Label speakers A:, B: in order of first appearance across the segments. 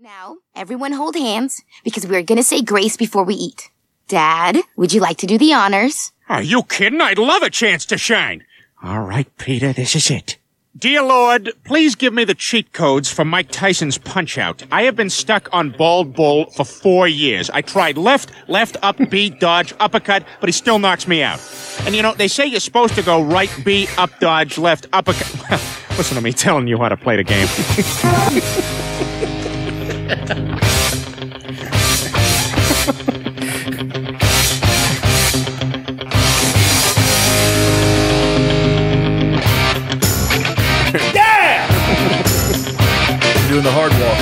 A: Now, everyone hold hands because we're going to say grace before we eat. Dad, would you like to do the honors?
B: Are you kidding? I'd love a chance to shine. All right, Peter, this is it. Dear Lord, please give me the cheat codes for Mike Tyson's Punch Out. I have been stuck on Bald Bull for four years. I tried left, left, up, B, dodge, uppercut, but he still knocks me out. And you know, they say you're supposed to go right, B, up, dodge, left, uppercut. Listen to me telling you how to play the game.
C: Doing the hard walk.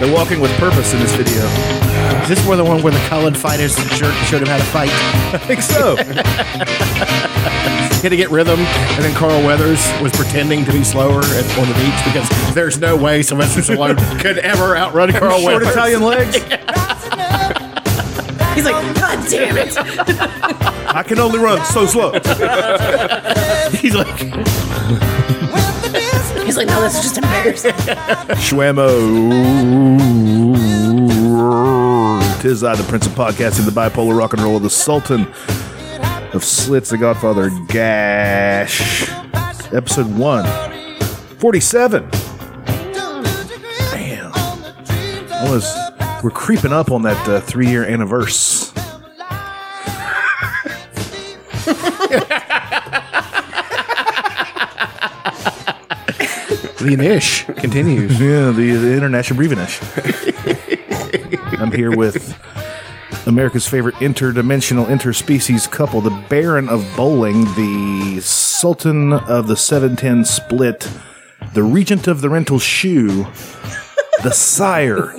C: They're walking with purpose in this video.
D: Is this where the one where the colored fighters shirt showed him how to fight?
C: I think so. he had to get rhythm, and then Carl Weathers was pretending to be slower at, on the beach because there's no way Sylvester Stallone could ever outrun Carl
D: Short
C: Weathers.
D: Italian legs.
E: He's like, God damn it.
C: I can only run so slow.
D: He's like,
E: He's like, no, this is just embarrassing.
C: Schwammo. Tis I, the Prince of Podcasting, the bipolar rock and roll of the Sultan of Slits, the Godfather of Gash. Episode 1, 47. Damn. Almost, we're creeping up on that uh, three year anniversary.
D: the Nish continues.
C: Yeah, the, the International Brevenish. I'm here with America's favorite interdimensional interspecies couple, the Baron of Bowling, the Sultan of the 710 Split, the Regent of the Rental Shoe, the Sire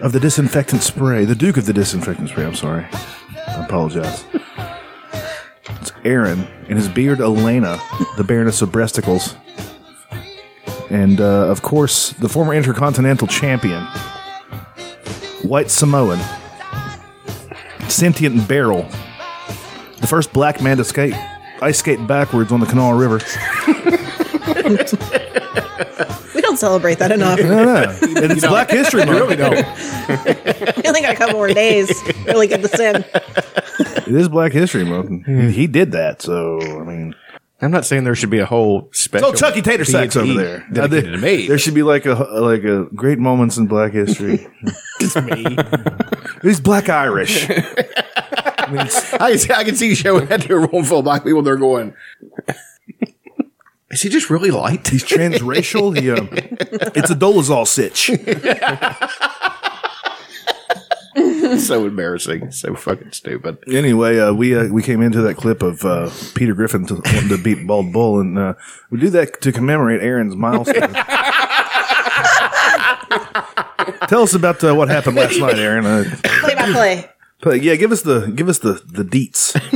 C: of the Disinfectant Spray, the Duke of the Disinfectant Spray. I'm sorry. I apologize. It's Aaron and his beard, Elena, the Baroness of Breasticles and uh, of course the former intercontinental champion, White Samoan, sentient barrel, the first black man to skate ice skate backwards on the Canal River.
E: We don't celebrate that enough.
C: I know. And it's Black History Month.
E: We only got a couple more days. Really get this in.
C: It is Black History Month.
D: Hmm.
C: He- He did that, so I mean.
D: I'm not saying there should be a whole special.
C: Oh, Chucky Tater Sacks
D: D&D
C: over there.
D: Dedicated to me.
C: There should be like a like a great moments in Black history.
D: It's me.
C: He's Black Irish.
F: I can see, I can see you showing that to a room full of black people. They're going, "Is he just really light?"
C: He's transracial. He, um, it's a Dolezal sitch.
F: He's so embarrassing, so fucking stupid.
C: Anyway, uh, we uh, we came into that clip of uh, Peter Griffin to, wanting to beat Bald Bull, and uh, we do that to commemorate Aaron's milestone. Tell us about uh, what happened last night, Aaron. Uh,
E: Play by play.
C: but yeah, give us the give us the the deets.
G: I've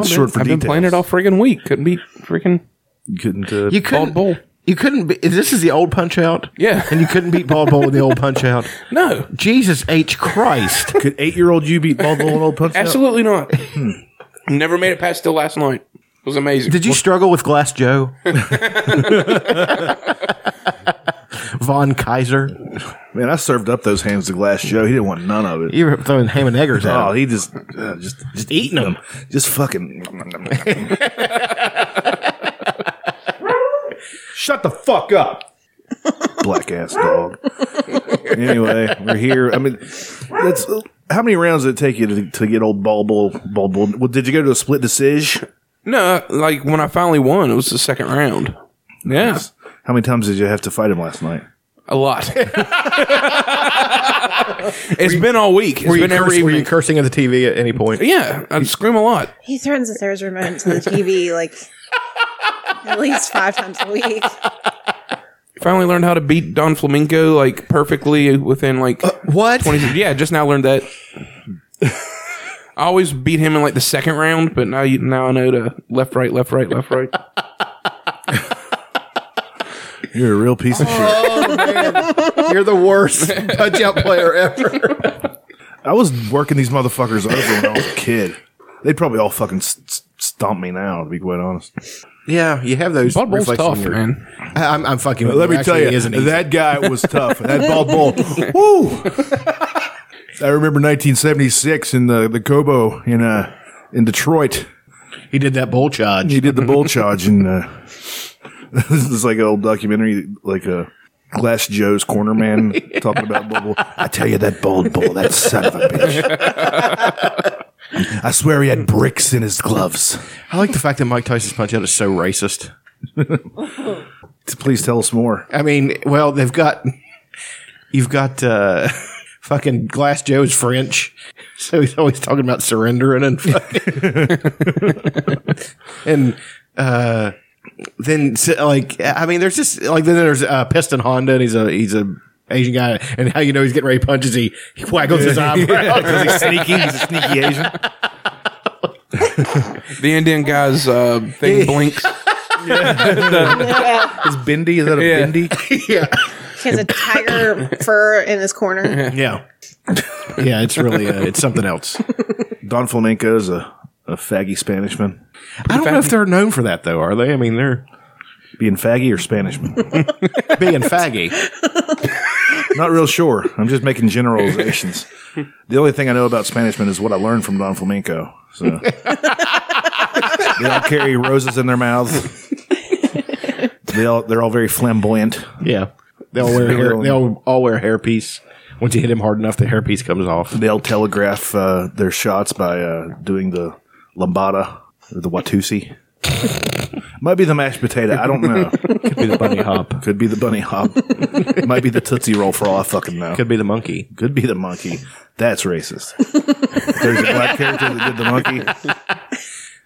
G: been-
C: Short for
G: I've been
C: details.
G: playing it all friggin' week. Couldn't be freaking
C: You couldn't. Uh,
F: You
G: bald
F: couldn't.
G: bull.
F: You couldn't. Be, this is the old punch out.
G: Yeah.
F: and you couldn't beat Bald Bull with the old punch out.
G: No,
F: Jesus H Christ!
C: could eight year old you beat Bald Bull in old punch? Out?
G: absolutely not. Hmm. Never made it past till last night. It was amazing.
F: Did you struggle with Glass Joe? Von Kaiser.
C: Man, I served up those hands to Glass Joe. He didn't want none of it.
F: You were throwing ham and eggers at
C: Oh,
F: him.
C: he just uh, just just eating them. Just fucking.
F: Shut the fuck up.
C: black ass dog. anyway, we're here. I mean, that's how many rounds did it take you to, to get old ball bull ball bull? Well, did you go to a split decision?
G: no, like when I finally won, it was the second round. Yeah,
C: How many times did you have to fight him last night?
G: a lot. It's been all week. It's
D: Were you,
G: been every
D: cursing, were you
G: evening.
D: cursing at the TV at any point?
G: Yeah, I scream a lot.
E: He turns his Sarah's remote into the TV like at least five times a week.
G: Finally learned how to beat Don Flamenco like perfectly within like
D: What?
G: 20 yeah just now learned that i always beat him in like the second round but now you now i know to left right left right left right
C: You're a real piece of
F: Uh,
C: shit.
F: You're the worst punch out player ever.
C: I was working these motherfuckers over when I was a kid. They'd probably all fucking st- st- stomp me now, to be quite honest.
F: Yeah, you have those.
G: Bald Bull's
F: reflexes in
G: tough,
F: your-
G: man.
F: I- I'm, I'm fucking. with
C: Let me tell
F: Actually,
C: you,
F: it isn't easy.
C: that guy was tough. That bald bull. Woo! I remember 1976 in the, the Kobo in uh, in Detroit.
F: he did that bull charge.
C: He did the bull charge, and uh, this is like an old documentary, like a Glass Joe's Corner Man talking about bull. I tell you, that bald bull, that son of a bitch. I swear he had bricks in his gloves.
F: I like the fact that Mike Tyson's punch out is so racist.
C: Please tell us more.
F: I mean, well, they've got you've got uh, fucking Glass Joe's French, so he's always talking about surrendering and fucking and uh, then so, like I mean, there's just like then there's uh, Piston Honda, and he's a he's a Asian guy, and how you know he's getting ready to punch is he, he waggles his eyebrow.
C: He's sneaky. He's a sneaky Asian.
G: The Indian guy's uh, thing blinks.
C: Is Bindi? Is that a
G: Yeah.
C: Bindi?
E: He has a tiger fur in his corner.
F: yeah, yeah, it's really uh, it's something else.
C: Don Flamenco is a, a faggy Spanish man.
F: I don't know if they're known for that though, are they? I mean, they're
C: Being faggy or Spanish man?
F: being faggy.
C: Not real sure. I'm just making generalizations. the only thing I know about Spanish men is what I learned from Don Flamenco. So. they all carry roses in their mouths. They all, they're all very flamboyant.
F: Yeah. They all wear hair, they all, all wear a hairpiece. Once you hit him hard enough, the hairpiece comes off.
C: They'll telegraph uh, their shots by uh, doing the lambada or the watusi. Might be the mashed potato. I don't know.
F: Could be the bunny hop.
C: Could be the bunny hop. Might be the tootsie roll for all I fucking know.
F: Could be the monkey.
C: Could be the monkey. That's racist. If There's a black character that did the monkey.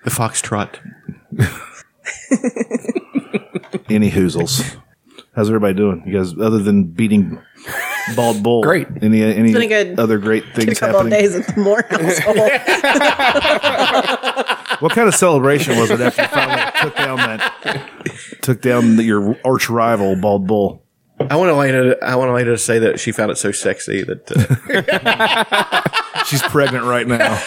F: The foxtrot.
C: Any hoozles. How's everybody doing? You guys, other than beating bald bull,
G: Great.
C: Any any
E: Pretty good.
C: other great
E: A
C: things
E: couple of
C: happening?
E: days at the Moore household.
C: What kind of celebration was it after you finally took down that took down the, your arch rival bald bull?
F: I want Elena. To, I want Elena to say that she found it so sexy that uh,
C: She's pregnant right now.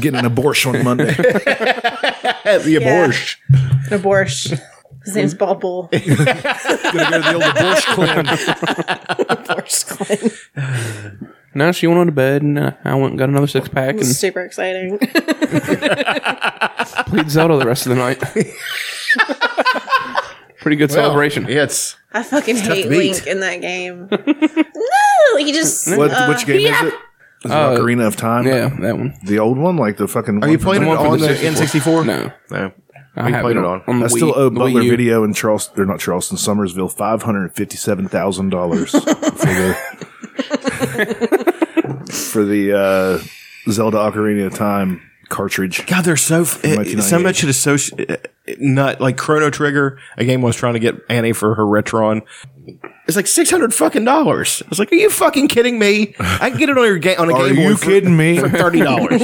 C: Getting an abortion on Monday.
F: the
E: Yeah.
F: abortion.
E: An abortion. His name's Bald Bull.
C: Gonna go to the old abortion clinic.
G: No, she went on to bed, and uh, I went and got another six pack and
E: Super exciting.
G: played Zelda the rest of the night. Pretty good celebration.
F: Yeah, it's
E: I fucking hate
F: beat.
E: Link in that game. no, he just
C: What, which
E: Uh,
C: game is it? Is it Ocarina of Time?
G: Yeah, that one.
C: The old one, like the fucking.
F: Are you playing it
G: one for
F: on
G: the
F: the
G: 64.
F: N64?
G: No.
F: No.
G: I
F: you
G: have
F: played it on?
C: I
G: the
C: still
G: Wii-
C: owe
G: the
C: Butler
G: Wii U.
C: Video in Charleston, or not Charleston, Somersville, five hundred fifty-seven thousand dollars for the for the uh, Zelda Ocarina of Time cartridge.
F: God, they're so f- it- it- so much of the social uh, nut like Chrono Trigger, a game I was trying to get Annie for her Retron. It's like six hundred fucking dollars. I was like, "Are you fucking kidding me? I can get it on your game on a
C: Are
F: Game Boy
C: you
F: for-
C: kidding me?
F: for thirty dollars."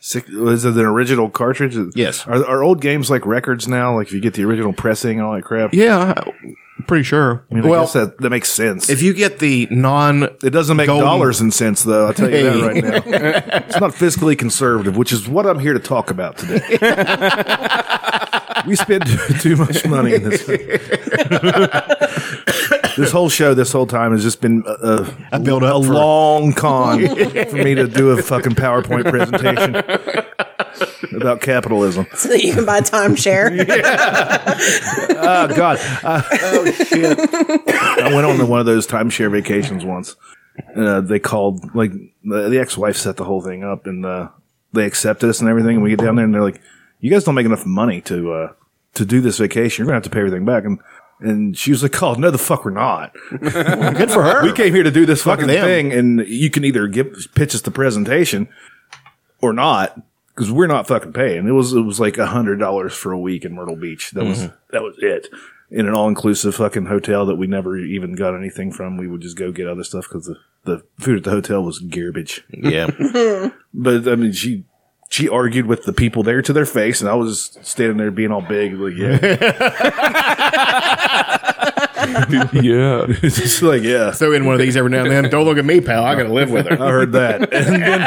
C: Six, was it an original cartridge?
F: Yes.
C: Are, are old games like records now? Like if you get the original pressing and all that crap.
F: yeah, I'm pretty sure.
C: I mean, I
F: well,
C: guess that that makes sense.
F: if you get the non,
C: It doesn't make
F: Golden-
C: dollars and cents, though. I'll tell you
F: Hey.
C: that right now. it's not fiscally conservative, which is what I'm here to talk about today. we spend too much money in this. this whole show, this whole time, has just been a, a,
F: built up
C: a
F: for-
C: long con for me to do a fucking PowerPoint presentation about capitalism.
E: so that you can buy timeshare.
C: Oh God! Uh, oh shit! I went on one of those timeshare vacations once. Uh, they called like the, the ex-wife set the whole thing up, and uh, they accepted us and everything. And we get down there, and they're like, "You guys don't make enough money to uh, to do this vacation. You're gonna have to pay everything back." And and she was like, "Oh no, the fuck, we're not.
F: good for her.
C: We came here to do this fucking
F: them.
C: thing, and you can either give pitch us the presentation or not." Because we're not fucking paying. It was it was like hundred dollars for a week in Myrtle Beach. That was that was it in an all inclusive fucking hotel that we never even got anything from. We would just go get other stuff because the, the food at the hotel was garbage.
F: yeah,
C: But I mean, she she argued with the people there to their face, and I was standing there being all big, like, yeah.
G: yeah.
C: It's just like, yeah,
F: Throw in one of these every now and then. Don't look at me, pal. I gotta live with
C: I
F: her.
C: heard that. And then,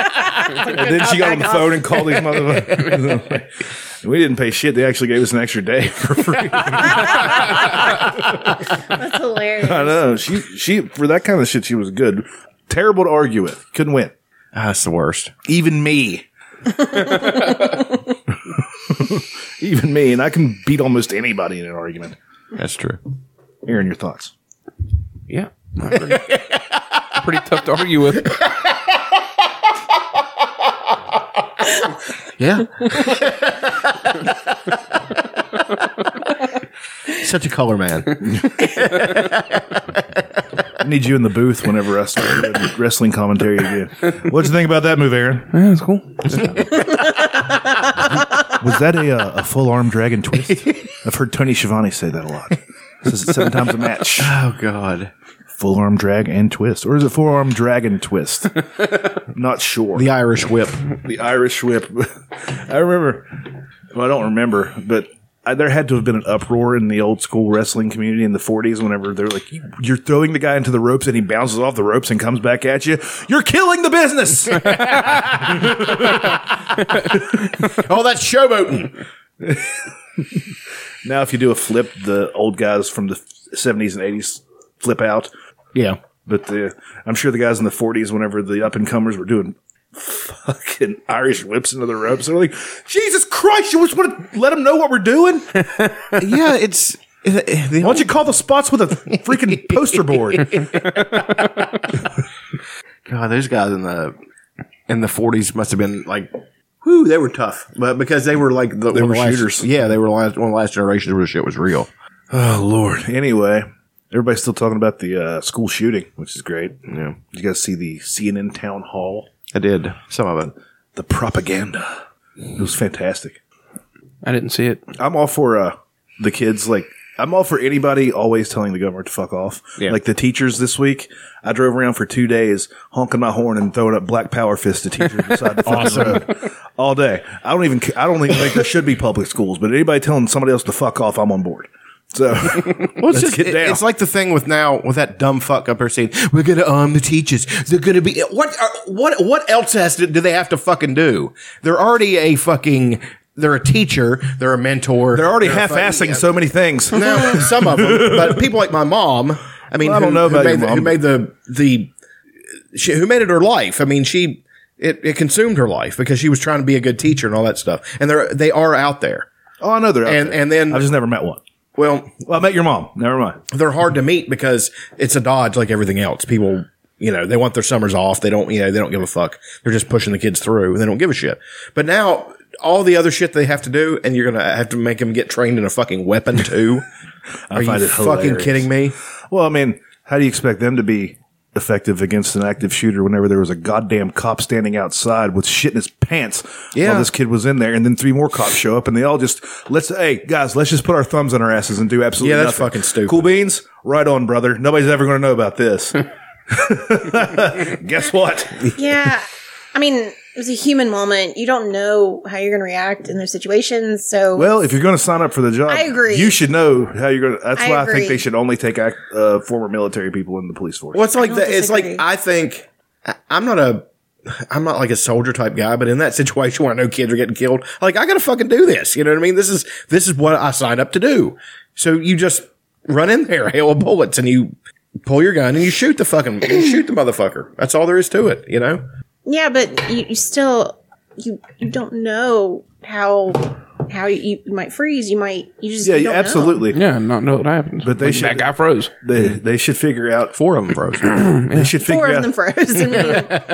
C: and then she got on the phone and called these motherfuckers. we didn't pay shit. They actually gave us an extra day for free.
E: That's hilarious.
C: I know. She, she, for that kind of shit, she was good. Terrible to argue with. Couldn't win.
F: That's Ah, the worst.
C: Even me. Even me. And I can beat almost anybody in an argument.
F: That's true.
C: Aaron, your thoughts.
G: Yeah. I'm Pretty, pretty tough to argue with.
F: Yeah. Such a color man.
C: I need you in the booth whenever I start doing wrestling commentary again. What'd you think about that move, Aaron?
G: Yeah, that's cool.
C: Was that a, uh, a full arm dragon twist? I've heard Tony Schiavone say that a lot. Says it seven times a match.
F: Oh God.
C: Full arm drag and twist, or is it forearm drag and twist? Not sure.
F: The Irish whip.
C: the Irish whip. I remember. Well, I don't remember, but I, there had to have been an uproar in the old school wrestling community in the 40s whenever they're like, "You- you're throwing the guy into the ropes and he bounces off the ropes and comes back at you. You're killing the business.
F: Oh, that's showboating.
C: now, if you do a flip, the old guys from the 70s and 80s flip out.
F: Yeah.
C: But the, I'm sure the guys in the 40s, whenever the up and comers were doing fucking Irish whips into the ropes, they were like, Jesus Christ, you just want to let them know what we're doing? Why
F: Yeah, it's the
C: don't you call the spots with a freaking poster board?
F: God, those guys in the in the forties must have been like, whoo, they were tough, but because they were like the, they
C: were shooters.
F: Last, yeah, they were last, one of the last generations where shit was real.
C: oh, Lord. Anyway, everybody's still talking about the uh, school shooting, which is great.
F: Yeah,
C: Did you guys see the CNN town hall?
F: I did some of it.
C: The propaganda. It was fantastic.
G: I didn't see it.
C: I'm all for uh, the kids. Like, I'm all for anybody always telling the government to fuck off. Like the teachers this week, I drove around for two days honking my horn and throwing up black power fists to teachers beside the fucking road all day. I don't even. ca- I don't even think there should be public schools. But anybody telling somebody else to fuck off, I'm on board. So
F: Well, it's
C: Let's
F: just
C: get
F: it-
C: down.
F: it's like the thing with now with that dumb fuck up there saying we're gonna arm the teachers. They're gonna be what are, what what else has to, do they have to fucking do? They're already a fucking. They're a teacher. They're a mentor.
C: they're already
F: a fucking-
C: half-assing so many things.
F: Now, some of them, but people like my mom. I mean,
C: Well, I don't
F: who,
C: know
F: who
C: about
F: made
C: your
F: the,
C: mom.
F: who made the the she, who made it her life. I mean, she it, it consumed her life because she was trying to be a good teacher and all that stuff. And they're they are out there.
C: Oh, I know they're out
F: And-
C: there.
F: and then-
C: I've just never met one.
F: Well,
C: Well, I met your mom. Never mind.
F: they're hard to meet because it's a dodge like everything else. People, you know, they want their summers off. They don't, you know, they don't give a fuck. They're just pushing the kids through and they don't give a shit. But now all the other shit they have to do, and you're gonna have to make them get trained in a fucking weapon too. Are
C: find
F: you
C: it
F: fucking
C: hilarious.
F: kidding me?
C: Well, I mean, how do you expect them to be effective against an active shooter whenever there was a goddamn cop standing outside with shit in his pants
F: Yeah.
C: while this kid was in there, and then three more cops show up, and they all just let's hey guys, let's just put our thumbs on our asses and do absolutely
F: Yeah, that's
C: nothing.
F: fucking stupid.
C: Cool beans, right on, brother. Nobody's ever going to know about this. Guess what?
E: Yeah. I mean, it was a human moment. You don't know how you're going to react in those situations. So,
C: Well, if you're going to sign up for the job,
E: I agree.
C: You should know how you're going. to That's
E: I
C: why I
E: agree.
C: think they should only take act, uh, former military people in the police force.
F: Well, it's like
E: don't
F: that. It's like
E: disagree.
F: I think I- I'm not a. I'm not like a soldier type guy, but in that situation where I know kids are getting killed, like I gotta fucking do this. You know what I mean? This is this is what I signed up to do. So you just run in there, hail of bullets, and you pull your gun and you shoot the fucking you shoot the motherfucker. That's all there is to it. You know?
E: yeah, but you, you still, you, you don't know how, how you, you might freeze. You might, you just,
C: yeah,
E: you don't know.
C: absolutely.
G: Yeah, not know what happened.
C: But they
G: Like,
C: should-
G: that guy froze.
C: They they should figure out.
F: Four of them froze.
C: They should figure
E: Four
C: out
E: of them froze. And we-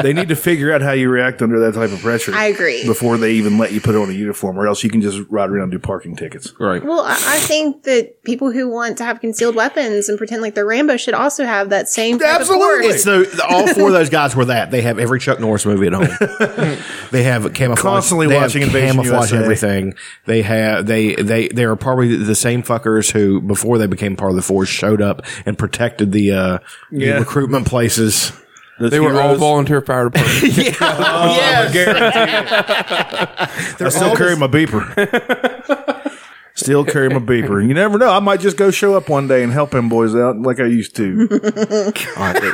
C: they need to figure out how you react under that type of pressure.
E: I agree.
C: Before they even let you put on a uniform, or else you can just ride around and do parking tickets.
G: Right.
E: well, I, I think that people who want to have concealed weapons and pretend like they're Rambo should also have that same. type of
C: Absolutely.
E: force.
F: It's the, the- all four of those guys were that. They have every Chuck Norris movie at home. they have camouflage,
C: Constantly
F: they
C: watching
F: have
C: Invasion
F: camouflage
C: USA.
F: everything. They have they they they are probably the same fuckers who before they became part of the force showed up and protected the, uh, the
C: Yeah.
F: recruitment places.
G: They were all volunteer fire department.
F: yeah, Oh, yes.
C: I still carry my beeper. Still carry my beeper. You never know. I might just go show up one day and help them boys out like I used to. God, they-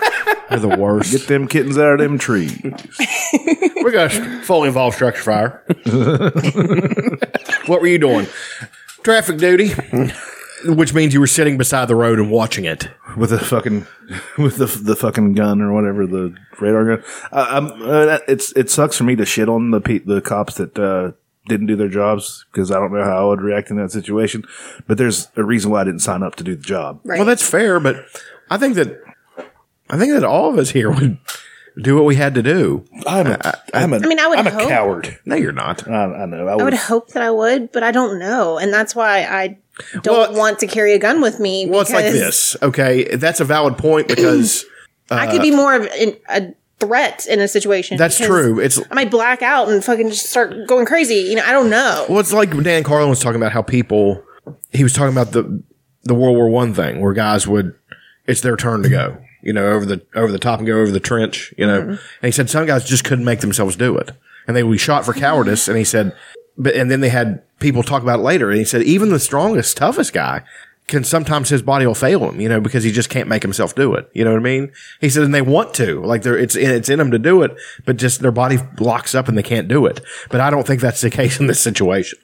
F: They're the worst.
C: get them kittens out of them trees.
F: We're going to fully involve structure fire. what were you doing? Traffic duty, which means you were sitting beside the road and watching it.
C: with the fucking with the the fucking gun or whatever the radar gun. Uh, I'm, uh, that- it's it sucks for me to shit on the pe- the cops that uh, didn't do their jobs because I don't know how I would react in that situation. But there's a reason why I didn't sign up to do the job.
E: Right.
F: Well, that's fair, but I think that I think that all of us here would do what we had to do.
C: I'm a, I'm a,
E: I mean, I would
C: I'm a
E: hope.
C: coward.
F: No, you're not.
C: I, I know. I,
E: I would
C: would.
E: hope that I would, but I don't know, and that's why I don't
F: Well,
E: want to carry a gun with me.
F: Well, it's like
E: because
F: this. Okay, that's a valid point because
E: I could be more of an, a threat in a situation.
F: Uh, that's
E: because
F: true. It's
E: I might black out and fucking just start going crazy. You know, I don't know.
F: Well, it's like Dan Carlin was talking about how people. He was talking about the the World War One thing, where guys would it's their turn to go, you know, over the over the top and go over the trench, you
E: Mm-hmm.
F: know. And he said some guys just couldn't make themselves do it, and they would be shot for cowardice. And he said, but and then they had people talk about it later, and he said even the strongest, toughest guy can sometimes his body will fail him, you know, because he just can't make himself do it. You know what I mean? He said, and they want to, like they're, it's in, it's in them to do it, but just their body locks up and they can't do it. But I don't think that's the case in this situation.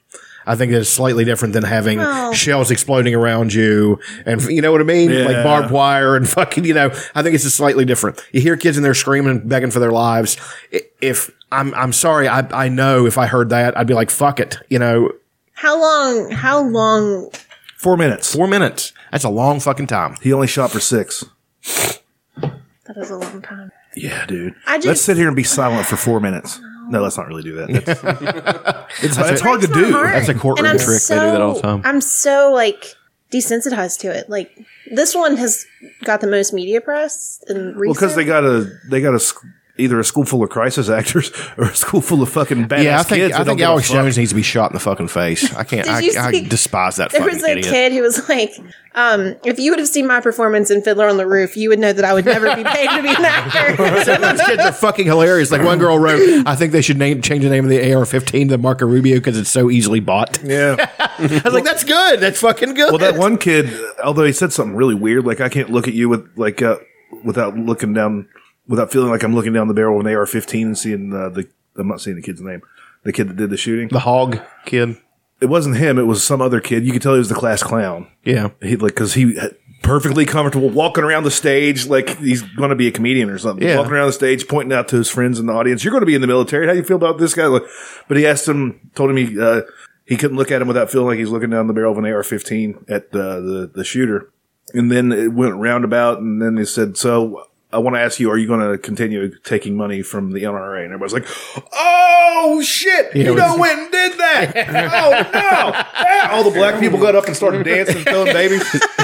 F: I think that it's slightly different than having shells exploding around you and you know what I mean? Like barbed wire and fucking, you know, I think it's just slightly different. You hear kids in there screaming and begging for their lives. I- If I'm, I'm sorry. I, I know if I heard that, I'd be like, fuck it. You know,
E: How long? How long?
C: Four minutes.
F: four minutes. That's a long fucking time.
C: He only shot for six.
E: That is a long time.
C: Yeah, dude.
E: I just-
C: let's sit here and be silent for four minutes. No, let's not really do that. That's, it's, it's hard to
E: Breaks my
C: do.
E: heart.
F: That's a courtroom
E: And I'm
F: trick. They do that all the
E: so-
F: time.
E: I'm so like desensitized to it. Like this one has got the most media press and
C: Well, because they got a they got a sc- either a school full of crisis actors or a school full of fucking badass
F: Yeah, I think
C: kids. that
F: I
C: don't
F: think
C: give a
F: Alex
C: fuck.
F: Jones needs to be shot in the fucking face. I can't.
E: Did
F: I,
E: you
F: I
E: see-
F: despise that
E: There
F: fucking
E: was a
F: idiot.
E: kid who was like, um, "If you would have seen my performance in Fiddler on the Roof, you would know that I would never be paid to be an actor."
F: Those kids are fucking hilarious. Like one girl wrote, "I think they should name change the name of the AR-15 to Marco Rubio because it's so easily bought."
C: Yeah.
F: I was like, "That's good. That's fucking good."
C: Well, that one kid, although he said something really weird, like I can't look at you with like uh, without looking down, without feeling like I'm looking down the barrel of an AR-15 and seeing uh, the I'm not seeing the kid's name, the kid that did the shooting.
F: the hog kid.
C: It wasn't him. It was some other kid. You could tell he was the class clown.
F: Yeah,
C: He like because he had- perfectly comfortable walking around the stage like he's going to be a comedian or something.
F: Yeah.
C: Walking around the stage, pointing out to his friends in the audience, "You're going to be in the military. How do you feel about this guy?" Like, But he asked him, told him he uh, he couldn't look at him without feeling like he's looking down the barrel of an AR-15 at the the, the shooter. And then it went roundabout, and then they said, "So." I want to ask you, are you going to continue taking money from the NRA? And everybody's like, oh shit, you know, went and did that. oh no. Yeah. All the black people got up and started dancing, throwing babies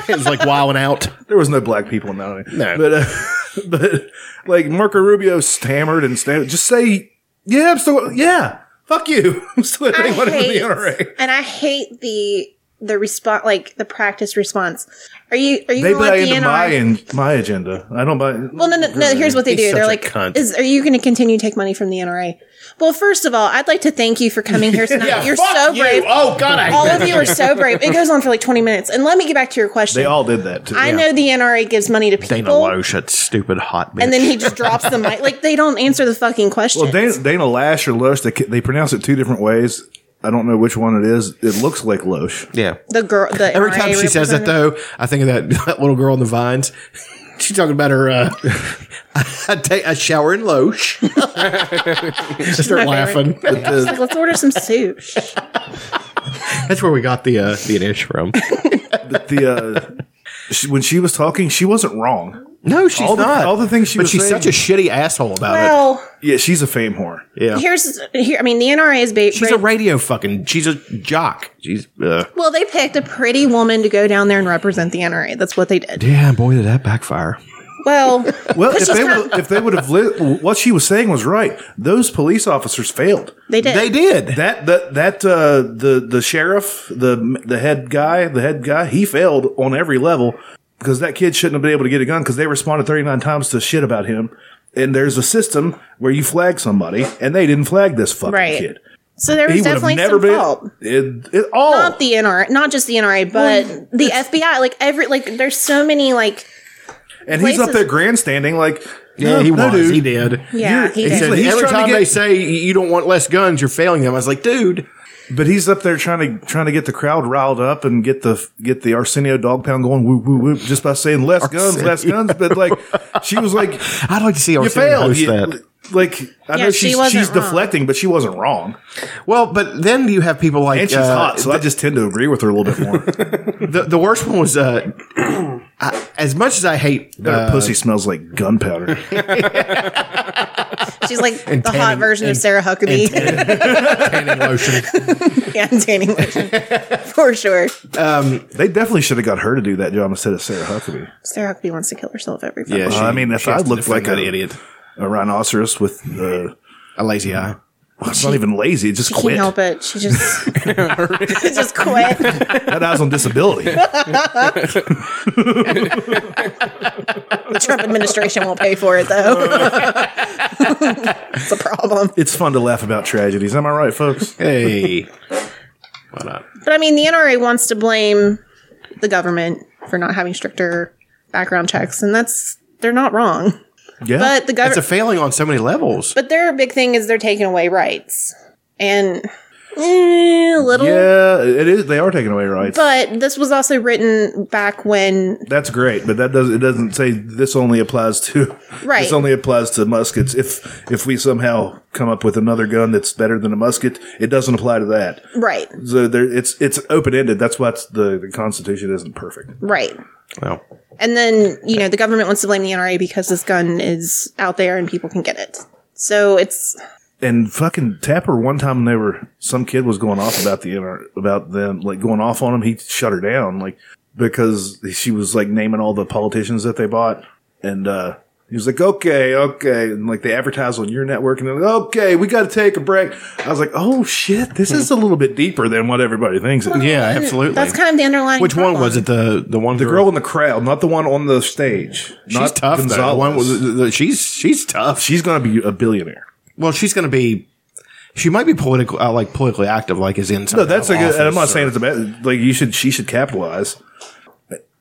F: it was like wilding out.
C: there was no black people in that.
F: No.
C: But, uh, but like Marco Rubio stammered and stammered. Just say, yeah, I'm still, yeah, fuck you. I'm still
E: I
C: anyone in the
E: hate-
C: NRA.
E: and I hate the the response, like the practice response. Are you are you
C: They
E: gonna let
C: buy
E: the
C: into my,
E: NRA?
C: in, my agenda. I don't buy.
E: Well, no, no, no. Here's what they
F: He's
E: do. They're
F: such a
E: like,
F: cunt.
E: "Is are you going to continue to take money from the NRA?" Well, first of all, I'd like to thank you for coming here tonight. You're
F: Fuck
E: so
F: you.
E: brave.
F: Oh god, I
E: all of you are so brave. It goes on for like 20 minutes. And let me get back to your question.
C: They all did that too.
E: I know the NRA gives money to people,
F: Dana Loesch, that stupid hot bitch.
E: and then he just drops the mic. Like they don't answer the fucking question.
C: Well, Dana, Dana Lash or Lush, they, they pronounce it two different ways. I don't know which one it is. It looks like Losh.
F: yeah.
E: the girl. The
F: Every
E: NRA
F: time she says that,
E: representative.
F: though, I think of that, that little girl on the vines. She's talking about her. Uh, I take a shower in Loesch. I start laughing.
E: She's like, let's order some soup.
F: That's where we got the uh, the initial from.
C: The, uh, she, when she was talking, she wasn't wrong.
F: No, she's
C: All the-
F: not.
C: all the things she
F: but
C: was
F: she's
C: saying-
F: such a shitty asshole about
E: Well,
C: Yeah, she's a fame whore.
F: it. Yeah,
E: here's here. I mean, the NRA is ba-
F: she's a radio fucking. She's a jock. She's uh,
E: well. They picked a pretty woman to go down there and represent the NRA. That's what they did.
F: yeah. Boy, did that backfire.
E: Well,
C: Well, if
E: she's
C: they,
E: kind
C: would, if they would have li- what she was saying was right. Those police officers failed.
E: they did.
F: They did.
C: That that that uh, the the sheriff, the the head guy, the head guy, he failed on every level because that kid shouldn't have been able to get a gun because they responded 39 times to shit about him. And there's a system where you flag somebody, and they didn't flag this fucking
E: Right.
C: kid.
E: So there was
C: he would
E: definitely
C: have never
E: some
C: been
E: fault.
C: It, it, all.
E: Not the NRA, not just the NRA, but the FBI. Like every, like there's so many. Like
C: and he's up
E: places-
C: there grandstanding like,
F: Yeah,
C: no,
F: he
C: no,
F: was.
C: dude.
F: He did.
E: yeah,
C: You're-
E: he
F: He
E: did.
F: said,
C: He's
F: every
C: trying to
F: time
C: get-
F: they say you don't want less guns, you're failing them. I was like, dude,
C: But he's up there trying to trying to get the crowd riled up and get the get the Arsenio dog pound going woo woo woo just by saying less guns, less guns. But like she was like,
F: I'd like to see
C: you
F: Arsenio
C: failed.
F: host
C: You-
F: that.
C: Like I
E: Yeah,
C: know
E: she
C: she's
E: wasn't
C: she's
E: wrong.
C: deflecting, but she wasn't wrong,
F: Well, but then you have people like
C: and she's
F: uh,
C: hot. So I just tend to agree with her a little bit more.
F: the the worst one was uh, I, as much as I hate
C: Her
F: uh,
C: pussy smells like gunpowder.
E: She's like the hot
F: tanning-
E: version of
F: and-
E: Sarah Huckabee.
F: tanning lotion.
E: yeah, tanning lotion for sure.
C: they definitely should have got her to do that job instead of Sarah Huckabee.
E: Sarah Huckabee wants to kill herself every.
F: Yeah,
E: Yeah.
C: I mean, if I
F: has to
C: looked
F: defend
C: like
F: that
C: a-
F: idiot,
C: A rhinoceros with uh,
F: a lazy eye.
C: it's not even lazy; it just
E: She can't
C: quit.
E: help it. She just, she just quit.
C: That guy's on disability.
E: The Trump administration won't pay for it though. it's a problem.
C: it's fun to laugh about tragedies. Am I right, folks?
F: Hey, why not?
E: But I mean, the NRA wants to blame the government for not having stricter background checks, and that's they're not wrong.
C: Yeah,
E: But
F: It's
E: the
F: a
E: government,
F: failing on so many levels.
E: but their big thing is they're taking away rights, and eh, a little.
C: yeah, it is. They are taking away rights.
E: But this was also written back when
C: That's great, but that does it doesn't say this only applies to
E: Right.
C: This only applies to muskets. If if we somehow come up with another gun that's better than a musket, it doesn't apply to that.
E: right,
C: So there, it's it's open ended. That's why it's the, the Constitution isn't perfect.
E: right.
F: Well,
E: And then, you know, the government wants to blame the NRA because this gun is out there and people can get it. So it's
C: And fucking Tapper, one time they were some kid was going off about the NR about them like going off on him. He shut her down like because she was like naming all the politicians that they bought, and uh, he was like, "Okay, okay," and like they advertise on your network, and they're like, "Okay, we got to take a break." I was like, "Oh shit, this is a little bit deeper than what everybody thinks." It is.
F: yeah, absolutely.
E: that's kind of the underlying.
F: Which one
E: problem.
F: was it? The the one
C: The girl in the crowd, not the one on the stage.
F: She's
C: not
F: tough. Though. The
C: Gonzalez.
F: one was the, the, she's she's tough.
C: she's going to be a billionaire.
F: Well, she's going to be. She might be political, uh, like politically active, like is in. some
C: No, that's a
F: kind of
C: good. and I'm not
F: office
C: saying
F: or-
C: it's a bad. Like you should, she should capitalize.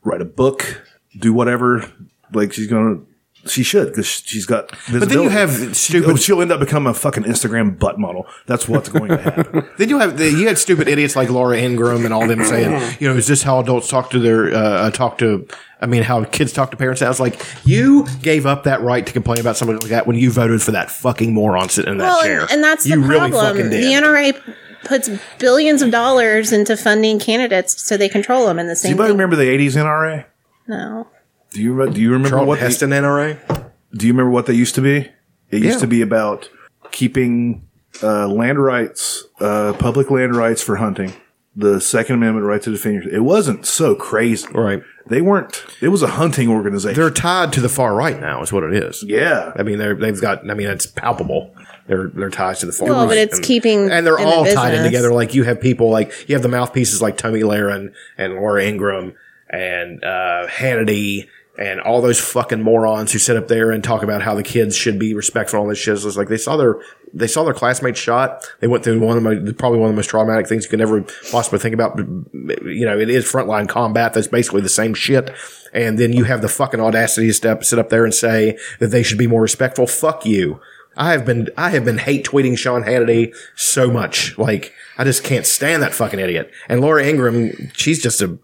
C: Write a book, do whatever. Like she's gonna, she should because she's got.
F: But then you
C: visibility.
F: have
C: She, oh,
F: stupid.
C: she'll end up becoming a fucking Instagram butt model. That's what's going to happen.
F: Then you have the, you had stupid idiots like Laura Ingram and all them saying, you know, is this how adults talk to their uh, talk to? I mean, how kids talk to parents? And I was like, you gave up that right to complain about somebody like that when you voted for that fucking moron sitting in that
E: Well,
F: chair.
E: and, and that's the
F: you
E: problem.
F: fucking
E: the
F: did.
E: NRA p- puts billions of dollars into funding candidates so they control them in the
C: do you
E: same.
C: might
E: Thing.
C: remember the '80s NRA?
E: no,
C: Do you re- do you remember
F: Charlton
C: what the-
F: Heston NRA?
C: Do you remember what they used to be? It
F: Yeah.
C: used to be about keeping uh, land rights, uh, public land rights for hunting, the Second Amendment right to defend. Your- it wasn't so crazy,
F: Right.
C: They weren't. It was a hunting organization.
F: They're tied to the far right now, is what it is.
C: yeah,
F: I mean, they're, they've got. I mean, it's palpable. They're they're ties to the far
E: Well,
F: right,
E: but it's keeping
F: and they're
E: in the
F: all tied in
E: business.
F: together. Like you have people like you have the mouthpieces like Tommy Lahren and Laura Ingram and uh, Hannity and all those fucking morons who sit up there and talk about how the kids should be respectful. and All this shit. So It's like they saw their they saw their classmates shot. They went through one of my probably one of the most traumatic things you could ever possibly think about. But, You know, it is frontline combat. That's basically the same shit. And then you have the fucking audacity to step, sit up there and say that they should be more respectful. Fuck you. I have been I have been hate tweeting Sean Hannity so much. Like I just can't stand that fucking idiot. And Laura Ingram, she's just a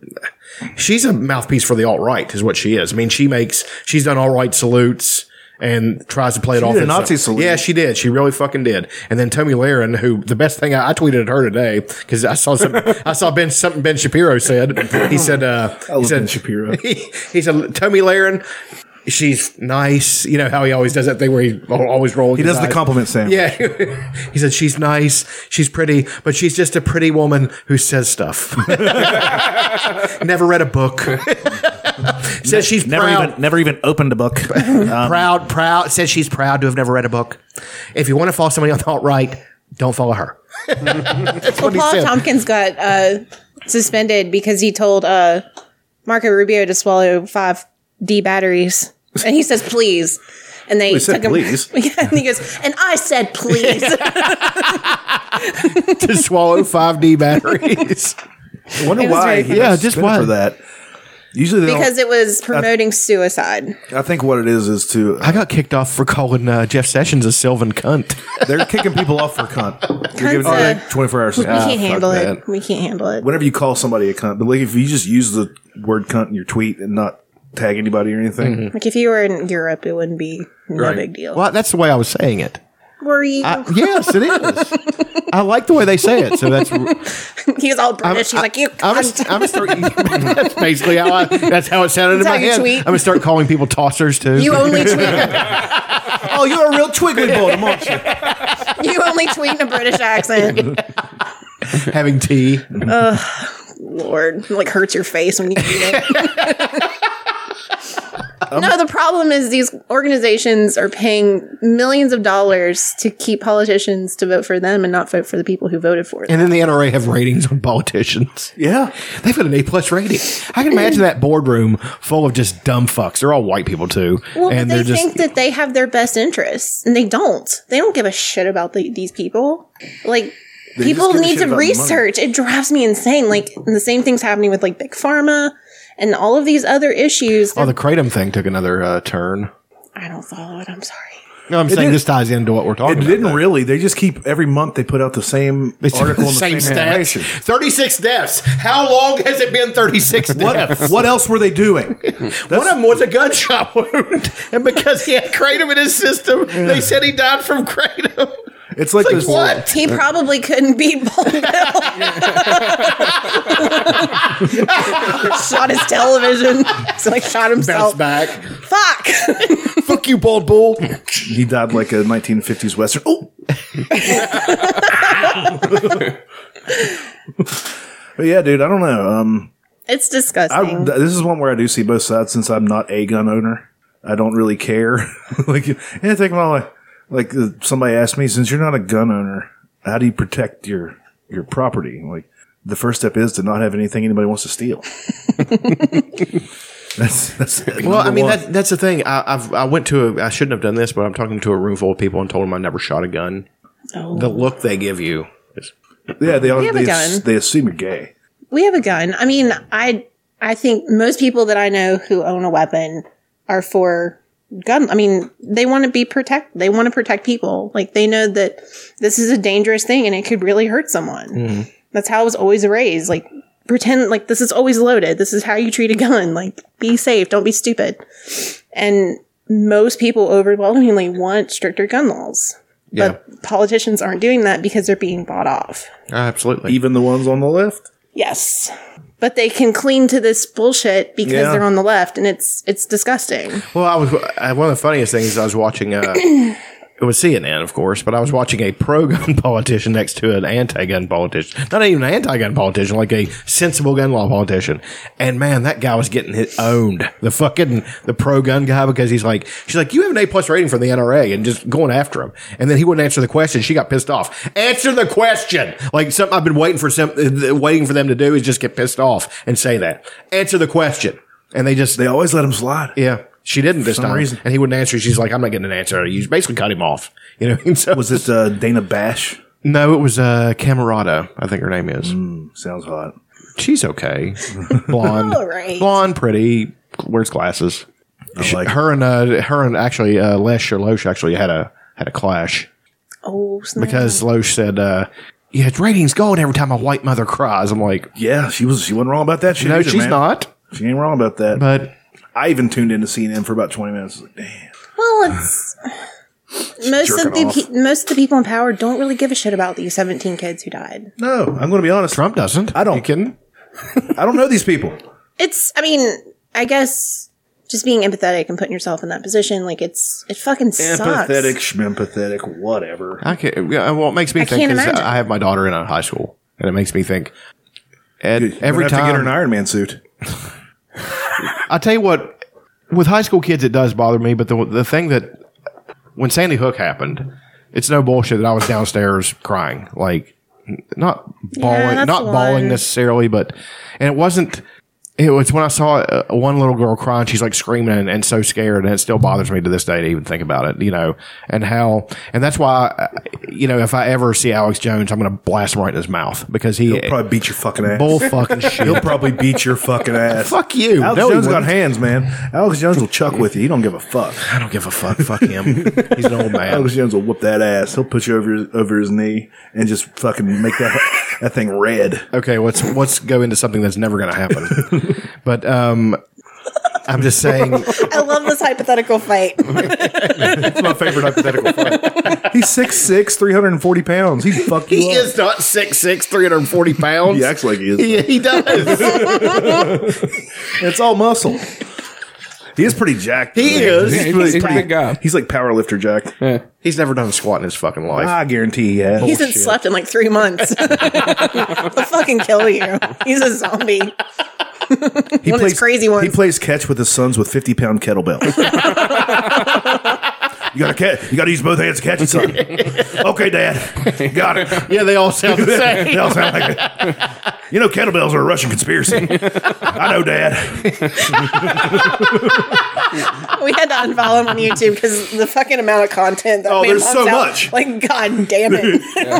F: she's a mouthpiece for the alt right, is what she is. I mean, she makes she's done all right salutes and tries to play it off
C: did a
F: as
C: Nazi
F: some-
C: salute.
F: Yeah, she did. She really fucking did. And then Tommy Lahren, who the best thing I, I tweeted at her today because I saw some I saw Ben something Ben Shapiro said. He said uh, he
C: love
F: said
C: Ben Shapiro.
F: he, he said Tommy Lahren. She's nice. You know how he always does that thing where he al- always rolls.
C: He does the compliment sandwich.
F: Yeah. he said, she's nice. She's pretty, but she's just a pretty woman who says stuff. never read a book. says she's
D: Never
F: proud.
D: even um, never even opened a book.
F: proud, proud. Says she's proud to have never read a book. If you want to follow somebody on the alt right, don't follow her.
E: well, Paul
F: said.
E: Tompkins got uh, suspended because he told uh, Marco Rubio to swallow five D batteries, and he says please. And they
F: We said
E: took him.
F: please.
E: Yeah, and he goes, and I said please.
F: to swallow 5D batteries.
C: I wonder
E: It was
C: why.
E: very
C: he
E: Yeah,
C: got
F: just
C: spit
F: why?
C: for that? Usually, they
E: because it was promoting suicide.
C: don't, I think what it is is to
F: I got kicked off for calling uh, Jeff Sessions a Sylvan cunt.
C: they're kicking people off for cunt. You're
E: Cunt's
C: giving
E: a-
C: them twenty four hours. Ah,
E: We
F: Ah,
E: can't handle it. We can't handle it.
C: Whenever you call somebody a cunt, but like if you just use the word cunt in your tweet and not tag anybody or anything,
E: Like if you were in Europe, it wouldn't be no big deal.
F: Well, that's the way I was saying it.
E: Were you?
F: I- yes, it is. I like the way they say it. So that's
E: He's all British. He's like you.
F: I'm,
E: cunt."
F: I'm gonna start. that's basically how I, that's how it sounded
E: That's
F: in my
E: how you
F: head.
E: tweet.
F: I'm gonna start calling people tossers too.
E: You only tweet.
C: oh, you're a real twiggly bottom, aren't you?
E: you only tweet in a British accent.
F: having tea.
E: Lord, it, like hurts your face when you eat it. no, the problem is these organizations are paying millions of dollars to keep politicians to vote for them and not vote for the people who voted for them.
F: And then the NRA have ratings on politicians.
C: Yeah,
F: They've got an A plus rating. I can imagine that boardroom full of just dumb fucks. They're all white people too,
E: Well,
F: and
E: but
F: they're
E: they
F: just
E: think that they have their best interests, and they don't. They don't give a shit about the, these people. Like people
C: give a
E: need
C: shit
E: to
C: about money.
E: research. It drives me insane. Like and the same thing's happening with like big pharma and all of these other issues.
F: oh, the kratom thing took another uh, turn.
E: I don't follow it. I'm sorry.
F: No, I'm saying
C: did-
F: this ties into what we're
C: it
F: talking about.
C: didn't really. They just keep every month they put out the same article, on the same, information.
F: 36 deaths. How long has it been 36 deaths?
C: What else were they doing?
F: One of them was a gunshot wound. And because he had kratom in his system, they said he died from kratom.
C: It's like, this.
F: what?
E: He probably couldn't beat Bull Bill. shot his television. So like shot himself.
F: back.
E: Fuck.
F: Fuck you, bald bull.
C: He died like a 1950s western. Oh. but yeah, dude, I don't know. Um,
E: It's
C: I,
E: disgusting.
C: th- this is one where I do see both sides since I'm not a gun owner. I don't really care. like, yeah, take my life. Like uh, somebody asked me, since you're not a gun owner, how do you protect your your property? Like, the first step is to not have anything anybody wants to steal. that's that's
F: Well, I mean, that, that's the thing. I, I've, I went to a, I shouldn't have done this, but I'm talking to a room full of people and told them I never shot a gun. The look they give you. is-
C: yeah, they all,
E: have a
C: they,
E: gun.
C: ass- they assume you're gay.
E: we have a gun. I mean, I I think most people that I know who own a weapon are for gun. I mean, they want to be protect. They want to protect people. Like they know that this is a dangerous thing and it could really hurt someone. That's how I was always raised. Like pretend like this is always loaded. This is how you treat a gun. Like be safe. Don't be stupid. And most people overwhelmingly want stricter gun laws.
F: Yeah,
E: But politicians aren't doing that because they're being bought off.
F: absolutely.
C: Even the ones on the left.
E: Yes. But they can cling to this bullshit because
C: Yeah.
E: they're on the left and it's it's disgusting.
F: Well, I was I, one of the funniest things is I was watching. Uh, it was CNN, of course, but I was watching a pro-gun politician next to an anti-gun politician. Not even an anti-gun politician, like a sensible gun law politician. And man, that guy was getting hit owned. The fucking the pro-gun guy because he's like, she's like, you have an A plus rating from the NRA, and just going after him. And then he wouldn't answer the question. She got pissed off. Answer the question. Like something I've been waiting for some uh, waiting for them to do is just get pissed off and say that. Answer the question. And they just
C: They always let him slide.
F: yeah. She didn't this
C: some
F: time.
C: reason.
F: And he wouldn't answer. She's like, I'm not getting an answer. You basically cut him off. You know? And so-
C: Was it uh, Dana Bash?
F: no, it was uh, Camerata, I think her name is.
C: Sounds hot.
F: She's okay. Blonde.
E: All right.
F: Blonde, pretty, wears glasses.
C: I like
F: Her and uh, her and actually uh, Les Sherlosh actually had a had a clash
E: Oh, snap.
F: because Loesch said, uh, "Yeah, its ratings going every time a white mother cries." I'm like,
C: Yeah, she was. She wasn't wrong about that. Shit
F: "No,
C: either,
F: she's
C: man.
F: not."
C: She ain't wrong about that.
F: But
C: I even tuned in to CNN for about twenty minutes. I was Like, Damn.
E: well, it's most of
C: jerking
E: the pe- most of the people in power don't really give a shit about these 17 kids who died.
C: No, I'm going to be honest.
F: Trump doesn't.
C: I don't-
F: You kidding?
C: I don't know these people.
E: It's I mean, I guess just being empathetic and putting yourself in that position like it's it fucking sucks.
C: Empathetic, schmempathetic, whatever.
F: I can't. yeah, Well, it makes me
E: I
F: think
E: can't
F: 'cause
E: imagine.
F: I have my daughter in a high school, and it makes me think. And every
C: We're gonna have to get her an
F: time,
C: Iron Man suit.
F: I tell you what, with high school kids, it does bother me. But the the thing that when Sandy Hook happened, it's no bullshit that I was downstairs crying, like not bawling,
E: that's
F: not
E: the
F: bawling
E: one.
F: necessarily, but and it wasn't. It was when I saw uh, one little girl crying. She's like screaming and, and so scared, and it still bothers me to this day to even think about it. You know, and how, and that's why, uh, you know, if I ever see Alex Jones, I'm going to blast him right in his mouth because he
C: He'll probably beat your fucking ass.
F: bull fucking shit.
C: He'll probably beat your fucking ass.
F: Fuck you.
C: Alex
F: No, he
C: Jones got
F: wouldn't.
C: hands, man. Alex Jones will chuck with you. He don't give a fuck.
F: I don't give a fuck. Fuck him. He's an old man.
C: Alex Jones will whoop that ass. He'll put you over his, over his knee and just fucking make that that thing red.
F: okay, let's let's go into something that's never going to happen. but um, I'm just saying.
E: I love this hypothetical fight.
C: That's my favorite hypothetical. fight. He's 6'6", 340 pounds. He'd fuck you
F: He
C: up.
F: is not 6'6", 340 pounds.
C: He acts like he is.
F: He, he does.
C: It's all muscle. He is pretty jacked.
F: He is.
G: Yeah, he's
C: really
G: he's a
C: pretty-
G: big guy.
C: He's like power lifter jacked.
F: He's never done a squat in his fucking life.
C: I guarantee he has.
E: He hasn't slept in like three months. He'll fucking kill you. He's a zombie.
C: he
E: one of his crazy ones.
C: He plays catch with his sons with fifty pound kettlebell. you gotta catch. You gotta use both hands to catch it, son. okay, Dad. Got it.
F: yeah, they all sound the same.
C: They all sound like it. You know, kettlebells are a Russian conspiracy. I know, Dad.
E: We had to unfollow him on YouTube because the fucking amount of content. That
C: Oh,
E: man
C: there's
E: puts
C: so
E: out,
C: much.
E: Like, god damn it!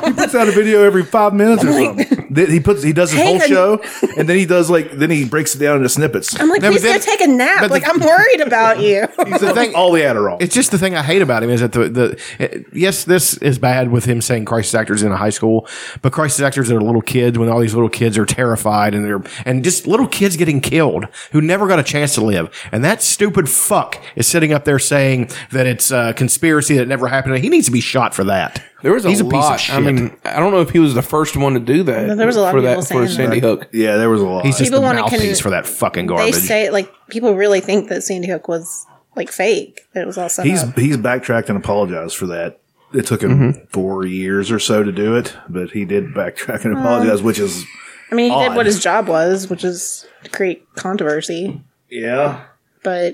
C: He puts out a video every five minutes or something. Then he puts he does his
E: Hey,
C: whole
E: honey.
C: show, and then he does like then he breaks it down into snippets.
E: I'm like,
F: No, but
E: please go
F: then-
E: take a nap.
F: but
E: Like,
F: the-
E: I'm worried about you.
C: He's the thing, all the Adderall.
F: It's just the thing I hate about him is that the, the uh, yes, this is bad with him saying crisis actors in a high school, but crisis actors are little kids when all these little kids are terrified and they're and just little kids getting killed who never got a chance to live, and that stupid fuck is sitting up there saying that it's a conspiracy that never happened. He needs to be shot for that.
G: There was a,
F: He's
G: lot. I mean, I don't know if he was the first one to do that.
E: No, there was a lot
G: for
E: of people
G: that
E: saying
G: for Sandy
E: that.
G: Hook.
C: Yeah, there was a lot.
F: He's just
E: People
F: the
E: wanna con-
F: mouthpiece for that fucking
E: they
F: garbage.
E: say like people really think that Sandy Hook was like fake. That it was all set
C: He's
E: up.
C: he's backtracked and apologized for that. It took him four years or so to do it, but he did backtrack and apologize, which is
E: I mean, he
C: odd.
E: did what his job was, which is to create controversy.
C: yeah.
E: But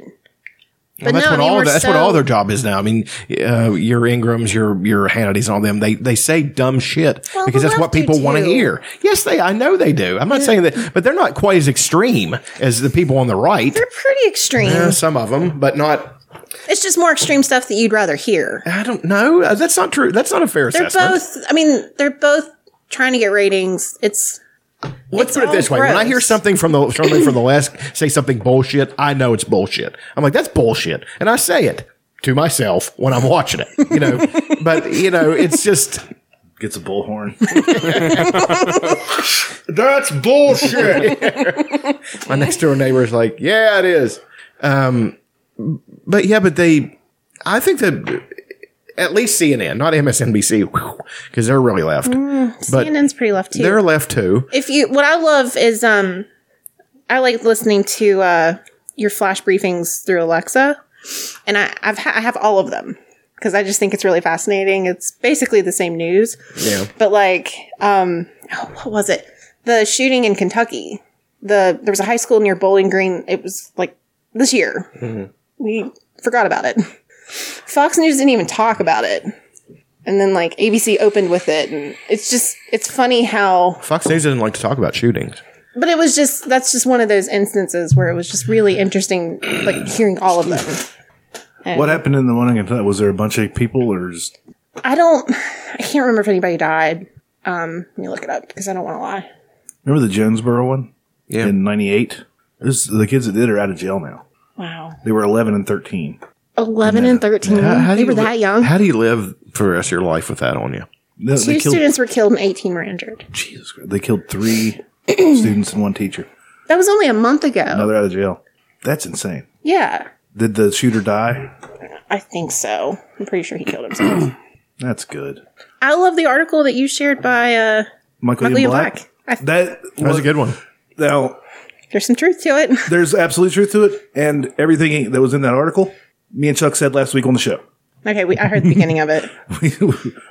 F: Well,
E: but no,
F: that's
E: I
F: what
E: mean,
F: all
E: we're
F: that's
E: so,
F: what all their job is now. I mean, uh, your Ingrams, your your Hannity's, and all them they they say dumb shit
E: Well,
F: because
E: the
F: that's what
E: left do
F: people want to
E: too.
F: hear. Yes, they I know they do. I'm not saying that, but they're not quite as extreme as the people on the right.
E: they're pretty extreme.
F: Uh, some of them, but not.
E: It's just more extreme stuff that you'd rather hear.
F: I don't know. Uh, That's not true. That's not a fair
E: They're
F: assessment.
E: both. I mean, they're both trying to get ratings. It's
F: Let's
E: it's
F: put it
E: all
F: this way: when I hear
E: gross.
F: something from the somebody from the left say something bullshit, I know it's bullshit. I'm like, that's bullshit, and I say it to myself when I'm watching it. You know, but you know, it's just.
C: Gets a bullhorn. That's bullshit.
F: my next door neighbor is like, yeah, it is. Um, but yeah, but they, I think that at least CNN, not MSNBC, because they're really left. but
E: CNN's pretty left too.
F: they're left too.
E: if you what I love is um I like listening to uh your flash briefings through Alexa and I I've ha- I have all of them because I just think it's really fascinating. It's basically the same news.
F: Yeah.
E: But like um oh, what was it? The shooting in Kentucky. The there was a high school near Bowling Green. It was like this year. We forgot about it. Fox News didn't even talk about it. And then like ABC opened with it and it's just it's funny how
F: Fox News doesn't like to talk about shootings.
E: but it was just that's just one of those instances where it was just really interesting like hearing all of them And
C: what happened in the one in Kentucky? Was there a bunch of people or just
E: i don't i can't remember if anybody died um let me look it up because i don't want to lie
C: remember the Jonesboro one? Yeah. In ninety eight? The kids that did are out of jail now.
E: wow
C: They were eleven and thirteen.
E: 11 and 13 they were that young
F: How do you live for the rest of your life with that on you?
C: No,
E: two
C: they killed
E: students were killed and 18 were injured
C: Jesus Christ. They killed three students and one teacher.
E: that was only a month ago
C: Now they're out of jail. That's insane.
E: yeah
C: Did the shooter die?
E: i think so i'm pretty sure he killed himself
C: That's good.
E: i love the article that you shared by uh
C: Michael,
E: Michael
C: Ian
E: Ian
C: Black.
E: Black. I th-
C: That
F: That was a good one.
C: Now,
E: there's some truth to it
C: there's absolute truth to it, and everything that was in that article, me and Chuck said last week on the show.
E: okay we, i heard the beginning of it
C: We,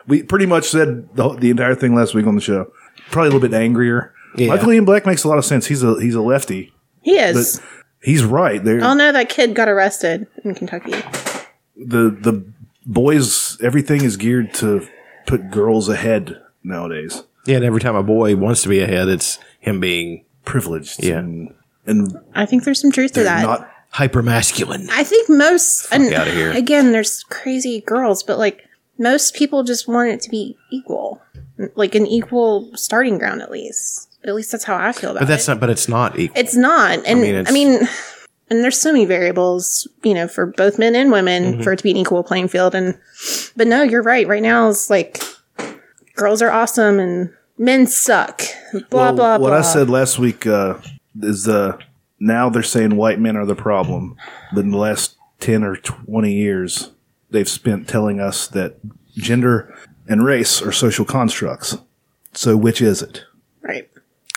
C: we pretty much said the, whole- the entire thing last week on the show. Probably a little bit angrier. Michael Ian Black makes a lot of sense. He's a he's a lefty.
E: he is
C: He's right. There,
E: oh no that kid got arrested in kentucky
C: the the boys, everything is geared to put girls ahead nowadays.
F: Yeah, and every time a boy wants to be ahead, it's him being
C: Privileged.
F: Yeah.
C: and and
E: I think there's some truth to that.
C: not
F: Hypermasculine.
E: I think most and
F: outta here.
E: again, there's crazy girls, but like most people just want it to be equal, like an equal starting ground at least. At least that's how I feel about
F: But that's
E: it.
F: not. But it's not equal.
E: it's not, and I
F: mean,
E: mean,
F: it's-
E: and there's so many variables, you know, for both men and women
F: Mm-hmm.
E: for it to be an equal playing field. And but no, you're right. Right now it's like girls are awesome and men suck. Blah
C: Well,
E: blah
C: what
E: blah.
C: I said last week uh, is uh, now they're saying white men are the problem. But in the last 10 or 20 years, they've spent telling us that gender and race are social constructs. So which is it?
E: right.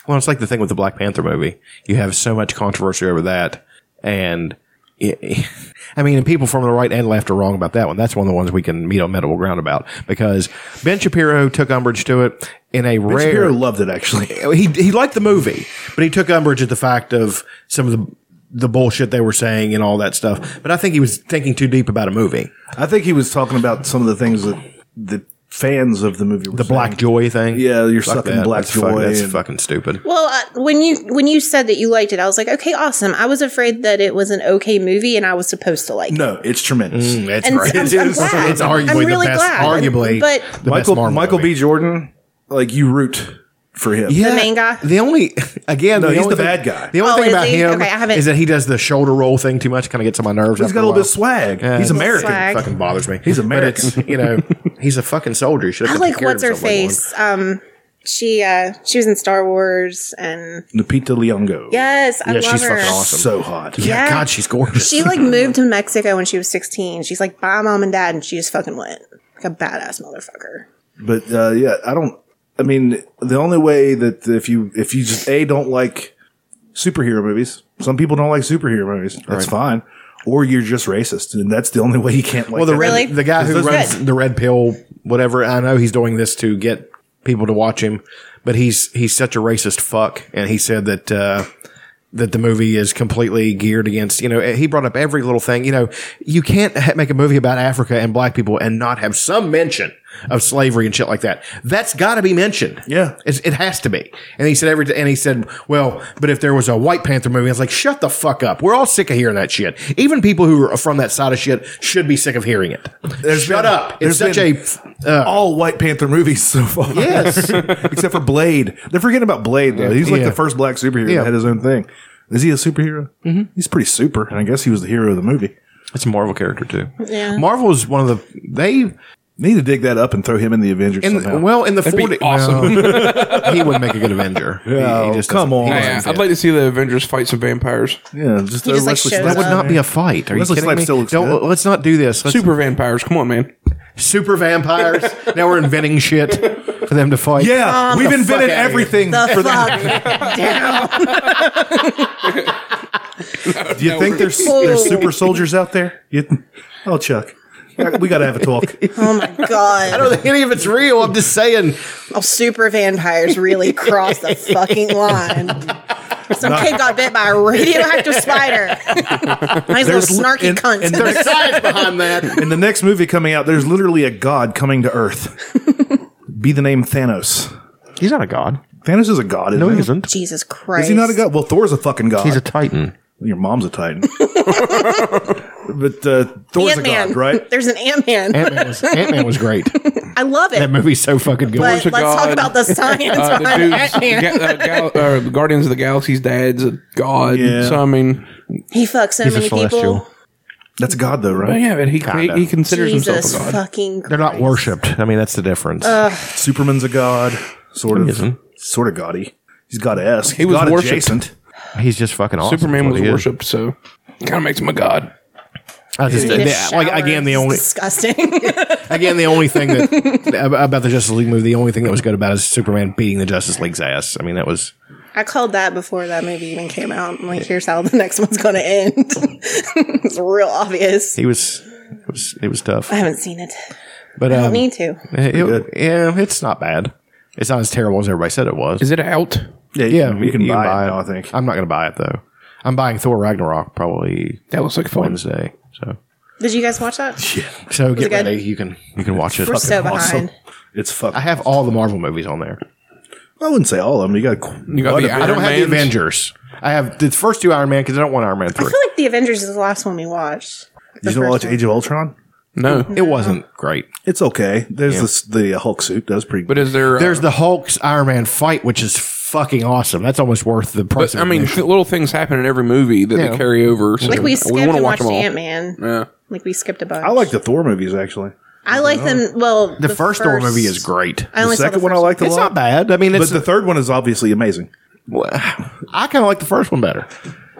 F: Well, it's like the thing with the Black Panther movie. You have so much controversy over that, and it, I mean, and people from the right and left are wrong about that one. That's one of the ones we can meet on medical ground about because Ben Shapiro took umbrage to it in a rare.
C: Shapiro loved it, actually.
F: he he liked the movie, but he took umbrage at the fact of some of the the bullshit they were saying and all that stuff. But I think he was thinking too deep about a movie,
C: I think he was talking about some of the things that the fans of the movie were
F: the Black
C: joy.
F: Joy thing.
C: Yeah, you're sucking Black
F: that's fuck-
C: Joy
F: that's
C: and-
F: fucking stupid.
E: Well, uh, when you when you said that you liked it, I was like, okay, awesome. I was afraid that it was an okay movie, and I was supposed to like. it.
C: No, it's tremendous.
F: That's
E: And
F: right.
E: I'm-
F: Mm, It's,
E: I'm glad.
F: it's arguably
E: I'm really
F: the best.
E: glad.
F: Arguably,
E: But-
F: the best
C: Michael
F: Marvel
C: Michael
F: movie.
C: B. Jordan, like you root for him.
F: Yeah,
E: main guy?
F: The only again,
C: No, he's
F: only
C: the
F: thing-
C: bad guy.
F: The only
E: Oh,
F: thing
E: is
F: about
E: he?
F: him
E: Okay, I haven't-
F: is that he does the shoulder roll thing too much. Kind of gets on my nerves.
C: He's
F: after
C: got a little bit of
F: while.
C: swag.
F: Yeah.
C: He's American.
E: Swag.
F: Fucking bothers me.
C: He's
F: But
C: American.
F: it's, you know, he's a fucking soldier. He should've
E: I
F: taken
E: like
F: care of
E: what's her
F: himself like one.
E: face. Um, she uh, she was in Star Wars, and
C: Lupita Nyong'o.
E: yes, I
F: Yeah,
E: love
F: she's
E: her.
F: fucking awesome.
C: So hot.
F: Yeah,
E: Yeah.
F: God, she's gorgeous.
E: She like moved to Mexico when she was sixteen. She's like, bye, mom and dad, and she just fucking went like a badass motherfucker.
C: But uh, yeah, I don't. I mean, the only way that if you if you just a don't like superhero movies, some people don't like superhero movies. That's fine. Or you're just racist, and that's the only way you can't like.
F: well, the
C: that.
F: red,
E: Really?
F: the guy who
E: Those-
F: runs
E: Good.
F: the red pill, whatever. I know he's doing this to get people to watch him, but he's he's such a racist fuck, and he said that. Uh, that the movie is completely geared against, you know, he brought up every little thing. You know, you can't ha- make a movie about Africa and black people and not have some mention of slavery and shit like that. That's got to be mentioned.
C: Yeah.
F: It's, it has to be. And he said every, and he said, well, but if there was a White Panther movie, I was like, shut the fuck up. We're all sick of hearing that shit. Even people who are from that side of shit should be sick of hearing it. shut
C: been-
F: up. It's
C: there's
F: such a, uh,
C: all White Panther movies so far.
F: Yes.
C: except for Blade. They're forgetting about Blade though. He's like
F: Yeah.
C: the first black superhero
F: Yeah.
C: that had his own thing. Is he a superhero? Mm-hmm. He's pretty super, and I guess he was the hero of the movie.
F: it's a Marvel character too. Yeah. Marvel is one of the, they,
C: Need to dig that up and throw him in the Avengers
F: In,
C: somehow.
F: well, in the 40s.
G: awesome.
F: he wouldn't make a good Avenger. He- he
C: Oh,
F: just
C: come
F: doesn't-
C: on.
F: he doesn't
G: Yeah,
F: fit.
G: I'd like to see the Avengers fight some vampires.
C: yeah, just
E: He
C: throw
E: just, like, shows
C: Wesley
F: that
E: up.
C: Snipes
F: would
C: in
F: not
C: there.
F: be a fight. Are
C: Wesley
F: you kidding
C: Snipes
F: me?
C: still looks
F: Don't-
C: good.
F: let's not do this. Let's,
G: Super vampires. Come on, man.
F: super vampires. now we're inventing shit for them to fight.
C: Yeah, we've invented
F: outta here.
C: everything
E: The
C: for that.
E: fuck down.
C: Do you think there's there's super soldiers out there? You, oh, Chuck, we got to have a talk.
E: Oh my god!
F: I don't think any of it's real. I'm just saying.
E: Oh, super vampires really cross the fucking line. Some kid got bit by a radioactive spider. nice little
C: There's l-
E: snarky
C: and-
E: cunt.
C: and
F: There's science behind that.
C: In the next movie coming out, there's literally a god coming to Earth. Be the name Thanos.
F: He's not a god.
C: Thanos is a god, isn't no, he?
F: isn't.
E: Jesus Christ!
C: Is he not a god? Well, Thor's a fucking god.
F: He's a titan.
C: Your mom's a titan. but uh, Thor's
E: Ant Man,
C: a god, right?
E: There's an Ant Man.
F: Ant Man was, Ant-Man was great.
E: I love it.
F: That movie's so fucking good.
E: But let's
G: a
E: talk
G: god.
E: about the science
G: Uh, the
E: behind
G: dudes,
E: Ant Man.
G: Ga- uh, Gal- uh, the Guardians of the Galaxy's dad's a god.
C: Yeah.
G: So I mean,
E: He fucks so
F: He's a
E: many people.
F: celestial.
C: That's a god, though,
G: but
C: right?
G: yeah, but he he,
F: Kinda.
G: he considers
E: Jesus
G: himself a god.
E: fucking.
F: They're not worshipped. I mean, that's the difference.
C: Superman's a god, sort
F: He
C: of,
F: isn't.
C: sort of gaudy. He's god esque.
G: was
C: god
G: worshipped.
C: adjacent.
F: He's just fucking awesome. is
G: Superman
F: what
G: was
F: he is.
G: worshipped, so kind of makes him a god.
F: I just,
E: Just
F: yeah, like
E: shower.
F: again, the only
E: It's disgusting.
F: Again, the only thing that ab- about the Justice League movie, the only thing that was good about it is Superman beating the Justice League's ass. I mean, that was
E: I called that before that movie even came out. I'm like, here's how the next one's going to end. it's real obvious.
F: he was it was it was tough.
E: I haven't seen it.
F: But um,
E: Me too.
F: it- it- yeah, it's not bad. It's not as terrible as everybody said it was.
G: Is it out?
C: Yeah,
F: yeah,
C: you, can buy, it. now, I think.
F: I'm not going to buy it though. I'm buying Thor Ragnarok probably
G: That looks like fun.
F: Wednesday. So
E: Did you guys watch that?
F: so get
E: it good?
F: ready. You can you can watch it.
E: We're so behind.
C: It's fucking.
F: I have all the Marvel movies on there.
C: I wouldn't say all of them. You got
G: You got the
F: I don't
G: Iron
F: have the
G: Mans.
F: Avengers. I have the first two Iron Man because I don't want Iron Man
E: I
F: three.
E: feel like the Avengers is the last one we watched.
C: Did you watch Age of Ultron?
G: No.
E: Mm-hmm.
F: it wasn't great.
C: It's okay. There's this, the Hulk suit. That was pretty
G: But is there? uh,
F: There's the Hulk's Iron Man fight, which is fucking awesome. That's almost worth the price.
G: But,
F: But,
G: I mean, th- little things happen in every movie that
F: Yeah.
G: they carry over. So
E: Like we skipped
G: wanna
E: and watched
G: them all.
E: Ant Man.
G: Yeah.
E: Like we skipped a bunch.
C: I like the Thor movies, actually.
E: I like them. Well,
F: the, first Thor movie is great.
E: I
C: The
E: only saw
C: second
E: the
C: one I
E: first
C: liked a
F: It's
C: lot.
F: not bad. I mean,
C: But
F: it's
C: the third one is obviously amazing.
F: I kind of like the first one better.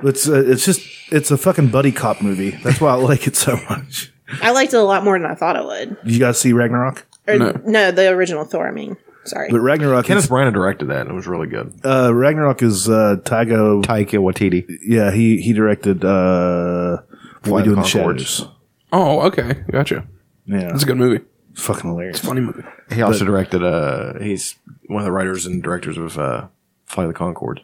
C: It's uh, it's just it's a fucking buddy cop movie. That's why I like it so much.
E: I liked it a lot more than I thought I would.
C: Did you guys see Ragnarok?
E: Or, no. the original Thor. I mean, sorry.
C: But Ragnarok, is,
F: Branagh directed that, and it was really good.
C: uh, Ragnarok is uh, Tygo.
F: Taika Waititi.
C: yeah, he he directed uh, What We
F: Flight
C: Do in the
F: of Conchords.
C: Shadows.
G: Oh, okay. Gotcha.
C: Yeah,
G: It's a good movie.
C: It's fucking hilarious.
G: Funny movie.
F: He also directed. Uh, he's one of the writers and directors of uh, Flight of the Concord.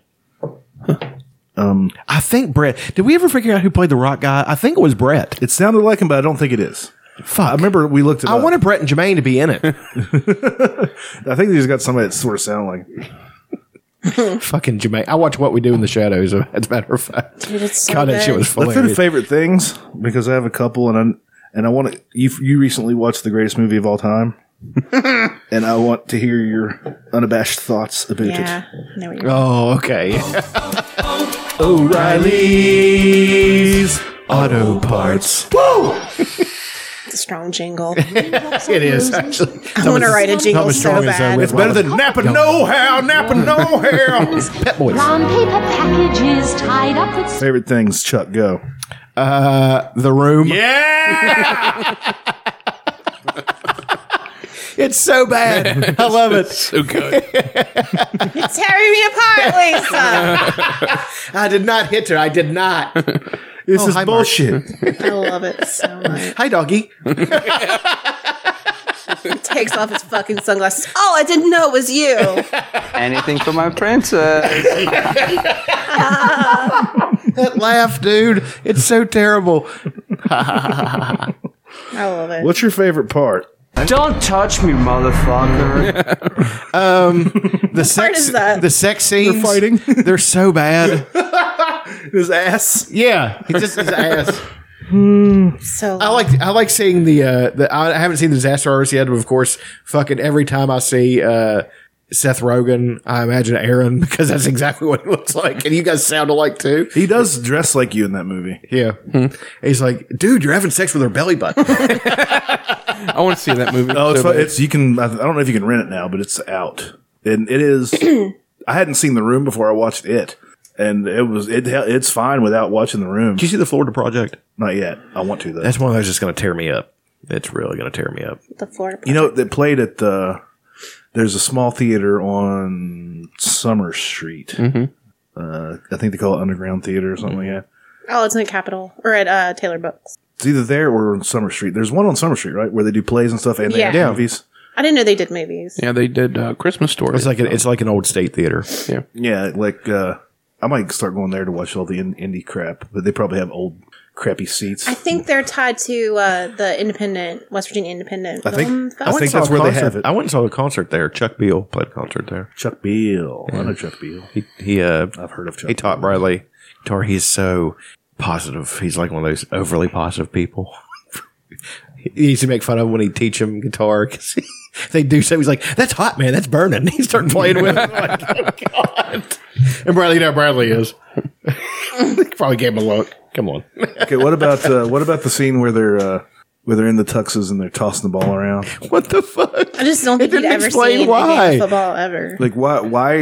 F: Um, I think Brett. Did we ever figure out who played the rock guy? I think it was Brett.
C: It sounded like him, but I don't think it is. I
F: Fuck.
C: remember we looked it
F: I
C: up.
F: wanted Brett and Jermaine to be in it.
C: I think they just got somebody that sort of sounded like. him.
F: Fucking Jermaine. I watch What We Do in the Shadows. As a matter of fact,
E: Dude, it's so
F: God, that shit
E: good.
F: was
C: The
F: hilarious.
C: third favorite things because I have a couple, and I and I want to. You you recently watched the greatest movie of all time, and I want to hear your unabashed thoughts about
E: Yeah.
C: it.
E: No, we-
F: Oh, okay.
C: O'Reilly's Auto Parts.
E: it's a strong jingle.
F: it is actually.
E: I want to write a jingle
F: Thomas
E: so
F: Strong is, uh,
E: bad.
F: with-
C: It's better than Napa Know How. Napa Know How.
F: Pet Boys.
H: Brown paper packages tied up with
C: favorite things. Chuck, go.
F: Uh, the Room.
B: Yeah!
F: It's so bad. I love it.
G: So good.
E: Tearing me apart, Lisa.
F: I did not hit her. I did not. Oh,
C: This is
F: hi, Mark.
C: bullshit.
E: I love it so much.
F: Hi, doggy.
E: Takes off his fucking sunglasses. Oh, I didn't know it was you.
I: Anything for my princess.
F: That laugh, dude. It's so terrible.
E: I love it.
C: What's your favorite part?
I: Don't touch me, motherfucker.
F: The sex,
E: is that?
F: the sex scenes,
C: They're fighting.
F: they're so bad.
C: His ass.
F: yeah, he just his ass.
E: So
F: I like I like seeing the uh the I I haven't seen the disaster artist yet, but of course, fucking every time I see uh Seth Rogen, I imagine Aaron because that's exactly what he looks like, and you guys sound alike too.
C: He does dress like you in that movie.
F: Yeah, he's like, dude, you're having sex with her belly button.
G: I want to see that movie.
C: Oh, it's,
G: so
C: fu-
G: bad.
C: it's you can. I I don't know if you can rent it now, but it's out, and it is. I hadn't seen the room before I watched it, and it was it. It's fine without watching the room.
F: you see the Florida Project?
C: Not yet. I want to though.
F: That's one of those that's going to tear me up. It's really going to tear me up.
E: the Florida.
C: you know they played at the. There's a small theater on Summer Street.
F: Mm-hmm.
C: Uh, I think they call it Underground Theater or something like that.
E: Oh, it's in the Capitol or at uh, Taylor Books.
C: It's either there or on Summer Street. There's one on Summer Street, right, where they do plays and stuff, and they
E: Yeah.
C: have
E: Yeah.
C: movies.
E: I didn't know they did movies.
G: yeah, they did uh, Christmas Story.
F: It's like an, it's like an old state theater.
C: Yeah, like uh, I might start going there to watch all the in- indie crap, but they probably have old crappy seats.
E: I think they're tied to uh, the Independent, West Virginia Independent.
C: I think-
E: Film
C: I
E: Festival.
C: think that's where they have it.
F: I went and saw a concert there. Chuck Beal played a concert there.
C: Chuck Beal. I know Chuck Beal.
F: He he uh
C: I've heard of Chuck.
F: he taught Bradley guitar. He's so positive. He's like one of those overly positive people. he used to make fun of him when he would teach him guitar because they do so. He's like, "That's hot, man. That's burning." He started playing with it. I'm like, oh, God. And Bradley, you know, Bradley is. Probably gave him a look. Come on.
C: Beal. Okay, what about uh, what about the scene where they're uh, where they're in the tuxes and they're tossing the ball around?
F: What the fuck?
E: I just don't think you'd
F: didn't
E: ever
F: explain
E: see
F: why.
E: football ever.
C: Like why why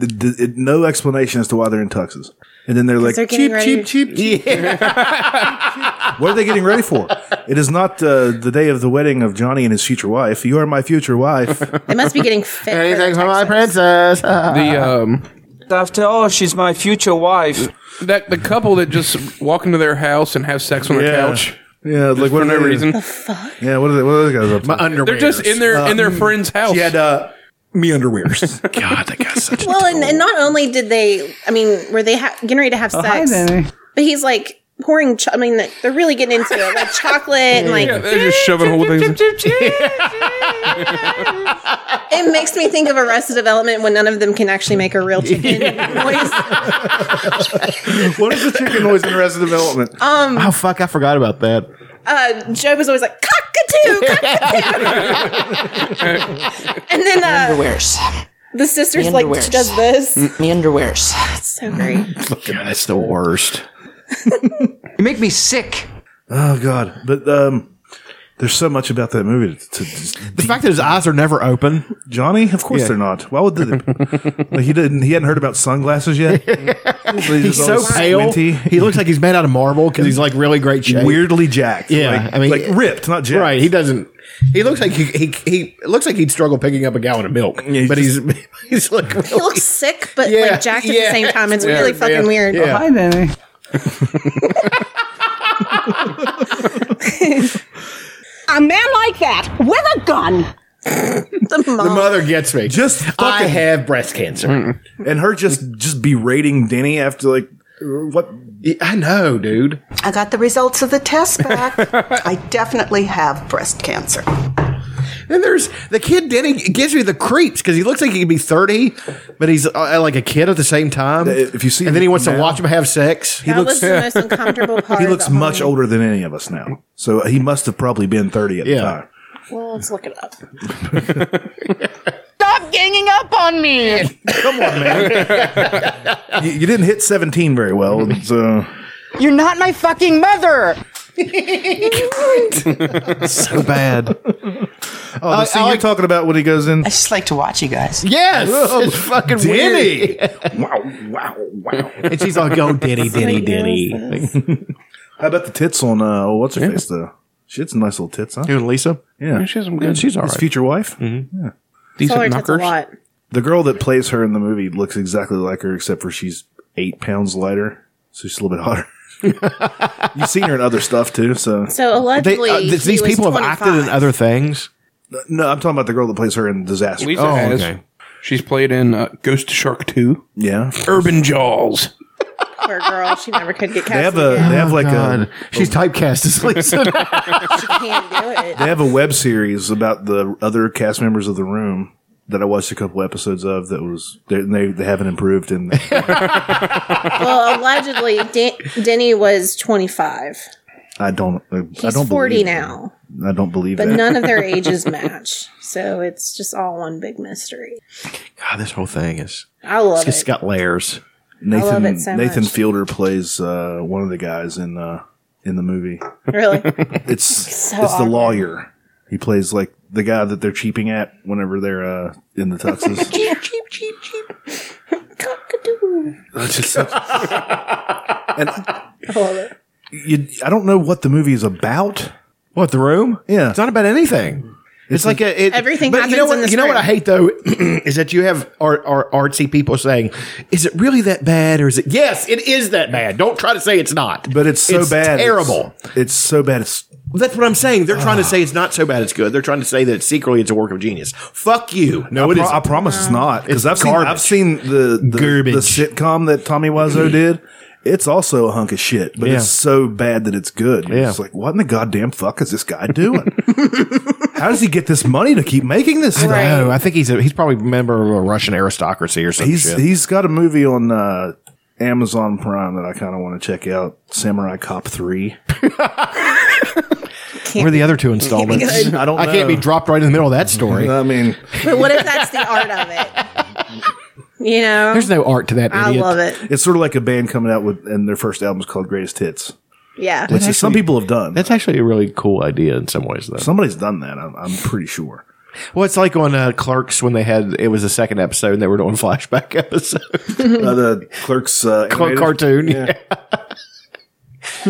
C: th- th- it- no explanation as to why they're in tuxes. And then they're like
E: they're getting
C: cheap,
E: ready
C: cheap,
E: to-
C: cheap, cheap. what are they getting ready for? It is not uh, the day of the wedding of Johnny and his future wife. You are my future wife.
E: They must be getting fit.
F: Anything
E: for
F: for
E: the
F: my
E: Texans.
F: princess?
G: the um,
I: After all, she's my future wife.
G: that the couple that just walk into their house and have sex on the
C: Yeah.
G: couch
C: Yeah, like what
G: for
C: are
G: no
C: they-
G: reason.
C: Yeah, what are they, what are those guys up to?
F: My underwear.
G: They're just in their in their friend's house.
C: had uh, me underwears.
F: God, that guy's such a
E: Well, and, and not only did they, I mean, were they ha- getting ready to have sex? but he's like, pouring. Cho- I mean, like, they're really getting into it, like chocolate and like
G: They're just shoving whole things. in.
E: it makes me think of Arrested Development when none of them can actually make a real chicken noise.
C: what is the chicken noise in Resident Development?
E: Um,
F: Oh fuck! I forgot about that.
E: Uh, Job was always like cockatoo, cockatoo, and then uh,
J: Underwears.
E: the sisters like
J: Underwears.
E: does this.
J: Me underwears.
E: It's so great.
F: God, that's the worst.
I: You make me sick.
C: Oh God! But um, there's so much about that movie. To, to- to-
F: The fact that his eyes are never open.
C: Johnny, of course
F: Yeah.
C: they're not. Why would they? like, he didn't. He hadn't heard about sunglasses yet. he's all squinty,
F: He looks like he's made out of marble because he's like really great shape.
C: weirdly jacked.
F: Yeah,
C: like,
F: I mean-
C: like ripped, not jacked.
F: Right. He doesn't. He looks like he he, he it looks like he'd struggle picking up a gallon of milk.
C: he's
F: but he's he's like
E: He looks sick, but
F: Yeah,
E: like jacked at
F: yeah.
E: the same time. It's
F: Yeah,
E: really
F: yeah,
E: fucking weird.
F: yeah.
I: Hi, baby.
J: A man like that with a gun.
E: The mom.
F: the mother gets me.
C: Just
F: I
C: fucking-
F: have breast cancer.
C: And her just just berating Denny after like what?
F: Yeah, I know, dude.
K: I got the results of the test back. I definitely have breast cancer.
F: And there's the kid Denny gives me the creeps because he looks like he could be thirty, but he's uh, like a kid at the same time.
C: If you see
F: and then he wants
C: now-
F: to watch him have sex.
E: that was the most uncomfortable part.
C: He
E: of
C: looks
E: the whole
C: much
E: movie.
C: older than any of us now, so uh, he must have probably been thirty at
F: Yeah.
C: the time.
E: Well, let's look it up.
A: Stop ganging up on me.
C: Come on, man. you, you didn't hit seventeen very well, so Oh,
A: You're not my fucking mother.
F: so bad.
C: Oh, the scene
F: I
C: you're
F: like-
C: talking about when he goes in.
K: I just like to watch you guys.
F: Yes, it's fucking
C: Denny!
F: weird.
C: wow, wow, wow.
F: And she's like, "Go, Denny, Denny, Denny."
C: How about the tits on uh, what's her face though? She had some nice little tits, huh?
F: Dude, Lisa.
C: Yeah,
G: She has some good. She's all
C: his
G: right.
C: future wife.
G: Decent
E: Solar tits a
G: knockers.
E: lot.
C: The girl that plays her in the movie looks exactly like her, except for she's eight pounds lighter, so she's a little bit hotter. You've seen her in other stuff too, so
E: So
F: They,
E: allegedly,
F: uh,
E: he
F: th- these
E: was
F: people have acted in
E: 25.
F: other things.
C: no, I'm talking about the girl that plays her in Disaster.
G: Lisa
F: Oh,
G: has.
F: okay.
G: She's played in uh, Ghost Shark Two,
C: Yeah,
G: Urban Jaws.
E: Poor girl, she never could get cast.
C: they have a they have like
E: Oh,
C: a
F: she's typecast as Lisa.
E: She can't do it.
C: they have a web series about the other cast members of the room that I watched a couple episodes of. That was they they, they haven't improved and
E: Well, allegedly, Den- Denny was 25.
C: I don't I, I
E: He's
C: don't
E: 40
C: believe
E: now,
C: it. I don't believe
E: but
C: that.
E: none of their ages match. So it's just all one big mystery.
F: God, this whole thing is
E: I love
F: it's
E: it.
F: got layers.
C: Nathan
E: love it so
C: Nathan
E: much.
C: Fielder plays uh, one of the guys in uh, in the movie.
E: Really,
C: It's
E: so
C: it's the
E: awkward.
C: lawyer. He plays like the guy that they're cheaping at whenever they're uh, in the tuxes.
E: cheep, cheep, cheep. Cockadoo.
C: That's just such- and
E: I love it.
C: you, I don't know what the movie is about.
F: What the room?
C: Yeah.
F: it's not about anything. It's, like a it,
E: Everything
F: But you know
E: happens
F: what?
E: in this
F: you know what
E: room.
F: I hate though is that you have art, art, artsy people saying, "Is it really that bad?" Or is it? Yes, it is that bad. Don't try to say it's not.
C: But it's so bad, it's-
F: terrible.
C: It's, so bad. It's
F: That's what I'm saying. They're trying to say it's not so bad. It's good. They're trying to say that secretly it's a work of genius. Fuck you. No,
C: I,
F: it
C: pro-
F: is.
C: I promise it's not because
F: It's
C: I've seen, I've
F: garbage.
C: seen the the,
F: Garbage.
C: the sitcom that Tommy Wiseau did. It's also a hunk of shit, but
F: Yeah.
C: it's so bad that it's good. You're
F: Yeah.
C: just like, what in the goddamn fuck is this guy doing? How does he get this money to keep making this stuff?
E: Right.
F: No, I think he's a, he's probably a member of a Russian aristocracy or something.
C: He's he's got a movie on uh, Amazon Prime that I kind of want to check out, Samurai Cop Three.
F: Where are the other two installments?
E: good.
C: I don't
F: I can't
C: know.
F: be dropped right in the middle of that story.
C: I mean,
E: But what if that's the art of it? You know,
F: There's no art to that.
E: I
F: idiot.
E: love it.
C: it's sort of like a band coming out with, and their first album's called Greatest Hits,
E: Yeah.
C: which is- some people have done.
F: That's actually a really cool idea in some ways, though.
C: Somebody's done that. I'm, I'm pretty sure.
F: well, it's like on uh, Clerks when they had it was the second episode and they were doing flashback episode
C: Uh, the Clerks uh,
F: Cl-
C: animated-
F: cartoon. Yeah.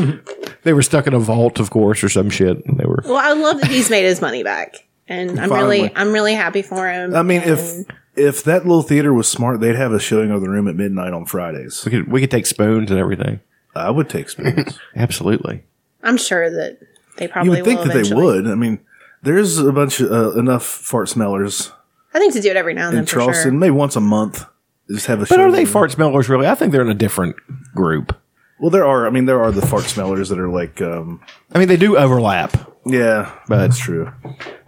F: they were stuck in a vault, of course, or some shit. And they were.
E: Well, I love that he's made his money back, and I'm
C: Finally.
E: really, I'm really happy for him.
C: I mean, if
E: And
C: if that little theater was smart, they'd have a showing of the room at midnight on Fridays.
F: We could we could take spoons and everything.
C: I would take spoons.
F: Absolutely.
E: I'm sure that they
C: you
E: probably
C: would think
E: will
C: that they
E: eventually.
C: would. I mean, there's a bunch of uh, enough fart smellers
E: I think to do it every now and
C: in
E: then for
C: Charleston,
E: sure.
C: maybe once a month. Just have a
F: But
C: show
F: are they
C: of the room.
F: fart smellers really? I think they're in a different group.
C: Well, there are. I mean, there are the fart smellers that are like. Um,
F: I mean, they do overlap.
C: Yeah,
F: but
C: that's true.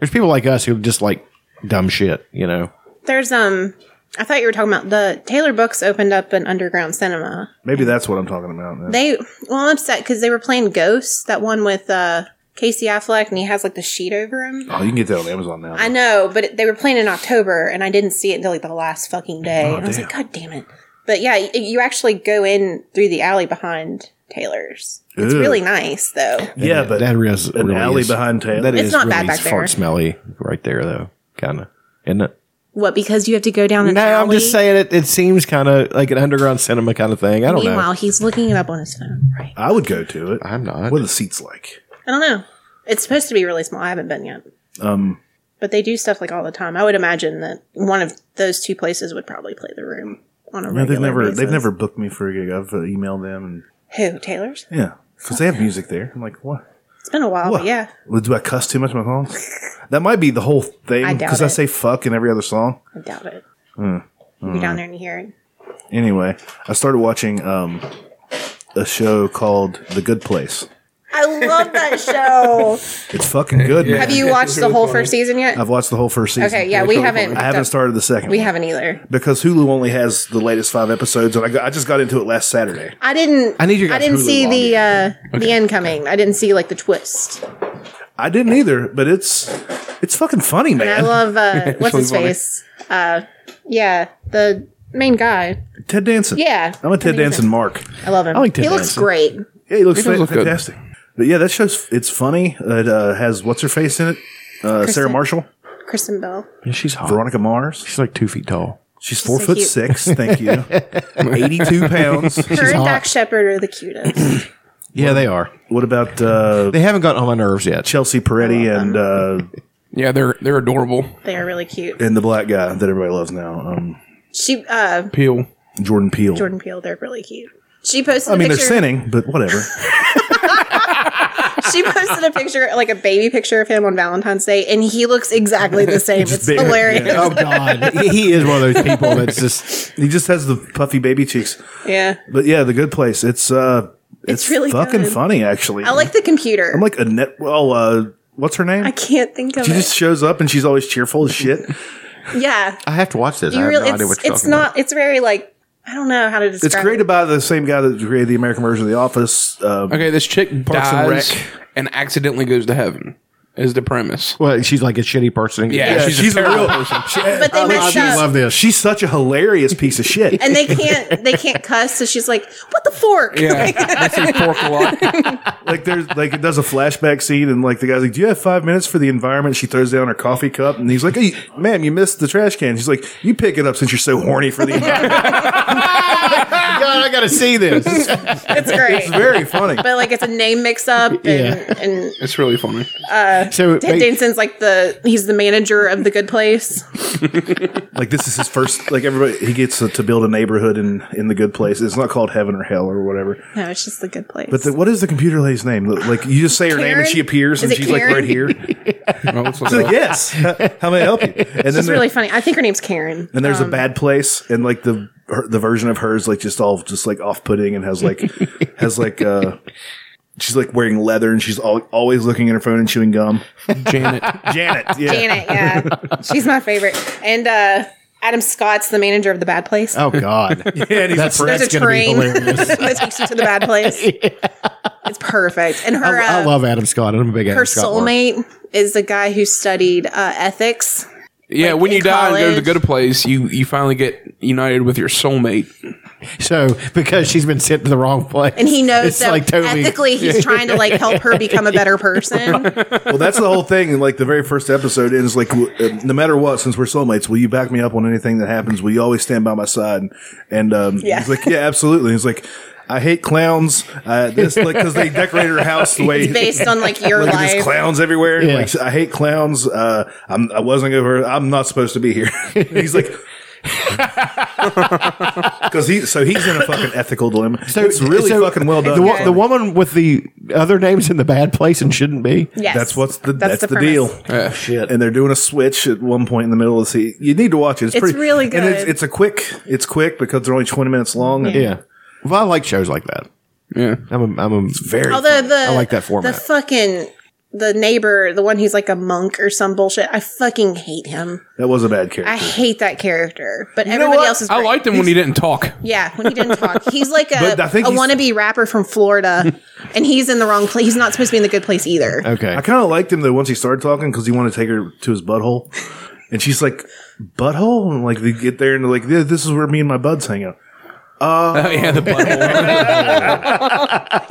F: There's people like us who just like dumb shit, you know.
E: There's um, I thought you were talking about the Taylor Books opened up an underground cinema.
C: Maybe that's what I'm talking about. yeah.
E: They well, I'm upset because they were playing Ghosts, that one with uh Casey Affleck, and he has like the sheet over him.
C: oh, you can get that on Amazon now.
E: I know, but it, they were playing in October, and I didn't see it until like the last fucking day.
C: Oh,
E: and I was
C: damn.
E: like, God damn it! But yeah, y- you actually go in through the alley behind Taylor's. It's
F: Ew.
E: really nice, though.
C: Yeah, but
F: that is
C: an alley behind Taylor.
F: That
E: It's
F: is
E: not
F: really
E: bad back there.
F: fart smelly right there, though. Kind of, isn't it?
E: What? Because you have to go down an
F: No,
E: alley.
F: I'm just saying it. It seems kind of like an underground cinema kind of thing. I don't
E: Meanwhile,
F: know.
E: he's looking it up on his phone.
C: I would go to it.
F: I'm not.
C: What are the seats like?
E: I don't know. It's supposed to be really small. I haven't been yet.
C: Um,
E: But they do stuff like all the time. I would imagine that one of those two places would probably play the room on a
C: no,
E: regular
C: they've never
E: basis.
C: they've never booked me for a gig. I've uh, emailed them
E: Who? Taylor's?
C: and yeah, because they have music there. I'm like, what?
E: It's been a while, but yeah.
C: Well, Do I cuss too much in my song? That might be the whole thing
E: I doubt
C: because I,
E: it.
C: say fuck in every other song.
E: I doubt it.
C: Hmm.
E: You'll be
C: Hmm.
E: down there and you hear it.
C: Anyway, I started watching um, a show called The Good Place.
E: I love that show.
C: It's fucking good. man.
E: Have you watched the whole first season yet?
C: I've watched the whole first season.
E: Okay, yeah, we haven't-
C: I haven't started the second.
E: we
C: one.
E: haven't either.
C: because Hulu only has the latest five episodes, and I, got, I just got into it last Saturday.
E: I didn't.
C: I need your
E: I
C: guys'
E: didn't
C: Hulu
E: see the uh,
C: Okay.
E: the incoming. I didn't see like the twist.
C: I didn't either, but it's it's fucking funny, man.
E: And I love uh, what's his face. Uh, yeah, the main guy.
C: Ted Danson.
E: Yeah,
C: I'm a Ted
E: I mean,
C: Danson mark.
E: I love him.
C: I like Ted
E: he looks
C: Danson.
E: great.
C: Yeah, he looks
E: He does
C: fa-
E: look good.
C: fantastic. But yeah, that show's it's funny. It uh, has what's her face in it, uh, Sarah
E: Kristen.
C: Marshall.
E: Kristen Bell.
F: she's hot.
C: Veronica Mars. She's
F: like two feet tall.
C: She's
E: She's
C: four
E: so
C: foot
E: cute.
C: six. Thank you. Eighty-two pounds.
E: Her and Dak Shepard are the cutest.
F: Yeah, they are.
C: What about? Uh,
F: they haven't gotten on my nerves yet.
C: Chelsea Peretti and uh,
G: yeah, they're they're adorable.
E: they are really cute.
C: And the black guy that everybody loves now, um,
E: She uh,
G: Peel.
C: Jordan Peele.
E: Jordan Peele. They're really cute. She posted.
C: I
E: a
C: mean, they're
E: picture,
C: sinning, but whatever.
E: She posted a picture, like a baby picture of him on Valentine's Day, and he looks exactly the same.
C: Just
E: it's
C: big.
E: hilarious.
C: Yeah.
L: Oh,
E: Yeah.
F: He- he is one of those people that's just
C: he just has the puffy baby cheeks. But yeah, the good place. It's uh, it's,
E: It's really
C: fucking
E: good.
C: funny. Actually,
E: I like the computer.
C: I'm like a net. Well, uh, what's her name?
E: I can't think of
C: She
E: it.
C: just shows up and she's always cheerful as shit.
E: yeah.
F: I have to watch this.
E: Do you really, it's it's not. It's very like I don't know how to describe.
C: It's created by the same guy that created the American version of The Office. Uh,
G: Okay, this chick
C: Parks and
G: dies
C: Rec.
G: and, accidentally goes to heaven. Is the premise?
F: Well, she's like a shitty person.
G: Yeah, she's, a, terrible person.
E: But they messed up.
F: this.
C: She's such a hilarious piece of shit.
E: and they can't. They can't cuss. So she's like, "What the fork?"
C: like there's like it does a flashback scene and like the guy's like, "Do you have five minutes for the environment?" She throws down her coffee cup and he's like, hey, "Ma'am, you missed the trash can." She's like, "You pick it up since you're so horny for the environment."
F: God, I gotta see this.
E: it's great.
C: It's very funny.
E: But like, it's a name mix-up, and and
G: It's really funny.
E: uh,
F: So,
E: Ted
F: wait.
E: Danson's like the he's the manager of the Good Place.
C: like this is his first. Like everybody, he gets to, to build a neighborhood in in the good place. It's not called heaven or hell or whatever.
E: No, it's just the Good Place.
C: But the, what is the computer lady's name? Like you just say her name and
E: Karen?
C: she appears and
E: Is it
C: she's
E: Karen?
C: like right here. She's like, yes. How may I help you? And
E: it's just
C: there-
E: really funny. I think her name's Karen.
C: And there's
E: Um,
C: a bad place, and like the her, the version of her is like just all just like off putting, and has like has like uh she's like wearing leather, and she's al always looking at her phone and chewing gum.
G: Janet,
C: Janet, yeah.
E: Janet, yeah, she's my favorite. And uh, Adam Scott's the manager of the Bad Place.
F: Oh God!
C: yeah, and he's
F: That's-
E: There's
F: that's
E: a
F: gonna be
E: train
F: hilarious.
E: that takes you to the Bad Place. It's perfect. And her
F: I, I
E: uh,
F: love Adam Scott. I'm a big
E: her
F: Adam Scott. mark.
E: soulmate is the guy who studied uh, ethics.
G: Yeah, when you die and go to the
E: college.
G: good place, you you finally get united with your soulmate.
F: So because she's been sent to the wrong place,
E: And he knows
F: it's
E: that
F: like totally
E: ethically he's trying to like help her become a better person.
C: Well, that's the whole thing. And like the very first episode ends like, w- uh, no matter what, since we're soulmates, will you back me up on anything that happens? Will you always stand by my side? And, um,
E: Yeah.
C: he's like, yeah, absolutely. He's like. I hate clowns. Uh, this like because they decorate her house the way
E: It's based on, like, your
C: at this
E: life.
C: clowns everywhere.
F: Yeah.
C: Like I hate clowns. Uh, I'm, I wasn't over. I'm not supposed to be here. And he's like, because he so he's in a fucking ethical dilemma. So it's really
F: so
C: fucking well done.
F: The, wo-
C: It's
F: the
C: funny.
F: woman with the other names in the bad place and shouldn't be.
E: Yes.
C: That's what's the
E: That's
C: that's,
E: the
C: the,
E: premise.
C: deal.
F: shit.
C: And they're doing a switch at one point in the middle of the sea. You need to watch it. It's,
E: It's
C: pretty,
E: really
C: And it's,
E: good.
C: it's a quick. It's quick because they're only twenty minutes long.
F: Yeah. Well, I like shows like that.
G: Yeah,
F: I'm a, I'm a very.
E: Although Oh, the
F: I like that format.
E: The fucking the neighbor, the one who's like a monk or some bullshit. I fucking hate him.
C: That was a bad character.
E: I hate that character. But everybody else is.
G: I
E: great.
G: liked him when he didn't talk.
E: Yeah, when he didn't talk, he's like a,
C: But I think
E: a
C: he's-
E: wannabe rapper from Florida, and he's in the wrong place. He's not supposed to be in the good place either.
F: Okay.
C: I kind of liked him though once he started talking because he wanted to take her to his butthole, and she's like, "Butthole," and like they get there and they're like, "This this is where me and my buds hang out." Uh,
G: oh yeah, the butthole.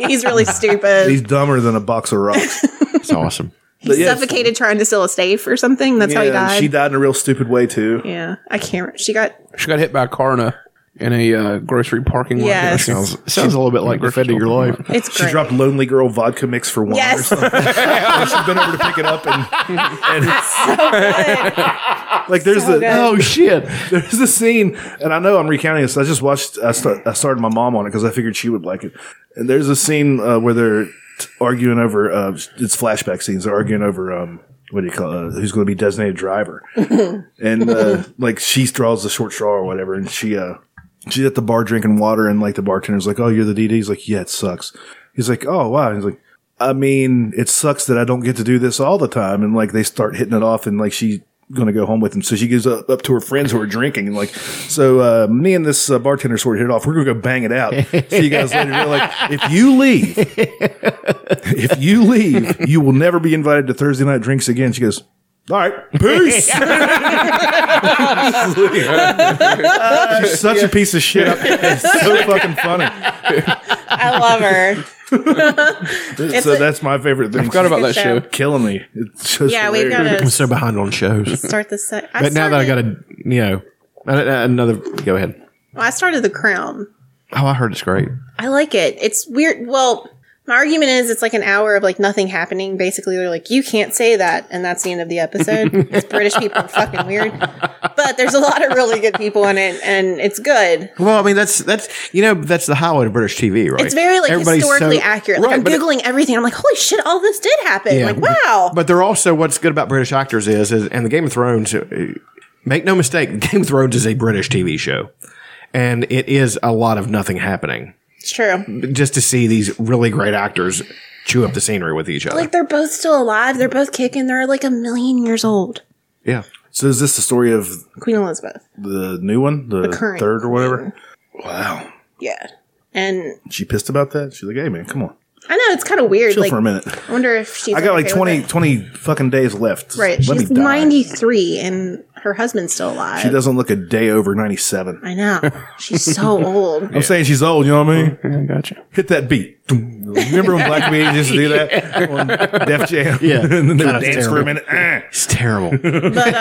E: He's really stupid.
C: He's dumber than a box of rocks.
F: It's awesome.
E: he suffocated trying to steal a safe or something. That's how he died.
C: She died in a real stupid way too.
E: yeah, I can't. re- She got
G: she got hit by a car in a in a uh, grocery parking lot.
E: Yes.
G: Sounds,
F: sounds a little bit like defending your life.
E: it's
C: She
E: great.
C: dropped Lonely Girl vodka mix for one.
E: yes,
C: She's been over to pick it up and, and like there's the
F: Oh shit!
C: there's a scene, and I know I'm recounting this. I just watched. I, start, I started my mom on it because I figured she would like it. And there's a scene uh, where they're t- arguing over. Uh, it's flashback scenes. They're arguing over. Um, what do you call it? Uh, who's going to be designated driver? and uh, like she draws the short straw or whatever, and she uh, she's at the bar drinking water, and like the bartender's like, "Oh, you're the DD." He's like, "Yeah, it sucks." He's like, "Oh wow." He's like. I mean, it sucks that I don't get to do this all the time. And like they start hitting it off and like she's going to go home with him. So she gives up, up to her friends who are drinking and like, so uh, me and this uh, bartender sort of hit it off. We're going to go bang it out. See you guys later. They're like, if you leave, if you leave, you will never be invited to Thursday night drinks again. She goes, all right, peace. She's such a piece of shit. It's so fucking funny.
E: I love her.
C: so
E: a-
C: that's my favorite thing. I
G: forgot about that show.
C: Killing me. It's just
E: Yeah, we've
C: hilarious.
E: got
F: I'm
E: to
F: so behind on shows.
E: start the set. I
F: But now that I got
E: started-
F: to, you know, an- an- another. Go ahead.
E: I started The Crown.
F: Oh, I heard it's great.
E: I like it. It's weird. Well, my argument is it's like an hour of like nothing happening. Basically, they're like, you can't say that, and that's the end of the episode. It's British people are fucking weird, but there's a lot of really good people in it, and it's good.
F: Well, I mean, that's that's you know, that's the highlight of British TV, right?
E: It's very like
F: Everybody's so-
E: historically accurate. Like
F: Right,
E: I'm
F: but-
E: googling everything. I'm like, holy shit, all this did happen.
F: Yeah,
E: like,
F: but-
E: wow.
F: But they're also what's good about British actors is, is and the Game of Thrones. uh, Make no mistake, Game of Thrones is a British TV show, and it is a lot of nothing happening.
E: it's true.
F: Just to see these really great actors chew up the scenery with each other.
E: Like they're both still alive. They're both kicking. They're like a million years old.
F: yeah.
C: So is this the story of
E: Queen Elizabeth.
C: the new one, the,
E: current
C: third or whatever? Wow,
E: Yeah. And
C: she pissed about that. She's like, "Hey, man, come on,
E: I know it's kind of weird.
C: chill
E: like,
C: for a minute.
E: I wonder if she's.
C: I got like
E: okay with
C: 20,
E: it.
C: 20 fucking days left.
E: Right.
C: Let
E: she's
C: me die.
E: 93 and her husband's still alive.
C: She doesn't look a day over ninety seven.
E: I know. She's so old.
C: I'm saying she's old. You know what I mean?
G: yeah, gotcha.
C: Hit that beat. Doom. Remember when Black Beauty used to do that on Def Jam?
F: Yeah.
C: and then they
F: God,
C: would
F: it's
C: dance for a
F: terrible.
C: minute. Ah.
F: It's terrible.
E: But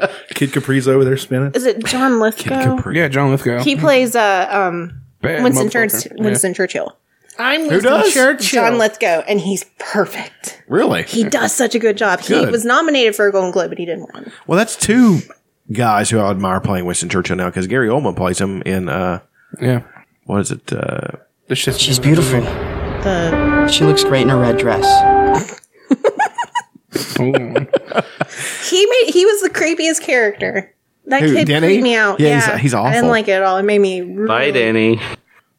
E: uh,
C: Kid Capri's over there spinning.
E: is it John Lithgow?
G: Yeah, John Lithgow.
E: He plays uh, um,
G: Bad
E: Winston,
G: motherfucker.
E: Church-
G: Yeah.
E: Winston Churchill. I'm Who
F: does?
E: Churchill. John Lithgow, and he's perfect.
F: really?
E: He does such a good job. He
F: Good.
E: was nominated for a Golden Globe, but he didn't win.
F: Well, that's two guys who I admire playing Winston Churchill now because Gary Oldman plays him in uh,
G: Yeah.
F: what is it? Uh,
G: This shit's
I: She's beautiful.
E: The
I: She looks great in her red dress.
E: he
G: Oh.
E: made he was the creepiest character. That
F: Who,
E: kid
F: Denny?
E: freaked me out.
F: Yeah, he's- he's
E: I
F: awful.
E: didn't like it at all. It made me really,
M: Bye, Danny.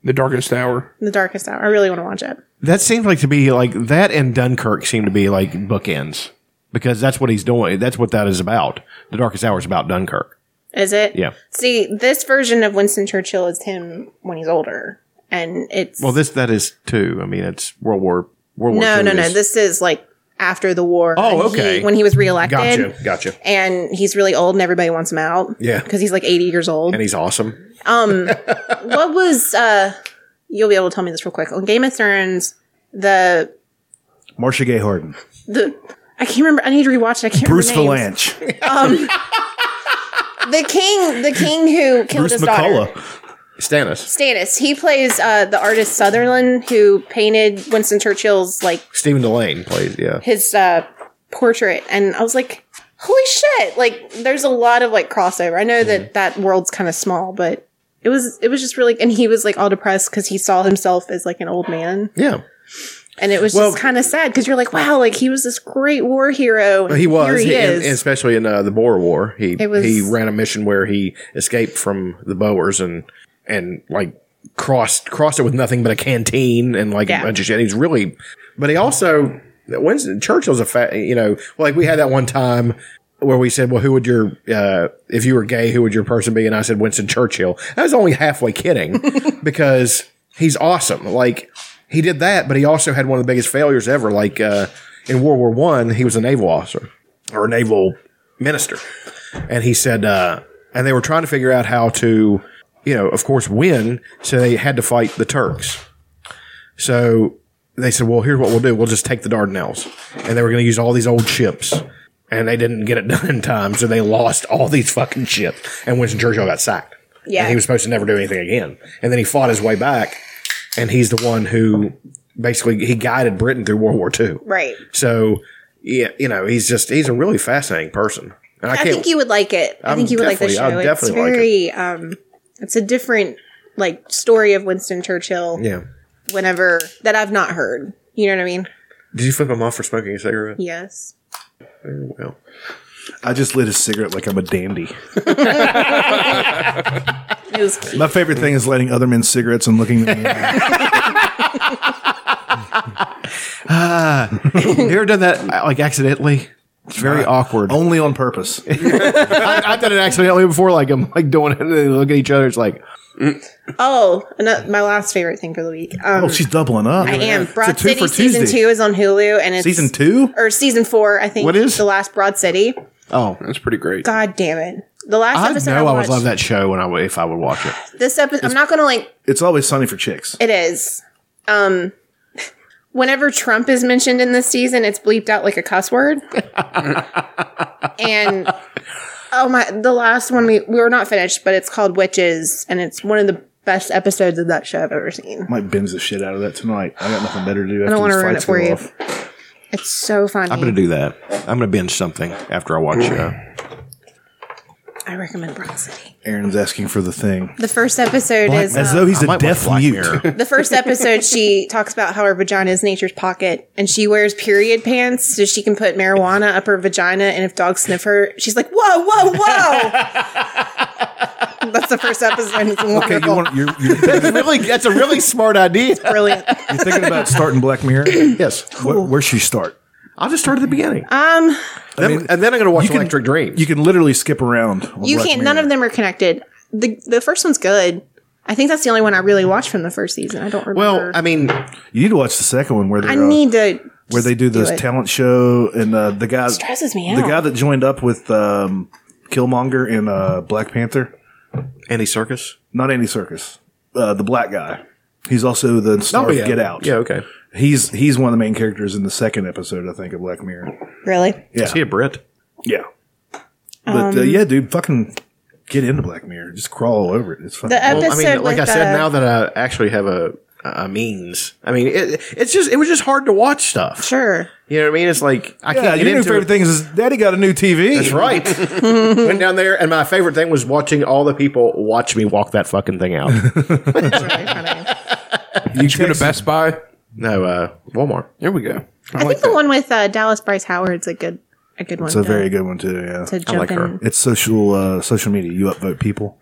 G: the darkest hour.
E: the darkest hour. I really want to watch it.
F: that seems like to be like that and Dunkirk seem to be like bookends because that's what he's doing. That's what that is about. The Darkest Hour is about Dunkirk.
E: Is it?
F: Yeah.
E: See, this version of Winston Churchill is him when he's older, and it's
F: Well, this that is too. I mean, it's World War World War.
E: no,
F: II
E: no, no.
F: is-
E: This is like after the war.
F: Oh,
E: and he-
F: okay.
E: when he was reelected.
F: Gotcha, gotcha.
E: And he's really old, and everybody wants him out.
F: Yeah.
E: because he's like eighty years old.
F: and he's awesome.
E: what was? uh You'll be able to tell me this real quick on Game of Thrones. The
C: Marcia Gay Harden,
E: the I can't remember. I need to rewatch it. I can't.
C: Bruce
E: remember names.
C: Valanche,
E: The king. The king who killed
C: Bruce
E: his daughter.
C: McCullough.
F: Stannis,
E: Stannis. He plays uh, the artist Sutherland, who painted Winston Churchill's like
F: Stephen Delane plays. Yeah,
E: his uh, portrait, and I was like, "Holy shit!" Like, there's a lot of like crossover. I know that that world's kind of small, but it was it was just really. And he was like all depressed because he saw himself as like an old man,
F: yeah.
E: and it was just kind of sad because you're like, "Wow!" Like he was this great war hero. and
F: He was,
E: Here he,
F: he- and-
E: is.
F: and especially in uh, the Boer War. He
E: It was-
F: he ran a mission where he escaped from the Boers and and like
C: crossed crossed it with nothing but a canteen and like
E: Yeah.
C: a bunch of shit. He's really, but he also Winston Churchill's a fa- you know like we had that one time where we said, well, who would your uh, if you were gay, who would your person be? And I said Winston Churchill. I was only halfway kidding because he's awesome. Like he did that, but he also had one of the biggest failures ever. Like uh, in World War One, he was a naval officer or a naval minister, and he said, uh, and they were trying to figure out how to, you know, of course, win. So they had to fight the Turks. So they said, well, here's what we'll do: we'll just take the Dardanelles, and they were going to use all these old ships. And they didn't get it done in time, so they lost all these fucking ships. And Winston Churchill got sacked.
E: Yeah.
C: And he was supposed to never do anything again. And then he fought his way back, and he's the one who basically he guided Britain through World War II.
E: Right.
C: So, yeah, you know, he's just he's a really fascinating person. And I,
E: I,
C: can't,
E: think you would like it. I
C: I'm
E: think you would like the show.
C: definitely- I'd
E: it's
C: definitely like it.
E: very um it's a different like story of Winston Churchill
C: Yeah.
E: whenever that I've not heard. You know what I mean?
C: Did you flip him off for smoking a cigarette?
E: Yes.
C: Very well.
L: I just lit a cigarette like I'm a dandy.
E: It was cute.
L: My favorite thing is lighting other men's cigarettes and looking them in the eye.
C: Ah, you ever done that uh, like accidentally? It's very awkward.
L: Only on purpose.
C: I, I've done it accidentally before. Like I'm like doing it, and they look at each other. It's like
E: Oh, and uh, my last favorite thing for the week. Um,
L: Oh, she's doubling up.
E: I am.
L: It's a
E: Broad
L: two
E: City
L: for
E: season
L: Tuesday.
E: two is on Hulu, and it's
L: Season two?
E: or season four. I think
C: What is?
E: the last Broad City?
C: oh,
G: That's pretty great.
E: God damn it! The last
C: I
E: episode
C: know
E: I
C: I
E: watched.
C: would love that show when I would- if I would watch it.
E: This episode, I'm not gonna like.
L: It's always sunny for chicks.
E: It is. Um, whenever Trump is mentioned in this season, it's bleeped out like a cuss word. and oh my, the last one we we were not finished, but it's called Witches, and it's one of the best episodes of that show I've ever seen.
L: Might binge the shit out of that tonight. I got nothing better to do. After
E: don't wanna
L: these
E: ruin
L: fights
E: it for
L: go
E: you.
L: off.
E: It's so funny.
C: I'm gonna do that. I'm gonna binge something after I watch uh,
E: I recommend Broad City.
L: Aaron's asking for the thing.
E: The first episode
L: Black-
E: is
L: as
E: um,
L: though he's
C: I might
L: a
C: watch
L: deaf
C: Black
L: mute.
C: Mirror.
E: the first episode. She talks about how her vagina is nature's pocket, and she wears period pants so she can put marijuana up her vagina. And if dogs sniff her, she's like, "Whoa, whoa, whoa!" That's the first episode. It's wonderful.
L: Okay, you want you're, you're,
C: that's really that's a really smart idea.
E: Brilliant.
L: you're thinking about starting Black Mirror?
C: Yes,
L: Where, where should you start?
C: I'll just start at the beginning,
E: Um,
C: and, then, and then I'm gonna watch
L: you can-
C: Electric Dreams.
L: You can literally skip around. on
E: you
L: Black
E: can't. None
L: Mirror.
E: of them are connected. the The first one's good. I think that's the only one I really watched from the first season. I don't remember.
C: well, I mean,
L: You need to watch the second one where they
E: I
L: uh,
E: need to.
L: where they do this
E: it.
L: talent show and uh, the guy
E: Stresses me
L: the
E: out.
L: guy that joined up with um, Killmonger in uh, Black Panther,
C: Andy Circus.
L: not Andy Circus, uh, the black guy. He's also the star
A: Oh,
L: of Get Out.
C: Yeah, okay.
L: he's he's one of the main characters in the second episode, I think, of Black Mirror.
E: Really?
L: Yeah,
C: Is he a Brit?
L: yeah. But
K: Um,
L: uh, yeah, dude, fucking get into Black Mirror. Just crawl all over it. It's fun.
E: The episode,
C: Well, I mean, like I
E: with,
C: said,
E: uh,
C: now that I actually have a, a means, I mean, it, it's just it was just hard to watch stuff.
E: sure.
C: You know what I mean? It's like I
L: yeah,
C: can't get
L: your new
C: into
L: favorite
C: everything.
L: thing is Daddy got a new TV.
C: That's right. Went down there, and my favorite thing was watching all the people watch me walk that fucking thing out.
E: It's really funny.
G: You should go to Best Buy.
C: no, uh, Walmart.
G: There we go.
E: I, think the one with uh, Dallas Bryce Howard's a good a good one.
L: It's a very good one too. Yeah,
E: to jump
C: like her.
E: in.
L: it's social uh, social media. You upvote people,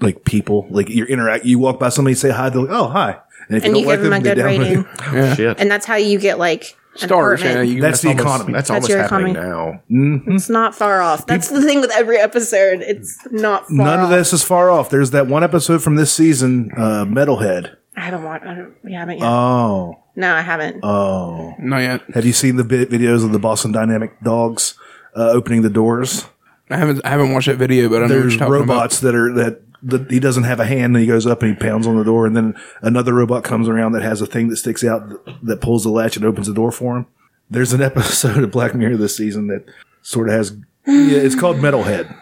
L: like people, like you interact. You walk by somebody, say hi. They're like, oh hi, and if
E: And you
L: like
E: give them a
L: they
E: good
L: downvote you.
E: rating,
C: Shit,
E: and that's how you get like an
G: Stars. Yeah,
E: apartment.
G: you
L: That's the economy.
C: that's, almost
E: your
C: happening
E: economy.
C: now.
E: it's not far off. That's the thing with every episode. It's not far
L: None
E: off.
L: of this is far off. There's that one episode from this season, uh, Metalhead.
E: I haven't watched. I don't, we haven't yet.
L: Oh,
E: no, I haven't.
L: oh.
G: Not yet.
L: Have you seen the vi- videos of the Boston Dynamic dogs uh, opening the doors?
G: I haven't. I haven't watched that video, but I know what
L: There's
G: you're talking
L: robots that are that. that He doesn't have a hand, and he goes up and he pounds on the door, and then another robot comes around that has a thing that sticks out th- that pulls the latch and opens the door for him. There's an episode of Black Mirror this season that sort of has. Yeah, it's called Metalhead.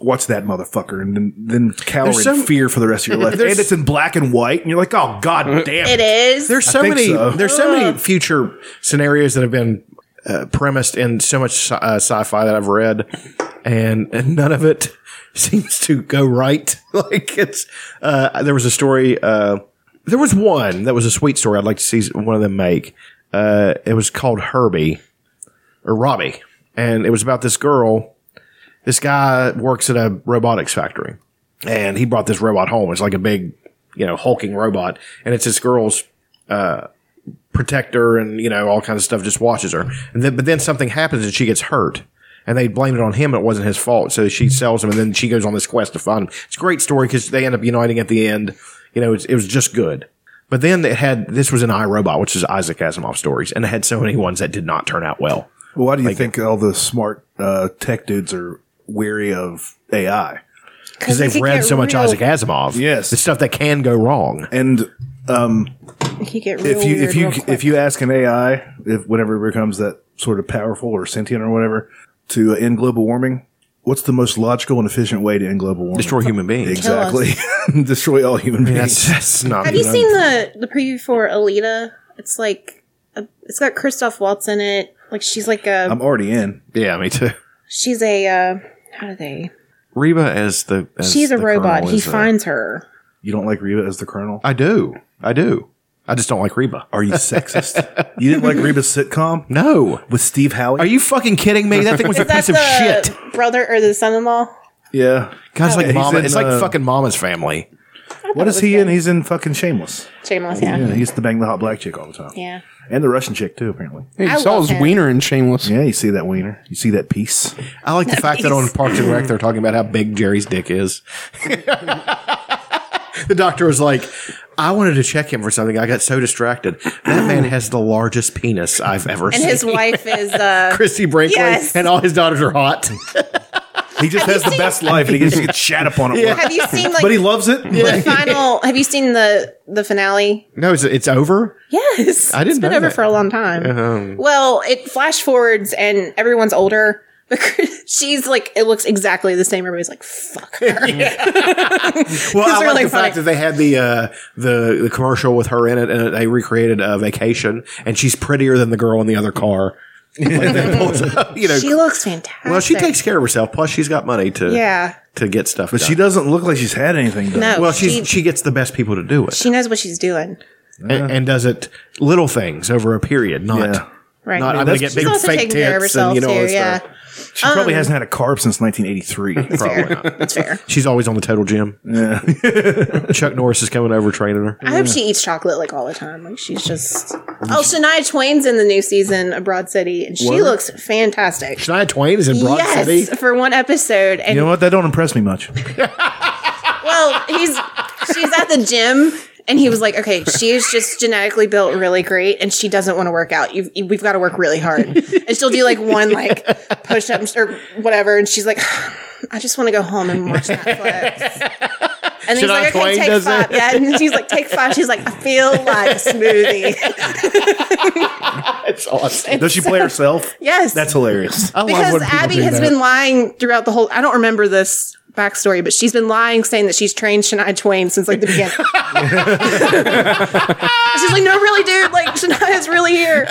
L: Watch that motherfucker, and then, then cower
C: There's
L: in
C: some-
L: fear for the rest of your life. and it's in black and white, and you're like, "Oh god damn!"
E: it is.
C: There's so
L: think
C: many.
L: so.
C: There's so
E: Uh.
C: many future scenarios that have been uh, premised in so much sci- uh, sci-fi that I've read, and, and none of it seems to go right. like it's uh, there was a story. Uh, there was one that was a sweet story. I'd like to see one of them make. Uh, it was called Herbie or Robbie, and it was about this girl. This guy works at a robotics factory, and he brought this robot home. It's like a big you know hulking robot, and it's this girl's uh, protector and you know all kinds of stuff just watches her. And then, but then something happens and she gets hurt. And they blamed it on him. It wasn't his fault. So she sells him, and then she goes on this quest to find him. It's a great story because they end up uniting at the end. You know, it's, it was just good. But then it had this was an iRobot, which is Isaac Asimov stories, and it had so many ones that did not turn out well.
L: Why do you think all the smart uh, tech dudes are weary of AI?
C: Because they've read so much Isaac Asimov.
L: Yes,
C: the stuff that can go wrong.
L: And um,
E: You get real
L: if you
E: weird
L: if you
E: real quick.
L: if you ask an AI if whenever it becomes that sort of powerful or sentient or whatever to end global warming, what's the most logical and efficient way to end global warming?
C: Destroy human beings.
L: Exactly. Destroy all human
C: mean,
L: beings.
C: that's- that's not
E: Have you seen the the preview for Alita? It's like a, it's got Christoph Waltz in it. Like she's like a
L: I'm already in.
C: Yeah, me too.
E: she's a uh, how do they?
C: Reba as the as
E: she's a
C: the
E: robot.
C: Colonel
E: He
C: is, uh,
E: finds her.
L: You don't like Reba as the colonel?
C: I do. I do. I just don't like Reba.
L: Are you sexist? you didn't like Reba's sitcom?
C: No.
L: With Steve Howie? Are
C: you fucking kidding me? That thing was a
E: Is that
C: piece of
E: the
C: shit.
E: brother or the son-in-law?
L: Yeah.
C: Guys, like
L: He's
C: mama.
L: in,
C: It's like
L: uh,
C: fucking mama's family.
L: What is he in? He's in fucking Shameless.
E: Shameless, yeah.
L: he used to bang the hot black chick all the time.
E: Yeah.
L: And the Russian chick too, apparently.
G: Hey, you I saw love his him. wiener
L: in Shameless. Yeah, you see that wiener. You see that piece.
C: I like the fact that on Parks and Rec they're talking about how big Jerry's dick is. the doctor was like, I wanted to check him for something. I got so distracted. That man has the largest penis I've ever
E: And
C: seen.
E: his wife is uh,
C: Christy Brinkley
E: Yes.
C: and all his daughters are hot.
L: he just has the best life and he gets to get shat upon at work.
E: Have you seen, like-
L: But he loves it.
E: The final. Have you seen the the finale?
C: No, it's, it's over.
E: Yes,
C: I didn't
E: It's been
C: know
E: over
C: that.
E: for a long time.
C: Um,
E: Well, it flash forwards and everyone's older. But she's like, it looks exactly the same. Everybody's like, fuck her.
C: well,
E: It's
C: I like
E: really
C: the
E: funny.
C: fact that they had the uh, the the commercial with her in it, and they recreated a vacation, and she's prettier than the girl in the other car. Like, they pulled up, you know,
E: she looks fantastic.
C: well, she takes care of herself. Plus, she's got money to
E: Yeah.
C: to get stuff.
L: But she doesn't look like she's had anything done.
E: No,
C: well, she's,
E: she-
C: she gets the best people to do it,
E: She knows what she's doing.
C: and, and does it little things over a period, not.
E: Right.
C: Not,
E: Yeah, that's-
C: I'm going to get
E: She's
C: big
E: also
C: fake
E: taking care of
C: tits and you know uh,
E: herself, too,
C: all this
E: yeah.
C: stuff.
L: She probably hasn't had a carb since 1983.
C: Probably not.
E: That's fair.
C: She's always on the total gym.
L: Yeah.
C: Chuck Norris is coming over training her.
E: I hope she eats chocolate like all the time. Like she's just. Oh, Shania Twain's in the new season of Broad City, and she
L: What?
E: looks fantastic.
C: Shania Twain is in Broad
E: yes,
C: City.
E: for one episode,
L: You
E: and
L: know what? That don't impress me much.
E: well, he's she's at the gym, and he was like, "Okay, she is just genetically built really great, and she doesn't want to work out. You've, you, we've got to work really hard." And she'll do like one like push up or whatever, and she's like, "I just want to go home and watch Netflix." And he's
C: Shania
E: like,
C: Twain
E: okay, take
C: does
E: five.
C: that?
E: Yeah, and she's like, take five. She's like, I feel like a smoothie.
C: That's awesome.
L: Does she play herself?
E: Yes.
L: That's hilarious.
C: I love
E: because
C: when people
E: Abby
C: do
E: has
C: that.
E: been lying throughout the whole. I don't remember this backstory, but she's been lying, saying that she's trained Shania Twain since like the beginning. she's like, "No, really, dude. Like Shania's really here."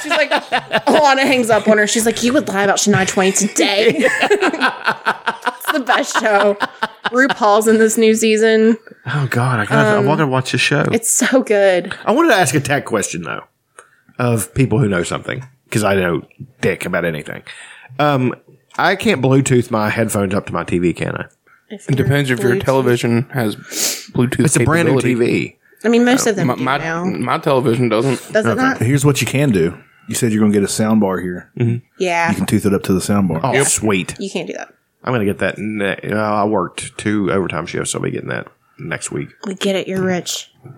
E: She's like, Alana hangs up on her. She's like, "You would lie about Shania Twain today." it's the best show. RuPaul's in this new season.
C: Oh God, I gotta,
E: Um,
C: I'm to watch this show.
E: It's so good.
C: I wanted to ask a tech question though, of people who know something because I know dick about anything. Um, I can't Bluetooth my headphones up to my TV, can I?
G: It depends if your television has Bluetooth.
C: It's a brand new
G: capability.
C: TV.
E: I mean, most of them
G: My
E: do
G: my,
E: now.
G: my television doesn't.
E: Does it not?
L: Here's what you can do. You said you're going to get a sound bar here.
E: Yeah,
L: You can tooth it up to the sound bar.
C: Oh, sweet!
E: you can't do that.
C: I'm gonna get that. Ne- uh, I worked two overtime shifts. so I'll be getting that next week.
E: We get it. You're rich.
C: I'm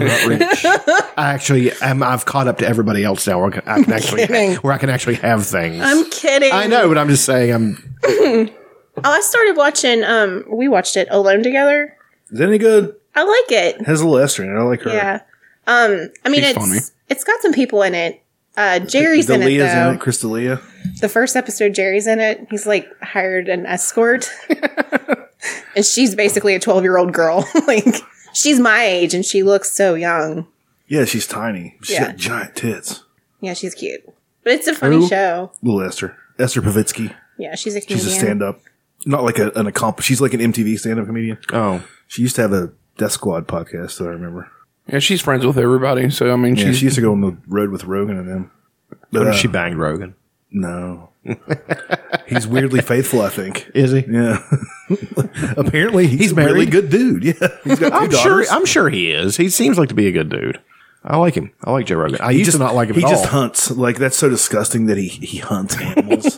C: not rich. I actually, am, I've caught up to everybody else now. Where I can, I can actually,
E: kidding.
C: where I can actually have things.
E: I'm kidding.
C: I know, but I'm just saying. um, I'm.
E: Oh, I started watching. Um, we watched it alone together.
L: Is that any good?
E: I like it.
L: Has a little ester in it. I like her.
E: Yeah. Um, I mean,
G: She's
E: it's
G: funny.
E: it's got some people in it. Uh, Jerry's in it
L: Dalea's
E: though.
L: in it. Crystalia.
E: The first episode, Jerry's in it. He's like hired an escort, and she's basically a twelve year old girl. like she's my age, and she looks so young.
L: Yeah, she's tiny. She's
E: Yeah.
L: got giant tits.
E: Yeah, she's cute. But it's a funny
L: Who?
E: show.
L: Little Esther. Esther Pavitsky.
E: Yeah, she's a comedian.
L: She's a stand up. Not like a, an accomplished. She's like an MTV stand up comedian.
C: Oh,
L: She used to have a Death Squad podcast that I remember.
G: Yeah, she's friends with everybody, so I mean,
L: Yeah,
G: she's
L: she used to go on the road with Rogan and them.
C: but
L: uh,
C: she banged Rogan.
L: No. He's weirdly faithful, I think.
C: Is he?
L: Yeah. Apparently, he's, a really
C: married?
L: good dude. Yeah, he's got 2
C: I'm sure.
L: daughters.
C: I'm sure he is. He seems like to be a good dude. I like him. I like Joe Rogan. I
L: He
C: used
L: just,
C: to not like him.
L: He
C: at
L: just
C: all.
L: hunts. Like that's so disgusting that he he hunts animals.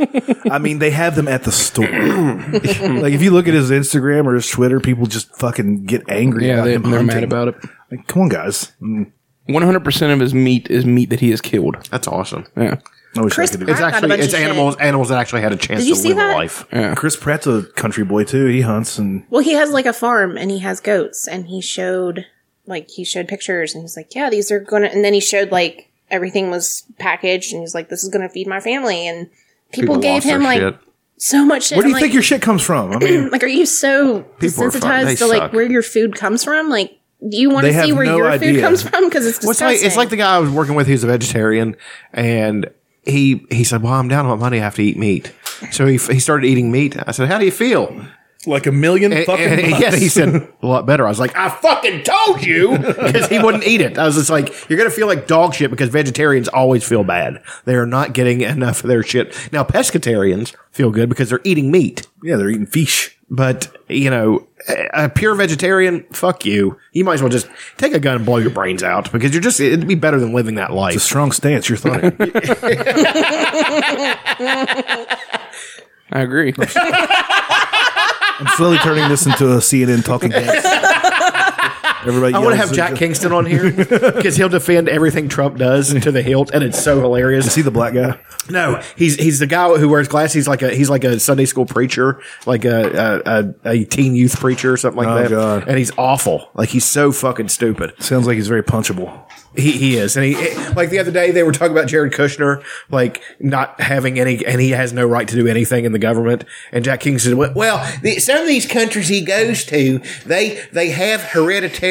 L: I mean, they have them at the store. like if you look at his Instagram or his Twitter, people just fucking get angry.
G: Yeah,
L: about
G: they-
L: him
G: they're mad
L: hunting.
G: about it.
L: Like, come on, guys.
G: One hundred percent of his meat is meat that he has killed.
C: That's awesome.
G: Yeah.
L: I wish I
E: Chris
L: could-
E: Pratt
C: It's
E: got a
C: actually
E: bunch
C: it's
E: of shit.
C: animals. Animals that actually had a chance
E: Did you
C: to
E: see
C: live
E: that?
C: a life.
L: Chris Pratt's a country boy too. He hunts and
E: Well, he has like a farm and he has goats and he showed like he showed pictures and he's like, yeah, these are gonna. And then he showed like everything was packaged and he's like, this is gonna feed my family. And people, gave
C: lost their
E: him like
C: shit.
E: so much shit.
L: Where do
E: I'm
L: you
E: like,
L: think your shit comes from? I mean,
E: like, are you so
C: People are fun. They
E: desensitized to like
C: suck.
E: where your food comes from? Like, do you want
L: They
E: to see
L: have
E: where
L: no
E: your
L: idea.
E: food comes from? Because it's
C: Well, it's
E: disgusting.
C: like it's like the guy I was working with. He's a vegetarian, and he he said, "Well, I'm down on money. I have to eat meat." So he he started eating meat. I said, "How do you feel?"
L: like a million
C: And,
L: fucking.
C: and-
L: bucks.
C: yeah, he said a lot better. I was like, "I fucking told you," because he wouldn't eat it. I was just like, "You're gonna feel like dog shit because vegetarians always feel bad. They are not getting enough of their shit." Now, pescatarians feel good because they're eating meat.
L: yeah, they're eating fish.
C: But you know, a a pure vegetarian, fuck you. You might as well just take a gun and blow your brains out because you're just. It'd be better than living that
L: It's a
C: life.
L: strong stance. You're thought.
G: I agree.
L: I'm slowly turning this into a CNN talking heads. Everybody,
C: I want to have
L: yells and
C: Jack
L: just-
C: Kingston on here because he'll defend everything Trump does to the hilt, and it's so hilarious.
L: See the black guy.
C: No, he's he's the guy who wears glasses. He's like a he's like a Sunday school preacher, like a a, a, a teen youth preacher or something like
L: Oh,
C: that.
L: God.
C: And he's awful. Like he's so fucking stupid.
L: Sounds like he's very punchable.
C: He, he is, and he like the other day they were talking about Jared Kushner like not having any, and he has no right to do anything in the government. And Jack King said, "Well, well, the, some of these countries he goes to, they they have hereditary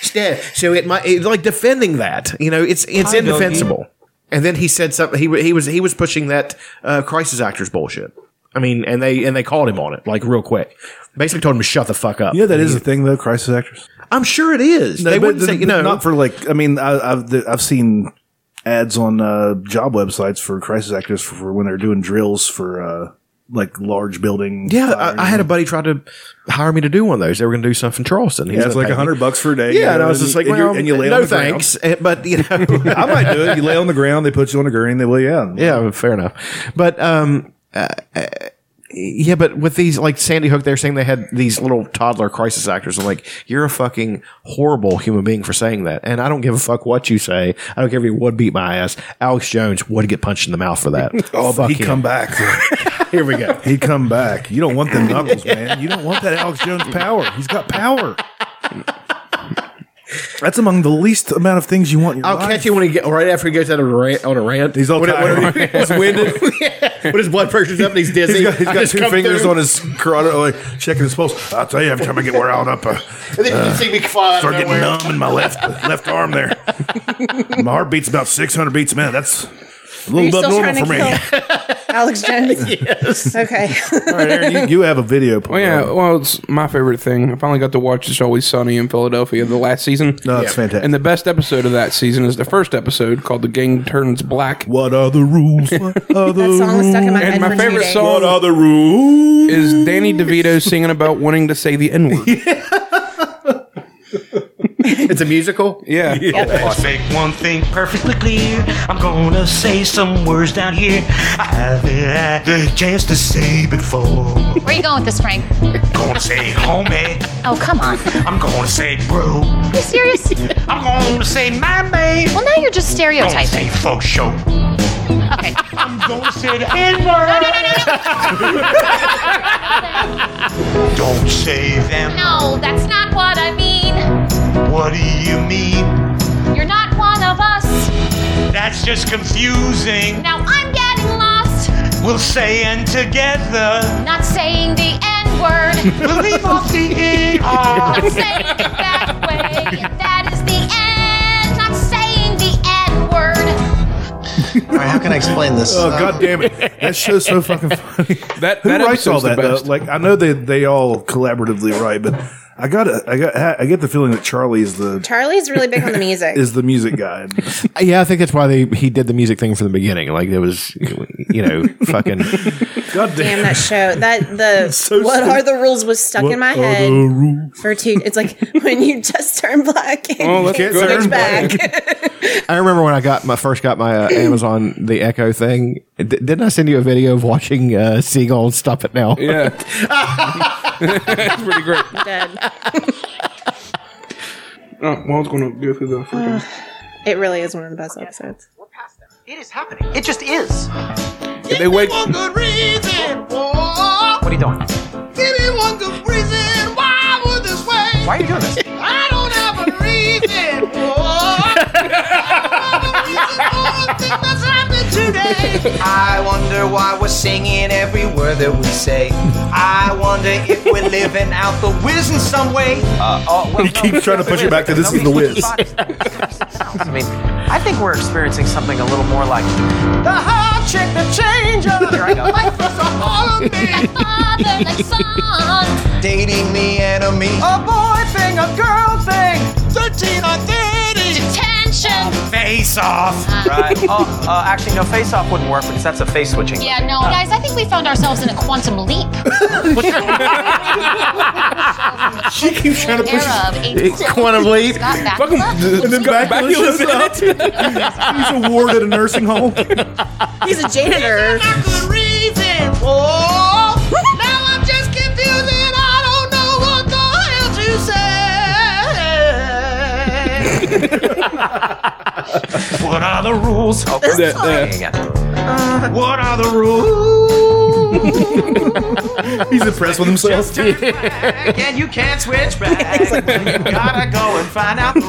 C: stuff, so it might it's like defending that. You know, it's it's indefensible." And then he said something. He wa- he was he was pushing that uh, crisis actors bullshit. I mean, and they and they called him on it like real quick. Basically, told him to shut the fuck up.
L: You know that is a thing though. Crisis actors.
C: I'm sure it is. they
L: but-
C: wouldn't say, you know,
L: but not for like. I mean, I, I've the, I've seen ads on uh, job websites for crisis actors for, for when they're doing drills for uh, like large building.
C: Yeah,
L: fires.
C: I, I had a buddy try to hire me to do one of those. They were going to do something in Charleston. He
L: Yeah,
C: was
L: it's
C: gonna
L: like
C: pay
L: a
C: me.
L: hundred bucks for a day.
C: Yeah,
L: you know,
C: and I was just like,
L: and,
C: well,
L: you're- and you lay
C: no
L: on the
C: thanks.
L: Ground.
C: Eh, But you know,
L: I might do it. You lay on the ground. They put you on a gurney. They lay you out.
C: yeah, fair enough. But um, uh, uh, yeah, but with these like Sandy Hook, they're saying they had these little toddler crisis actors. I'm like, you're a fucking horrible human being for saying that, and I don't give a fuck what you say. I don't care if you would beat my ass. Alex Jones would get punched in the mouth for that.
L: Oh,
C: fuck
L: but he
C: him.
L: come back.
C: Here we go.
L: He come back. You don't want them knuckles, man. You don't want that Alex Jones power. He's got power. That's among the least amount of things you want. In your
C: I'll
L: life.
C: catch you when he get right after he goes out on a rant. On a rant.
L: He's all
C: when,
L: tired.
C: when he's winded. when his blood pressure's up and he's dizzy.
L: He's got, he's
C: I
L: got
C: just
L: two
C: come
L: fingers
C: through,
L: on his carotid, like checking his pulse. I'll tell you, every time I get where out up, I
C: And then you just see me fly out
L: start
C: of
L: getting
C: nowhere.
L: numb in my left left arm there. My heart beats about 600 beats a minute. That's a
E: Are
L: little
E: you
L: bit
E: still
L: normal
E: trying to
L: for me.
E: kill Alex Jones?
C: Yes.
E: Okay.
L: All right, Aaron, you, you have a video.
E: Oh,
G: Well, yeah. Well, it's my favorite thing. I finally got to watch It's Always Sunny in Philadelphia the last season.
L: No, that's fantastic.
G: And the best episode of that season is the first episode called "The Gang Turns Black."
L: what are the rules? What are the
E: That song was stuck in my
G: And
E: head
G: my
E: for two
G: favorite
E: days.
G: song-
L: What are the rules?
G: Is Danny DeVito singing about wanting to say the N word?
C: It's a musical.
G: Yeah.
B: Let's make one thing perfectly clear. I'm gonna say some words down here I haven't had the chance to say before.
N: Where are you going with this, Frank?
B: Gonna say homie.
N: Oh, come on. Are
B: I'm gonna say bro.
N: you serious?
B: I'm gonna say my man.
N: Well, now you're just
B: Gonna
N: stereotyping.
B: say folk show.
N: Okay.
B: I'm gonna say the N-word. Don't say them.
N: No, that's not what I mean.
B: What do you mean?
N: You're not one of us.
B: That's just confusing.
N: Now I'm getting lost.
B: We'll say and together.
N: Not saying the N word.
B: We'll leave off the E-R.
N: Not saying it that way. That is the end. Not saying the N word.
O: how can I explain this?
L: Oh god damn it! That show's so fucking funny.
G: That-
L: Who
G: that
L: writes all
G: episode's
L: that?
G: the
L: though?
G: best.
L: Like I know they they all collaboratively write, but I got a, I got I get the feeling that Charlie is the
E: Charlie's really big on the music.
L: is the music guy.
F: yeah, I think that's why they he did the music thing from the beginning. Like it was, you know, fucking.
E: God damn that show. That the what
F: stupid.
E: are the rules was stuck in my head for two. It's like when you just turn black and
F: Oh,
E: you
F: let's
E: can't
F: go.
E: switch
F: Turn
E: back.
F: I remember when I got my first got my uh, Amazon the Echo thing. D- didn't I send you a video of watching uh, Seagull Stop It Now?
G: Yeah. That's pretty great. Oh, well, I was going to go through the freaking.
E: it really is one of the best episodes.
D: It is happening. It just is.
G: they wake.
D: One good reason. What are you doing? Give me one good reason why I would this way. Why are you doing this? I don't have a reason. I wonder why we're singing every word that we say. I wonder if we're living out the whiz in some way. Uh, oh, well,
L: He keeps trying to push it back to this is the whiz.
D: I mean, I think we're experiencing something a little more like the hot chick, the changer. Here I go. Life is a holiday. father, like son. Dating the enemy. A boy thing, a girl thing. 13 or 30. Detention. Face off. Right. Oh, uh, actually, no, face off wouldn't work because that's a face switching.
P: Yeah, no, guys, I think we found ourselves in a quantum leap.
L: she keeps trying to push
P: Era of
L: it. Quantum leap.
P: Fucking-
L: And then Baculus He's a ward at a nursing home.
E: He's a janitor.
D: reason. Oh, now I'm just confused and I don't know what the hell to say. what are the rules? Oh,
E: This
D: I'm
E: song- Uh,
D: singing again. what are the rules?
L: He's impressed with himself.
D: and you can't switch back. you gotta go and find out the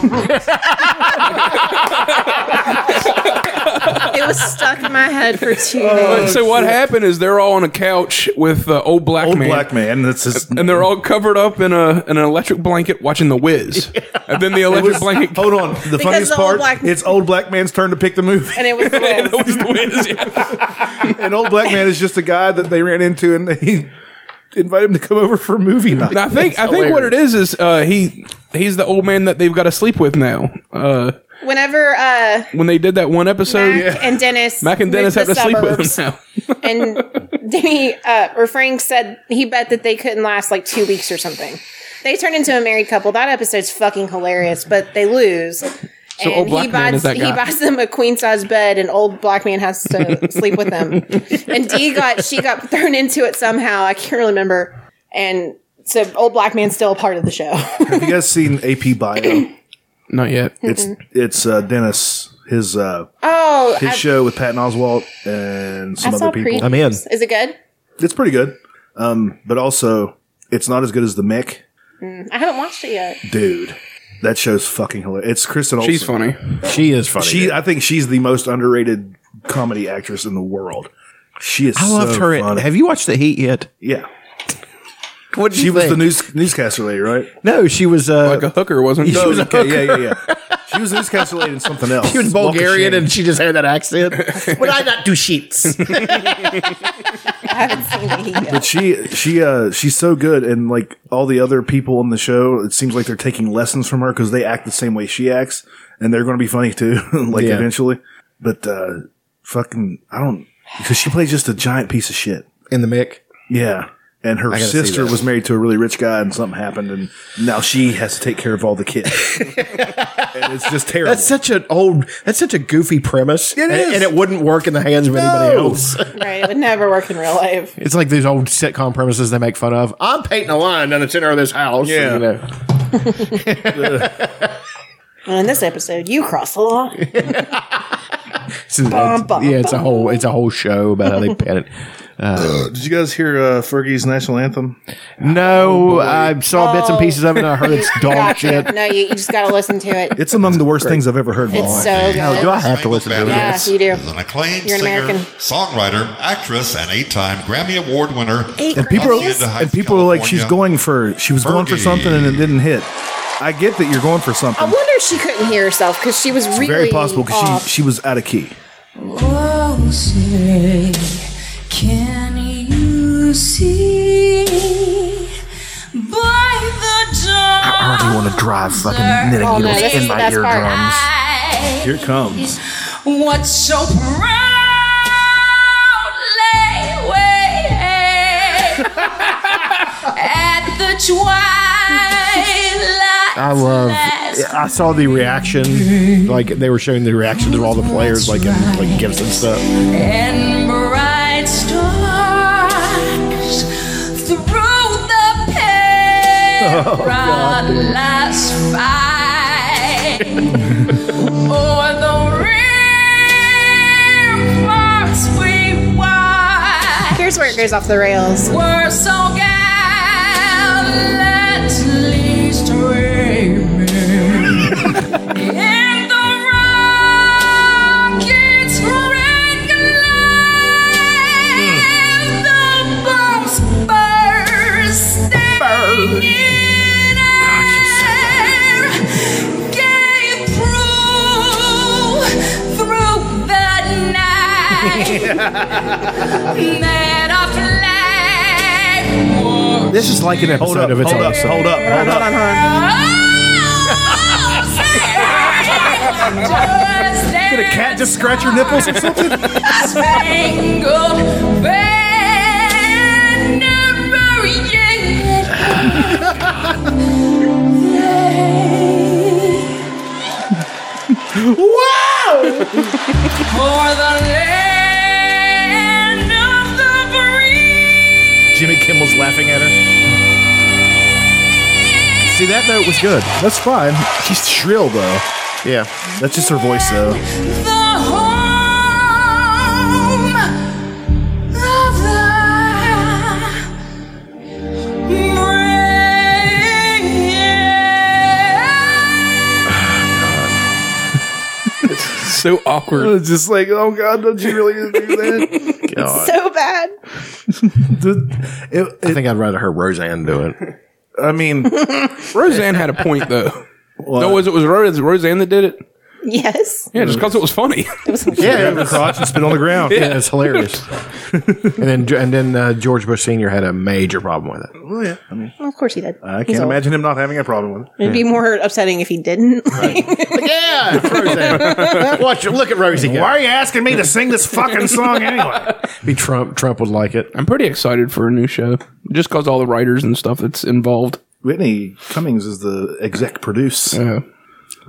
E: It was stuck in my head for two
G: But-
E: days.
G: so what happened is they're all on a couch with uh, old black man.
L: black man. That's his.
G: And they're all covered up in a in an electric blanket watching The Wiz. And then the electric blanket.
L: Hold on. The
E: Because
L: funniest
E: the old
L: part,
E: black-
L: it's old black man's turn to pick the movie.
E: And it was
G: It was The Wiz. yeah.
L: and old black man is just a guy that they ran into and they invite him to come over for movie night.
G: And I think I think what it is is uh, he he's the old man that they've got to sleep with now. Uh,
E: Whenever uh,
G: when they did that one episode,
E: Mac and Dennis,
G: Oh, Mac and
E: moved
G: Dennis have to sleep with
E: suburbs,
G: him now.
E: and Denny uh, or Frank said he bet that they couldn't last like two weeks or something. They turned into a married couple. That episode's fucking hilarious, but they lose.
G: So old black
E: he
G: man
E: buys
G: is that
E: he
G: guy.
E: buys them a queen size bed, and old black man has to sleep with them. And Dee got she got thrown into it somehow. I can't remember. And so old black man's still a part of the show.
L: Have you guys seen AP Bio?
G: Not yet.
L: It's it's uh, Dennis his uh,
E: Oh,
L: his
E: I-
L: show with Patton Oswalt and some
E: I
L: other
E: saw
L: people.
E: previews. Is it good?
L: It's pretty good, um, but also it's not as good as the Mick
E: Mm, I haven't watched it yet.
L: dude. That show's fucking hilarious. It's Kristen Olsen.
G: She's funny.
F: She is funny.
L: She, I think she's the most underrated comedy actress in the world. She is.
F: I loved
L: so
F: her. in-
L: funny.
F: have you watched The Heat yet?
L: Yeah.
F: What
L: She was the news newscaster lady, right?
F: No, she was uh,
G: Like a hooker, wasn't she?
L: No,
G: was a
L: okay,
G: hooker.
L: yeah, yeah, yeah. She was newscaster lady in something else.
F: She was
L: Walk of
F: Bulgarian
L: shame.
F: and she just had that accent. Would I not do sheets?
E: I haven't seen it yet.
L: But she she uh she's so good and like all the other people on the show, it seems like they're taking lessons from her because they act the same way she acts, and they're going to be funny too, like
F: Yeah.
L: eventually. But uh fucking, I don't because she plays just a giant piece of shit.
F: in the mic.
L: Yeah. And her
F: I gotta see
L: sister
F: that.
L: was married to a really rich guy, and something happened, and now she has to take care of all the kids. and it's just terrible.
F: That's such an old. That's such a goofy premise.
L: It
F: and,
L: is.
F: and it wouldn't work in the hands of anybody
L: No.
F: else.
E: Right, it would never work in real life.
F: It's like these old sitcom premises they make fun of. I'm painting a line down the center of this house.
L: Yeah.
F: you know.
E: Well, in this episode, you cross the law.
F: It's- it's-
E: Bum, bum,
F: yeah, it's a whole. It's a whole show about how they paint it. Uh,
L: Did you guys hear uh, Fergie's national anthem?
F: no, I
E: Oh.
F: saw bits and pieces of it. and I heard it's dog shit.
E: No, you, you just got to listen to it.
L: It's among the worst things I've ever heard. in my
E: It's
L: life.
E: so
F: Now, do I
E: good.
F: have to listen to
E: Yeah,
F: this?
E: you do.
C: An acclaimed
E: You're an
C: singer,
E: American.
C: songwriter, actress, and eight-time Grammy Award winner.
L: and people are, and people are like, she's going for she was going for
C: Fergie.
L: something and it didn't hit. I get that you're going for something.
E: I wonder if she couldn't hear herself because she was
L: it's
E: really
L: very possible because
E: off.
L: she she was out of key.
Q: Oh, Siri, can you see by the
C: I already want to drive fucking knitting
L: Oh, no,
C: needles
L: that's-
C: in my
L: that's part-
C: eardrums. Here it comes.
L: What's so proudly waved at the twilight?
D: I love. I saw the reaction. Like they were showing the reaction to all the players, like in like gifts and stuff.
L: and bright stars through the
D: Oh,
L: perilous fight o'er Oh, the rivers we wide
E: Here's where it goes off the rails.
L: were so gallantly streaming in the rocket's red glare. The bombs bursting in air gave proof through the night that our flag
F: This is like an episode
C: up,
F: of It's
C: hold up,
F: Awesome.
C: hold up, hold up.
L: Did
D: a cat just scratch your nipples or something?
L: Spangled banner, Wow! For the land of the free.
C: Jimmy Kimmel's laughing at her.
D: See, that note was good.
C: That's fine. She's shrill though.
D: Yeah,
C: that's just her voice though.
L: the home of the
G: so awkward.
C: It's just like, oh god, don't you really do that?
F: God.
E: So bad.
F: I think I'd rather her Roseanne do it.
C: I mean,
G: Roseanne had a point though. No, was it was Rose, Roseanne that did it?
E: Yes.
G: Yeah, just because it was funny.
D: Yeah, it was crotch and spit on the ground.
G: Yeah.
D: Yeah, it's hilarious. and then and then uh, George Bush Senior had a major problem with it.
C: Well, yeah. I mean,
E: Well, of course he did.
C: I can't imagine him not having a problem with it.
E: It'd be more upsetting if he didn't.
D: yeah, Roseanne. Watch, look at Rosie. Go.
C: Why are you asking me to sing this fucking song anyway?
G: Be Trump. Trump would like it. I'm pretty excited for a new show, just because all the writers and stuff that's involved.
C: Whitney Cummings is the exec produce.
G: Uh,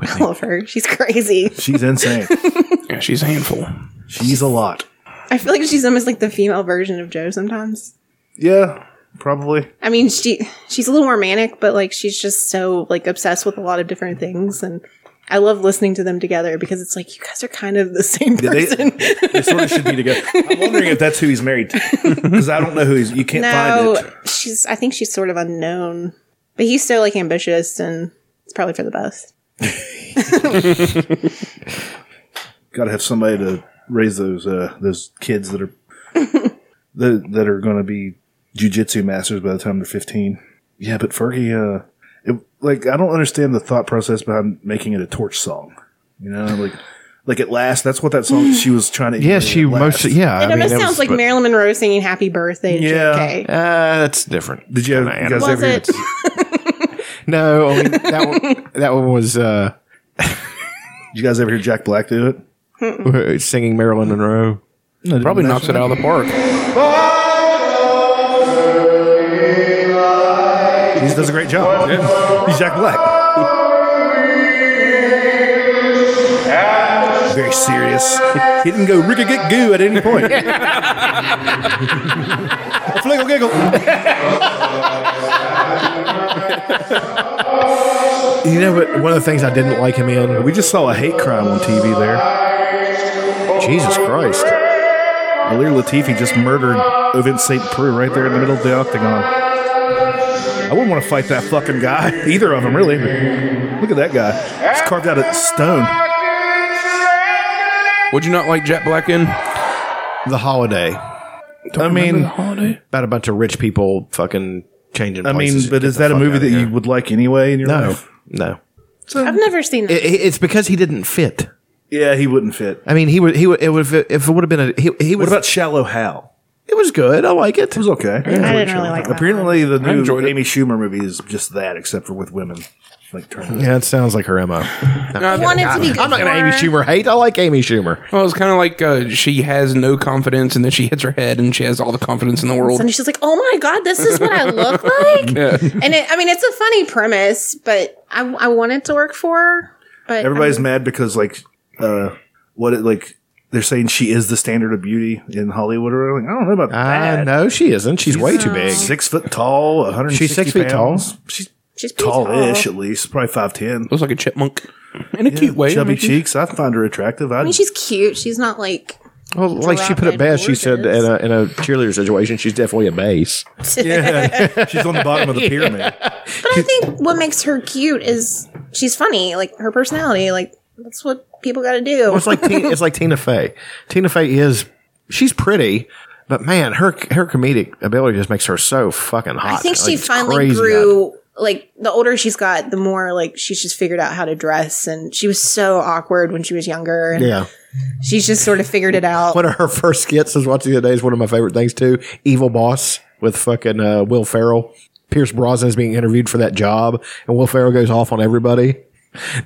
E: I love her. She's crazy.
C: She's insane.
G: yeah, she's a handful.
C: She's a lot.
E: I feel like she's almost like the female version of Joe sometimes.
C: Yeah, probably.
E: I mean, she she's a little more manic, but like she's just so like obsessed with a lot of different things, and I love listening to them together because it's like you guys are kind of the same
C: Yeah, they-
E: person.
C: They sort of should be together. I'm wondering if that's who he's married to because I don't know who he's. You can't
E: no,
C: find it.
E: she's I think she's sort of unknown, but he's so like ambitious, and it's probably for the best.
C: Got to have somebody to raise those uh, those kids that are that, that are going to be jujitsu masters by the time they're 15. Yeah, but Fergie, uh, it, like I don't understand the thought process behind making it a torch song. You know, like like at last, that's what that song she was trying to.
F: Yeah, she most. Yeah,
E: it almost sounds like Marilyn Monroe singing "Happy Birthday" to
F: Yeah,
E: JFK.
F: uh, that's different.
C: Did you, have,
E: guys Was ever- it?
F: no, I mean, that one, that one was uh,
C: you guys ever hear Jack Black do it?
F: singing Marilyn Monroe.
G: Probably knocks it out of the park.
C: He does a great job. He's Jack Black. Very serious. He didn't go rigga get goo at any point. Flickle giggle.
F: You know, but one of the things I didn't like him in,
C: we just saw a hate crime on TV there. Jesus Christ. Alir Latifi just murdered Ovin St. Preux right there in the middle of the octagon. I wouldn't want to fight that fucking guy. Either of them, really. Look at that guy. He's carved out of stone.
G: Would you not like Jet Black in?
F: the holiday. I mean, about a bunch of rich people fucking changing.
C: I
F: places
C: mean,
F: and
C: but
F: get
C: is
F: the
C: that a
F: fuck
C: movie
F: outta
C: that
F: here.
C: you would like anyway in your
F: No,
C: life?
F: no.
E: I've never seen that.
F: It, it- it's because he didn't fit.
C: Yeah, he wouldn't fit.
F: I mean, he would. He would. It would. If it would have been a. He, he
C: What
F: would.
C: about Shallow Hal?
F: It was good. I like it. It
C: was okay.
E: I didn't really like that.
C: Apparently, the
F: I
C: new
F: enjoyed it.
C: Amy Schumer movie is just that, except for with women. Like Turner.
D: Yeah, it sounds like her MO.
E: I want it to be good
D: I'm not going to
E: for-
D: Amy Schumer hate. I like Amy Schumer.
G: Well, it's kind of like uh, she has no confidence, and then she hits her head, and she has all the confidence in the world.
E: And she's like, "Oh my god, this is what I look like."
G: Yeah.
E: And it, I mean, it's a funny premise, but I, I want it to work for her. But
C: Everybody's
E: I mean,
C: mad because like uh what it like they're saying she is the standard of beauty in Hollywood or like, I don't know about that.
D: Uh, no, she isn't. She's way too big.
C: Six foot tall, 160
D: She's six feet tall.
C: pounds. She's
E: she's pretty tall.
C: tall-ish at least, probably 5'10.
G: Looks like a chipmunk. In a cute way. I
C: Chubby
G: mean, she-
C: cheeks. I find her attractive.
E: Mm-hmm. I
C: I
E: mean, she's cute. She's not like
D: Well, like she put it best. She said uh, in a, in a cheerleader situation, she's definitely a base.
C: Yeah. she's on the bottom of the pyramid.
E: But I think what makes her cute is she's funny, like her personality. Like that's what people got to do.
D: Well, it's like Tina, it's like Tina Fey. Tina Fey is she's pretty, but man, her her comedic ability just makes her so fucking hot.
E: I think
D: Like,
E: she
D: it's
E: finally
D: crazy hot.
E: grew. Like the older she's got, the more like she's just figured out how to dress, and she was so awkward when she was younger. And
D: Yeah.
E: she's just sort of figured it out.
D: One of her first skits is watching the other day is one of my favorite things too. Evil Boss with fucking uh, Will Ferrell. Pierce Brosnan is being interviewed for that job, and Will Ferrell goes off on everybody.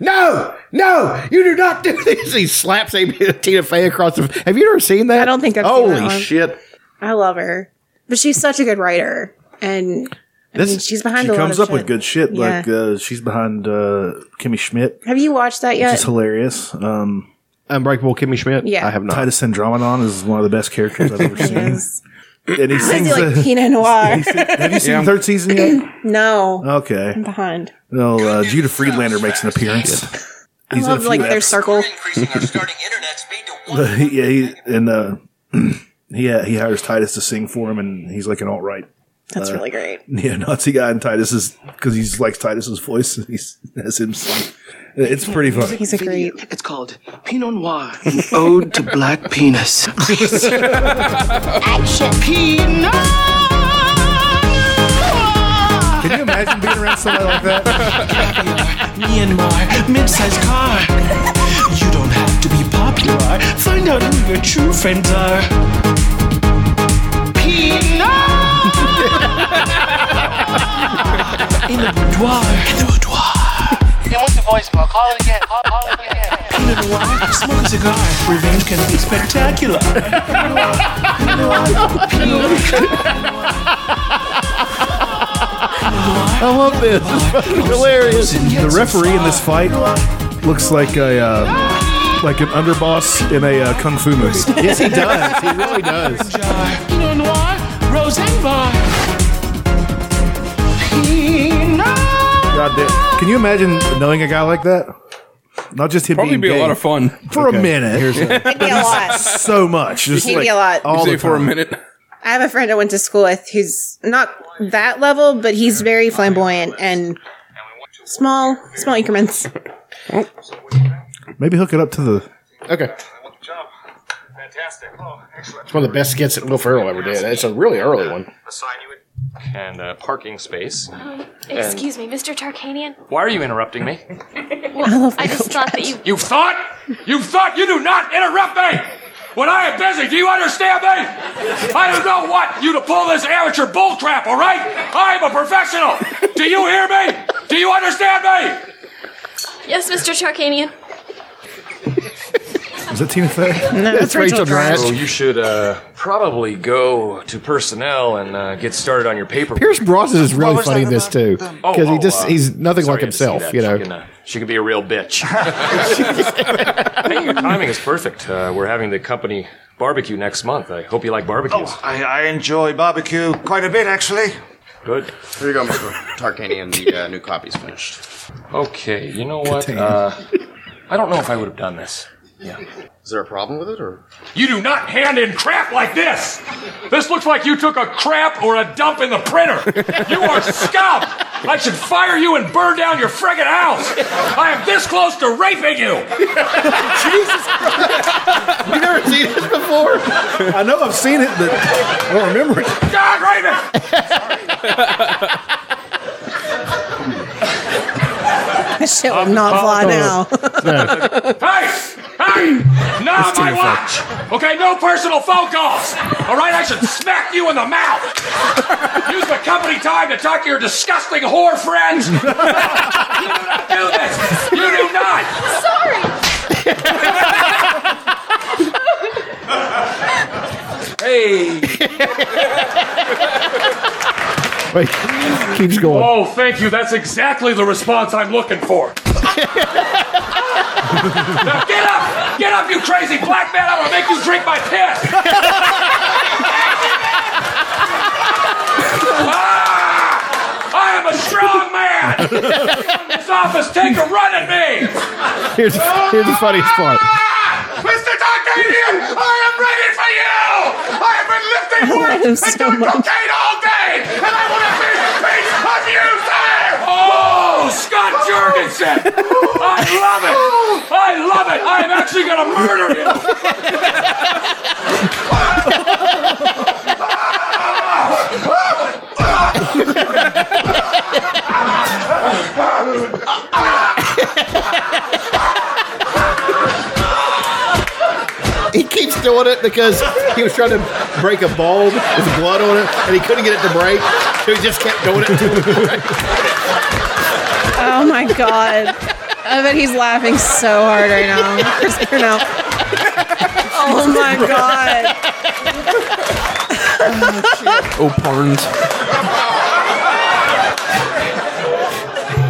D: No, no, you do not do this. He slaps Amy, Tina Fey across the. Have you ever seen that? I
E: don't think I've seen
D: Holy
E: that one.
D: shit!
E: I love her, but she's such a good writer, and I
C: This-
E: mean, she's behind
C: She
E: a lot
C: comes
E: of
C: up with good shit.
E: Yeah.
C: Like uh, she's behind uh, Kimmy Schmidt,
E: Have you watched that
C: which
E: yet?
C: is hilarious. Um,
D: Unbreakable Kimmy Schmidt.
E: Yeah. I have
D: not.
C: Titus Andromedon is one of the best characters I've ever seen. And he
E: I
C: sings.
E: feel like
C: uh,
E: Pinot Noir.
C: have you seen the third season yet?
E: no,
D: Uh,
C: Okay.
E: I'm behind.
C: No, uh, Judah Friedlander makes an appearance.
E: I
C: He's in a
E: love
C: few
E: like their
C: eps-
D: Uh,
E: circle.
C: yeah, he, and uh, he uh, he hires Titus to sing for him, and he's like an alt right.
E: That's really great.
C: neo-Nazi guy, and Titus is because he likes Titus's voice, and he has him sing. It's pretty funny.
E: He's a great.
R: It's called Pinot Noir.
S: An ode to black penis.
R: Action. Pinot.
C: Can you imagine being around somebody like that?
R: Myanmar, mid-sized car. You don't have to be popular. Find out who your true friends are. Pinot. In the boudoir. In the boudoir. He wants the voicemail. Call it again. Call, call it again. Pinot Noir. Smoke a cigar. Revenge can be spectacular.
D: I love this. It's fucking hilarious.
C: The referee in this fight looks like a uh, like an underboss in a uh, kung fu movie.
D: Yes, he does. He really does.
R: Pinot Noir. Rose and bar. Pinot.
C: God damn. Can you imagine knowing a guy like that? Not just him
G: Probably
C: being
G: be a
C: gay.
G: lot of fun.
C: for a minute.
E: It'd be a lot.
C: so much. Just
E: He'd
C: like
E: be a lot.
C: All
G: You
C: the
G: say for a
C: time.
G: minute.
E: I have a friend I went to school with who's not that level, but he's very flamboyant and small, small increments.
C: Maybe hook it up to the.
D: Okay.
L: Fantastic. Oh, excellent.
D: It's one of the best skits that Will Ferrell ever did. It's a really early one.
L: Assign you a- and a parking space.
T: Excuse me, Mr. Tarkanian.
L: Why are you interrupting me?
T: Well, I just thought that you.
L: You thought? You thought? You do not interrupt me! When I am busy, do you understand me? I don't know what you to pull this amateur bull crap, all right? I'm a professional. Do you hear me? Do you understand me?
T: Yes, Mr. Tarkanian.
C: Is that Tina Fey?
E: No, that's Rachel
L: Grant. So you should uh, probably go to personnel and uh, get started on your paperwork.
D: Pierce Brosnan is really funny in this too,
L: Oh,
D: because he
L: oh,
D: just
L: uh,
D: he's nothing
L: sorry,
D: like
L: I had to see
D: himself.
L: that.
D: You know,
L: she can, uh, she can be a real bitch. hey, your timing is perfect. Uh, we're having the company barbecue next month. I hope you like barbecues.
B: I, I enjoy barbecue quite a bit, actually.
L: Good.
B: Here you go, Mr. Tarkanian. The uh, new copy's finished.
L: Okay, you know what? Uh, I don't know if I would have done this.
B: Is there a problem with it, or?
L: You do not hand in crap like this. This looks like you took a crap or a dump in the printer. You are scum. I should fire you and burn down your friggin' house. I am this close to raping you. Jesus Christ.
D: You never seen this before?
C: I know I've seen it, but I don't remember it.
L: God, Raven!
E: That shit will not fly now.
L: hey! Hey! Not
U: It's
L: on my
U: too far.
L: watch. Okay, no personal phone calls. All right, I should smack you in the mouth. Use the company time to talk to your disgusting whore friends. you do not do this. You do not.
U: Sorry.
L: Hey.
F: Wait, keeps going.
L: Oh, thank you. That's exactly the response I'm looking for. now get up! Get up, you crazy black man! I'm gonna make you drink my piss! Ah, I am a strong man! Anyone in this office, take a run at me!
F: Here's, here's the funniest part.
L: Mr. Tarkanian, I am ready for you! I have been lifting
U: love him
L: weights and
U: so
L: doing
U: much.
L: cocaine all day, and I want to be a piece of you there! Oh, Scott Jurgensen! I love it! I love it! I am actually going to murder you!
F: He keeps doing it because he was trying to break a bulb with blood on it, and he couldn't get it to break, so he just kept doing it.
E: Oh my god. I bet he's laughing so hard right now. Chris Cornell. Oh my god.
G: Oh, Parnes.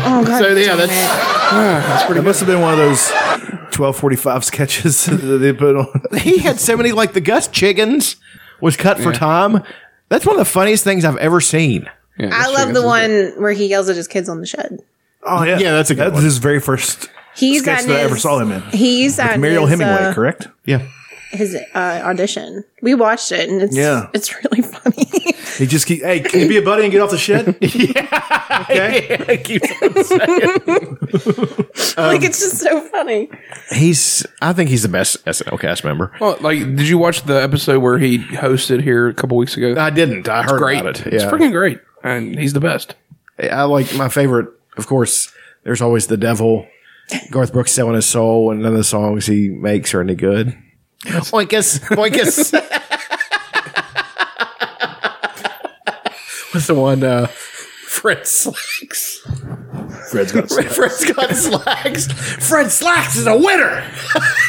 E: Oh god.
F: So, yeah,
E: damn
F: that's-
E: it.
V: that must have been one of those 1245 sketches that they put on.
D: he had so many like the Gus Chiggins was cut for time. That's one of the funniest things I've ever seen.
E: I love the one where he yells at his kids on the shed.
V: Oh, yeah. Yeah, that's a good That's his very first
E: He's
V: sketch
E: on
V: that I ever
E: his-
V: saw him in.
E: He's
V: With
E: on
V: Mariel
E: his,
V: Hemingway,
E: uh,
V: correct?
D: Yeah.
E: His uh, audition. We watched it and it's
V: Yeah.
E: it's really funny.
V: He just keep, hey, can you be a buddy and get off the shed?
D: Okay.
E: like it's just so funny.
D: He's I think he's the best SNL cast member.
G: Well, like, did you watch the episode where he hosted here a couple weeks ago?
D: I didn't. I heard
G: great.
D: about it.
G: It's
D: Yeah.
G: freaking great, and he's the best.
D: I like my favorite, of course, there's always the devil. Garth Brooks selling his soul, and none of the songs he makes are any good. Oinkus, oinkus. What's the one uh Fred Slacks?
V: Fred's got
D: Fred's got slacks. Fred Slacks is a winner.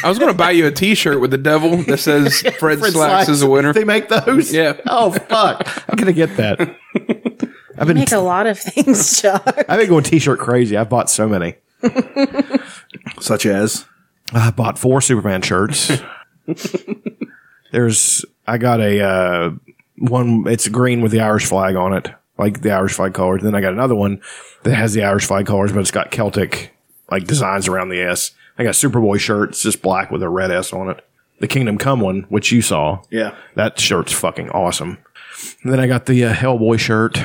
G: I was going to buy you a T-shirt with the devil that says Fred, Slacks,
D: Slacks.
G: is a winner.
D: They make those.
G: Yeah.
D: Oh fuck! I'm gonna get that. I've
E: I
D: been
E: make a lot of things, Chuck.
D: I've been going T-shirt crazy. I've bought so many.
V: Such as
D: I bought four Superman shirts. There's I got a uh, one. It's green with the Irish flag on it, like the Irish flag colors. Then I got another one that has the Irish flag colors, but it's got Celtic like designs around the S. I got a Superboy shirt. It's just black with a red S on it. The Kingdom Come one, which you saw.
V: Yeah.
D: That shirt's fucking awesome. And then I got the uh, Hellboy shirt.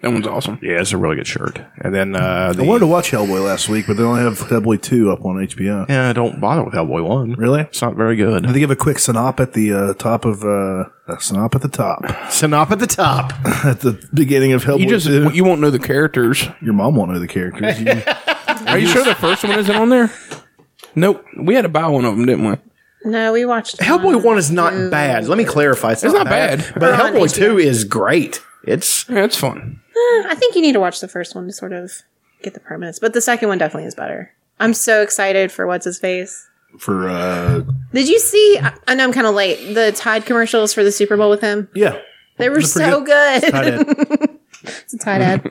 G: That one's awesome.
D: Yeah, it's a really good shirt. And then uh,
V: I
D: the,
V: wanted to watch Hellboy last week, but they only have Hellboy 2 up on HBO.
D: yeah, don't bother with Hellboy one.
V: Really?
D: It's not very good.
V: They give a quick synop at the uh, top of uh, a synop at the top
D: Synop at the top.
V: at the beginning of Hellboy.
G: You just
V: 2.
G: you won't know the characters.
V: your mom won't know the characters. You-
G: Are you sure the first one isn't on there? Nope. We had to buy one of them, didn't we?
E: No, we watched
D: Hellboy one is not bad. Let me clarify. It's,
G: not bad.
D: but
E: Or on
D: Hellboy two is great. It's
G: Yeah, it's fun.
E: Eh, I think you need to watch the first one to sort of get the premise, but the second one definitely is better. I'm so excited for what's his face.
V: for uh,
E: Did you see? I- I know I'm kind of late. The Tide commercials for the Super Bowl with him.
V: yeah,
E: They
V: They're
E: were
V: pretty
E: so good.
V: Tide
E: it's a tie ad.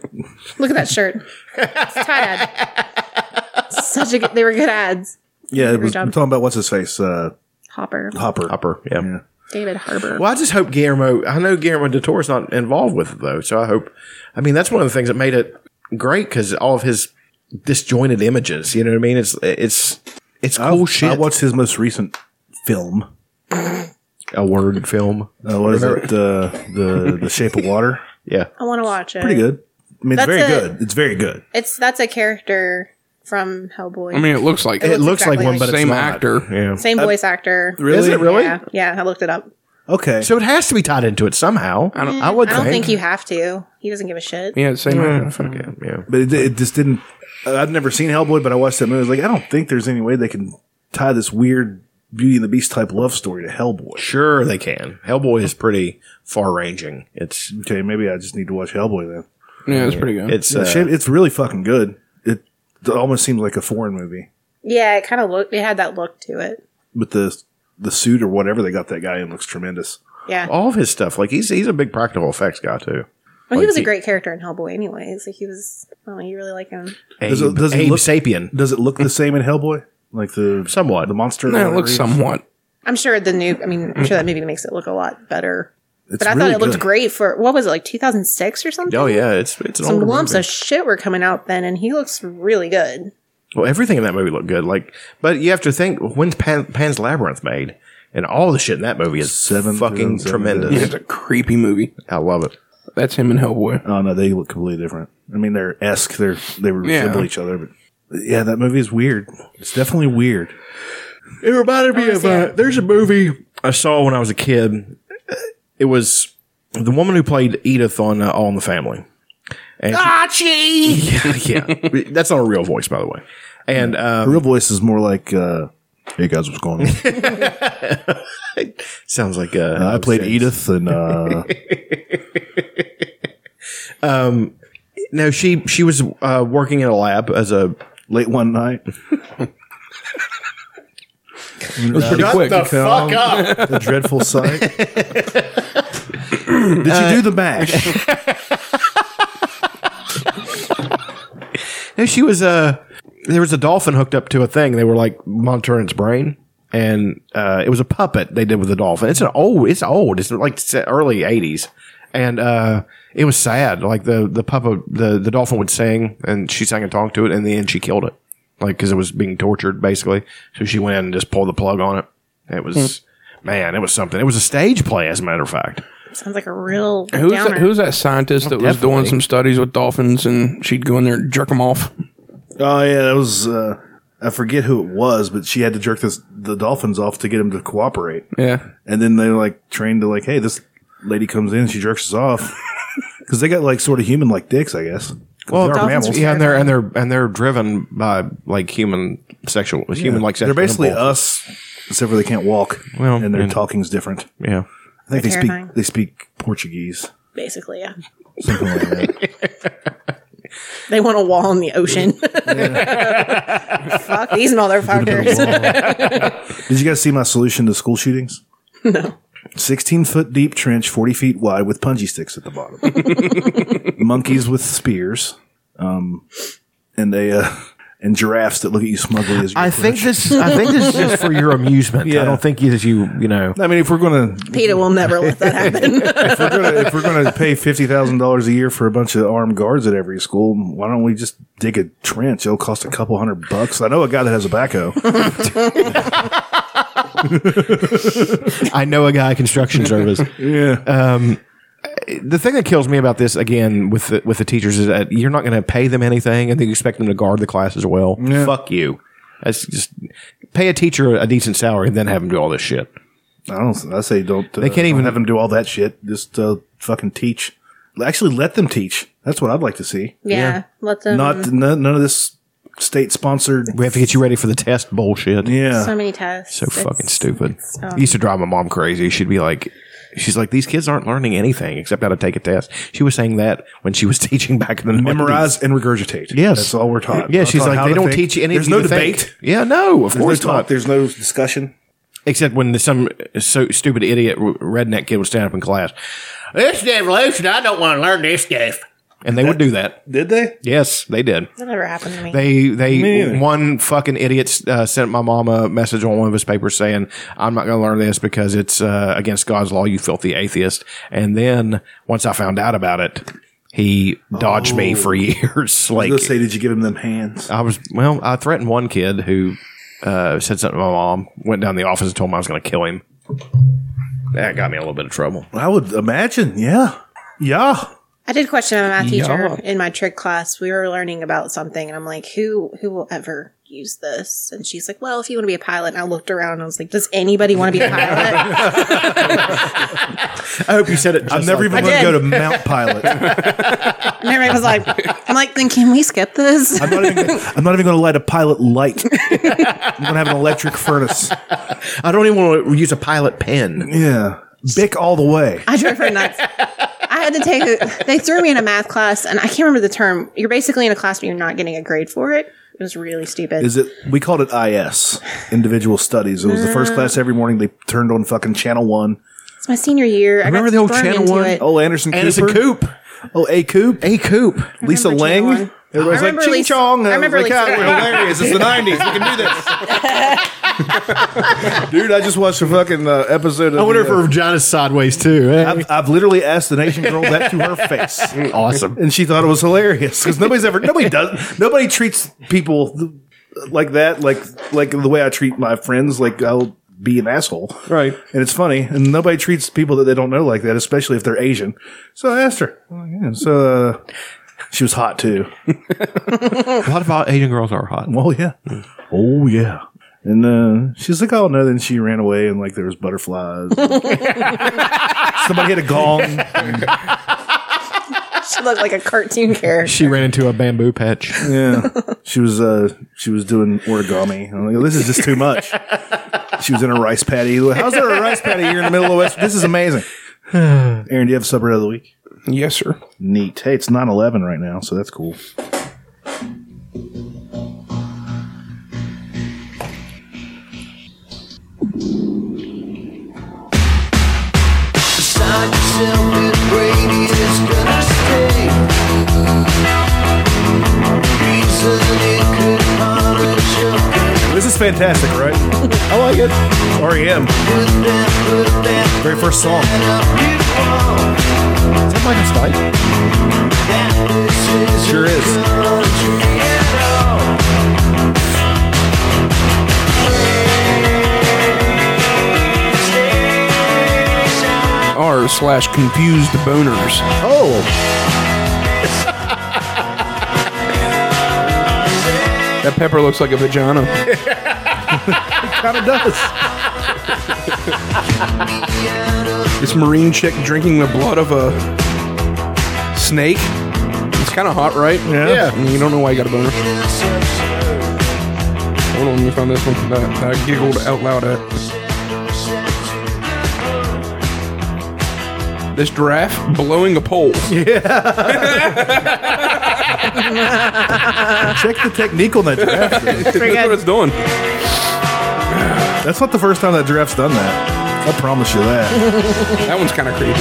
E: Look at that shirt. It's a tie ad. Such a good. They were good ads.
V: yeah. It was,
E: job.
V: I'm talking about what's his face, uh,
E: Hopper,
V: Hopper.
D: Hopper. Yeah.
E: David Harbor.
D: Well, I just hope Guillermo. I know Guillermo del Toro's not involved with it though, so I hope. I mean, that's one of the things that made it great because all of his disjointed images. You know what I mean? It's it's it's cool shit.
V: I watched his most recent film.
D: a word film.
V: Uh, what is it? Uh, the The Shape of Water.
D: Yeah,
E: I want to watch it.
V: pretty good. I mean, it's
E: That's
V: very
E: a-
V: good. It's very good.
E: It's that's a character from Hellboy.
G: I mean, it looks like
E: It
D: It looks
E: looks exactly
D: like one, but it's
G: same
D: not.
G: actor.
D: Yeah.
E: Same voice actor.
V: Really?
D: Is it really?
E: Yeah, yeah, I looked it up.
V: Okay.
D: So it has to be tied into it somehow. I, don't, I would.
E: I don't think you have to. He doesn't give a shit.
G: Yeah, same actor.
D: Okay, yeah.
V: But it, it just didn't. uh, I've never seen Hellboy, but I watched that movie. I was like, I don't think there's any way they can tie this weird
L: Beauty and the Beast type love story to Hellboy.
F: Sure, they can. Hellboy is pretty far ranging. It's
L: okay. Maybe I just need to watch Hellboy then.
G: Yeah, it's pretty good.
F: It's
L: Yeah,
F: uh,
L: shit, it's really fucking good. It, it almost seems like a foreign movie,
E: Yeah, it kind of looked. It had that look to it.
L: but the the suit or whatever they got that guy in looks tremendous.
E: Yeah.
F: all of his stuff. Like he's he's a big practical effects guy too.
E: Well,
F: Like,
E: he was a great character in Hellboy, anyways. Like he was. Oh, you really like him.
L: Does
D: uh,
L: it, does it
F: Abe
L: look
F: Sapien.
L: Does it look the same in Hellboy? Like the
F: somewhat
L: the monster?
G: No, it looks somewhat.
E: I'm sure the new. I mean, I'm sure that movie makes it look a lot better.
L: It's
E: but I
L: really
E: thought it looked
L: good.
E: great for what was it like 2006 or something.
F: Oh yeah, it's it's an
E: Some
F: older
E: lumps
F: movie.
E: of shit were coming out then, and he looks really good.
F: Well, everything in that movie looked good. Like, but you have to think when's Pan, Pan's Labyrinth made, and all the shit in that movie is fucking
L: 2007.
F: tremendous.
L: Yeah,
G: It's a creepy movie.
F: I love it.
G: That's him and Hellboy.
L: Oh no, they look completely different. I mean, they're esque. They're they
G: Yeah.
L: resemble each other, but yeah, that movie is weird. It's definitely weird.
F: It reminded me of uh, there's a movie I saw when I was a kid. It was the woman who played Edith on uh, All in the Family. And
W: Archie!
F: yeah, that's not a real voice, by the way. And
L: Her
F: um,
L: real voice is more like, uh, "Hey guys, what's going on?"
F: sounds like uh,
L: I played Edith, and uh,
F: um, no, she she was uh, working in a lab as a
L: late one night.
G: It was pretty quick.
L: Come, The dreadful sight. Did
F: Uh,
L: she do the mash?
F: No, she was Uh, there was a dolphin hooked up to a thing. They were like monitoring its brain, and uh, it was a puppet they did with the dolphin. It's an old. It's old. It's like se- early eighties, and uh, it was sad. Like the the puppet, the the dolphin would sing, and she sang a song to it, and in the end she killed it, like because it was being tortured basically. So she went in and just pulled the plug on it. It was. Man, it was something. It was a stage play, as a matter of fact.
E: Sounds like a real
G: Who's
E: downer.
G: that, who's that scientist that was doing
F: Definitely.
G: some studies with dolphins and she'd go in there and jerk them off?
L: Oh yeah, that was. Uh, I forget who it was, but she had to jerk this, the dolphins off to get them to cooperate.
G: Yeah.
L: And then they like trained to like, hey, this lady comes in, she jerks us off because they got like sort of human like dicks, I guess. 'Cause
F: Well,
L: they are mammals.
F: yeah, and
E: uh,
F: they're and they're and they're driven by like human sexual, human like
L: They're
F: sexual.
L: basically
F: impulse.
L: us, except for they can't walk.
F: Well,
L: and their
F: and-
L: talking's different.
F: Yeah.
L: I think they
E: Terrifying.
L: speak they speak Portuguese.
E: Basically, yeah.
L: Something like that.
E: They want a wall in the ocean. Fuck these motherfuckers.
L: Did you guys see my solution to school shootings?
E: No.
L: 16 foot deep trench, 40 feet wide, with punji sticks at the bottom. Monkeys with spears. Um, and they, uh, and giraffes that look at you smugly as you
F: I think this. I think this is just for your amusement. I don't think that you, you know.
L: I mean, if we're going to
E: Peter will never let that happen.
L: if we're gonna if we're gonna pay fifty thousand dollars a year for a bunch of armed guards at every school, why don't we just dig a trench? It'll cost a couple hundred bucks. I know a guy that has a backhoe.
F: I know a guy construction service.
L: yeah.
F: Um, the thing that kills me about this again with the, with the teachers is that you're not going to pay them anything, and then you expect them to guard the class as well. Fuck you.
L: uh,
F: That's just pay a teacher a decent salary and then have them do all this shit.
L: I don't. I say don't. Uh,
F: They can't even-
L: have them do all that shit. Just uh, fucking teach. Actually, let them teach. That's what I'd like to see.
E: yeah, let them.
L: Not none, none of this state sponsored.
F: We have to get you ready for the test bullshit.
L: Yeah.
E: so many tests.
F: So fucking stupid.
E: um,
F: It used to drive my mom crazy. She'd be like, she's like, these kids aren't learning anything except how to take a test. She was saying that when she was teaching back in the 90s.
L: Memorize and regurgitate.
F: Yes.
L: that's all we're taught.
F: Yeah,
L: We're
F: she's
L: taught
F: like,
L: how
F: they
L: to
F: don't
L: think.
F: teach you anything.
L: There's no
F: to think."
L: debate.
F: Yeah, no, of
L: There's
F: course
L: no talk.
F: not.
L: There's no discussion.
F: Except when there's some so stupid idiot r- redneck kid would stand up in class. This is evolution. I don't want to learn this stuff. And they would do that.
L: Did they?
F: Yes, they did.
E: That never happened to me.
F: They they
L: Me either.
F: one fucking idiot uh, sent my mom a message on one of his papers saying I'm not going to learn this because it's uh, against God's law, you filthy atheist. And then once I found out about it, he dodged me for years. like
L: Let's say, did you give him them hands?
F: I was well, I threatened one kid who uh, said something to my mom. Went down to the office and told him I was going to kill him. That got me in a little bit of trouble.
L: I would imagine. Yeah. Yeah.
E: I did question my math
F: Yeah.
E: teacher in my trick class. We were learning about something, and I'm like, "Who, who will ever use this. And she's like, well, if you want to be a pilot. And I looked around and I was like, does anybody want to be a pilot?
D: I hope you said it.
L: I'm never
E: like
L: even going
E: that.
L: to
E: I
L: go to
E: did.
L: Mount Pilot.
E: and everybody was like, I'm like, then can we skip this?
L: I'm not even. Gonna, I'm not even going to light a pilot light. I'm going to have an electric furnace.
D: I don't even want to use a pilot pen.
L: Yeah, Bic all the way.
E: I drove her nuts. I had to take. A, they threw me in a math class, and I can't remember the term. You're basically in a class, but you're not getting a grade for it. It was really stupid.
L: Is it? We called it IS, individual studies. It was the first
E: Uh.
L: class every morning. They turned on fucking channel one.
E: It's my senior year. I got thrown into It.
L: Oh, Anderson,
E: Anderson
L: Cooper. Oh, A Coop.
D: A Coop.
L: Lisa Lang. Everybody's
E: I
L: like
E: remember
L: Ching
E: Lisa-
L: Chong. And
E: I
L: I was
E: remember
L: like, God,
E: Lisa-
L: we're hilarious. It's the '90s. We can do this, dude. I just watched a fucking uh, episode. Of
D: I wonder if
L: the, uh,
D: her vagina's sideways too. eh?
L: I've, I've literally asked the Nation Girl that to her face.
D: Awesome.
L: and she thought it was hilarious because nobody's ever nobody does nobody treats people th- like that like like the way I treat my friends like I'll be an asshole right and it's funny and nobody treats people that they don't know like that especially if they're Asian so I asked her I'm like, "Yeah, so uh, she was hot too
F: a lot of Asian girls are hot.
L: Well, yeah. oh yeah and uh, she's like oh no then she ran away and like there was butterflies somebody hit a gong
E: She looked like a cartoon character.
D: She ran into a bamboo patch.
L: Yeah, she was uh she was doing origami. I'm like, this is just too much. She was in a rice patty. How's there a rice patty here in the middle of West? This is amazing. Aaron, do you have subreddit of the week?
G: Yes, sir.
L: Neat. Hey, it's 9-11 right now, so that's cool. This is fantastic, right? I like it. REM. Very first song.
D: Is that Michael Stipe?
L: Sure is.
G: R slash confused boners.
L: Oh.
G: That pepper looks like a vagina.
L: kind of does.
G: This marine chick drinking the blood of a snake. It's kind of hot, right?
D: Yeah.
G: And you don't know why you got a boner. Hold on, let me find this one that, that I giggled out loud at. This giraffe blowing a pole.
L: Yeah. Check the technique on that giraffe.
G: That's what it's doing.
L: That's not the first time that giraffe's done that. I promise you that.
G: That one's kind of creepy.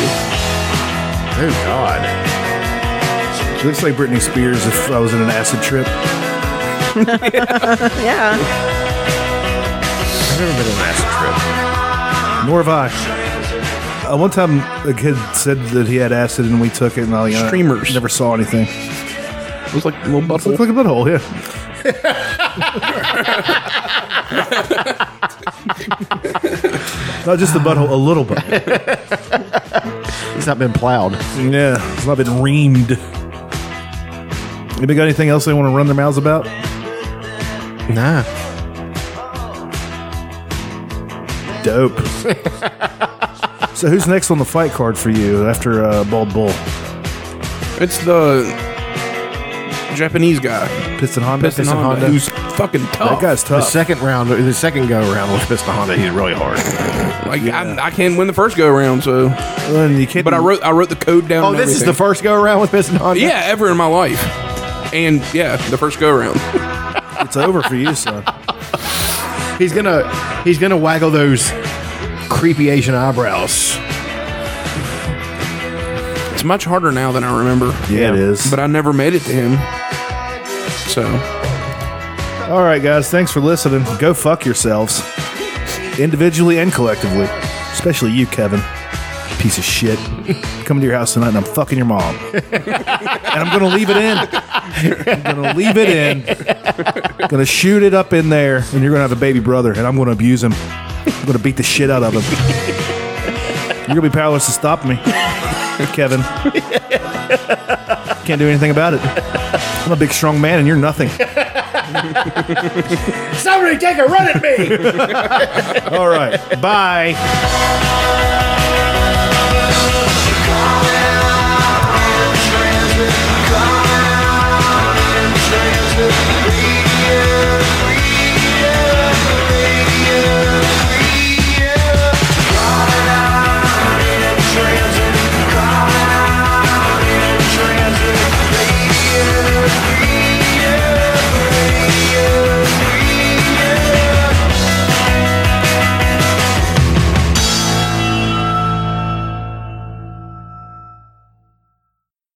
L: Oh God. She looks like Britney Spears if I was in an acid trip.
E: yeah.
L: I've never been on an acid trip. Nor have I. Uh, one time, a kid said that he had acid, and we took it, and I you know,
G: Streamers.
L: never saw anything.
G: It was like a little
L: It
G: butthole.
L: looked like a butthole, yeah. Not just the butthole, a little bit.
D: It's not been plowed.
L: Yeah, it's not been reamed. Anybody got anything else they want to run their mouths about?
D: Nah.
L: Dope. so who's next on the fight card for you after uh, Bald Bull?
G: It's the Japanese guy.
L: Piston Honda.
G: Piston Honda, who's fucking tough.
L: That guy's
D: The
L: tough.
D: second round, the second go round with Pistol Honda, he's really hard.
G: Like I, I can't win the first go around, so.
L: And you can't.
G: But I wrote I wrote the code down.
D: Oh,
G: and
D: this is
G: everything.
D: the first go round with Piston Honda.
G: Yeah, ever in my life. And yeah, the first go around.
L: it's over for you, son.
D: he's gonna he's gonna waggle those creepy Asian eyebrows.
G: It's much harder now than I remember.
L: Yeah, it is.
G: But I never made it to him. So
L: All right, guys. Thanks for listening. Go fuck yourselves, individually and collectively. Especially you, Kevin. Piece of shit. Coming to your house tonight, and I'm fucking your mom. and I'm gonna leave it in. I'm gonna leave it in. gonna shoot it up in there, and you're gonna have a baby brother, and I'm gonna abuse him. I'm gonna beat the shit out of him. You're gonna be powerless to stop me, Kevin. Can't do anything about it. I'm a big, strong man, and you're nothing.
X: Somebody take a run at me!
L: All right. Bye.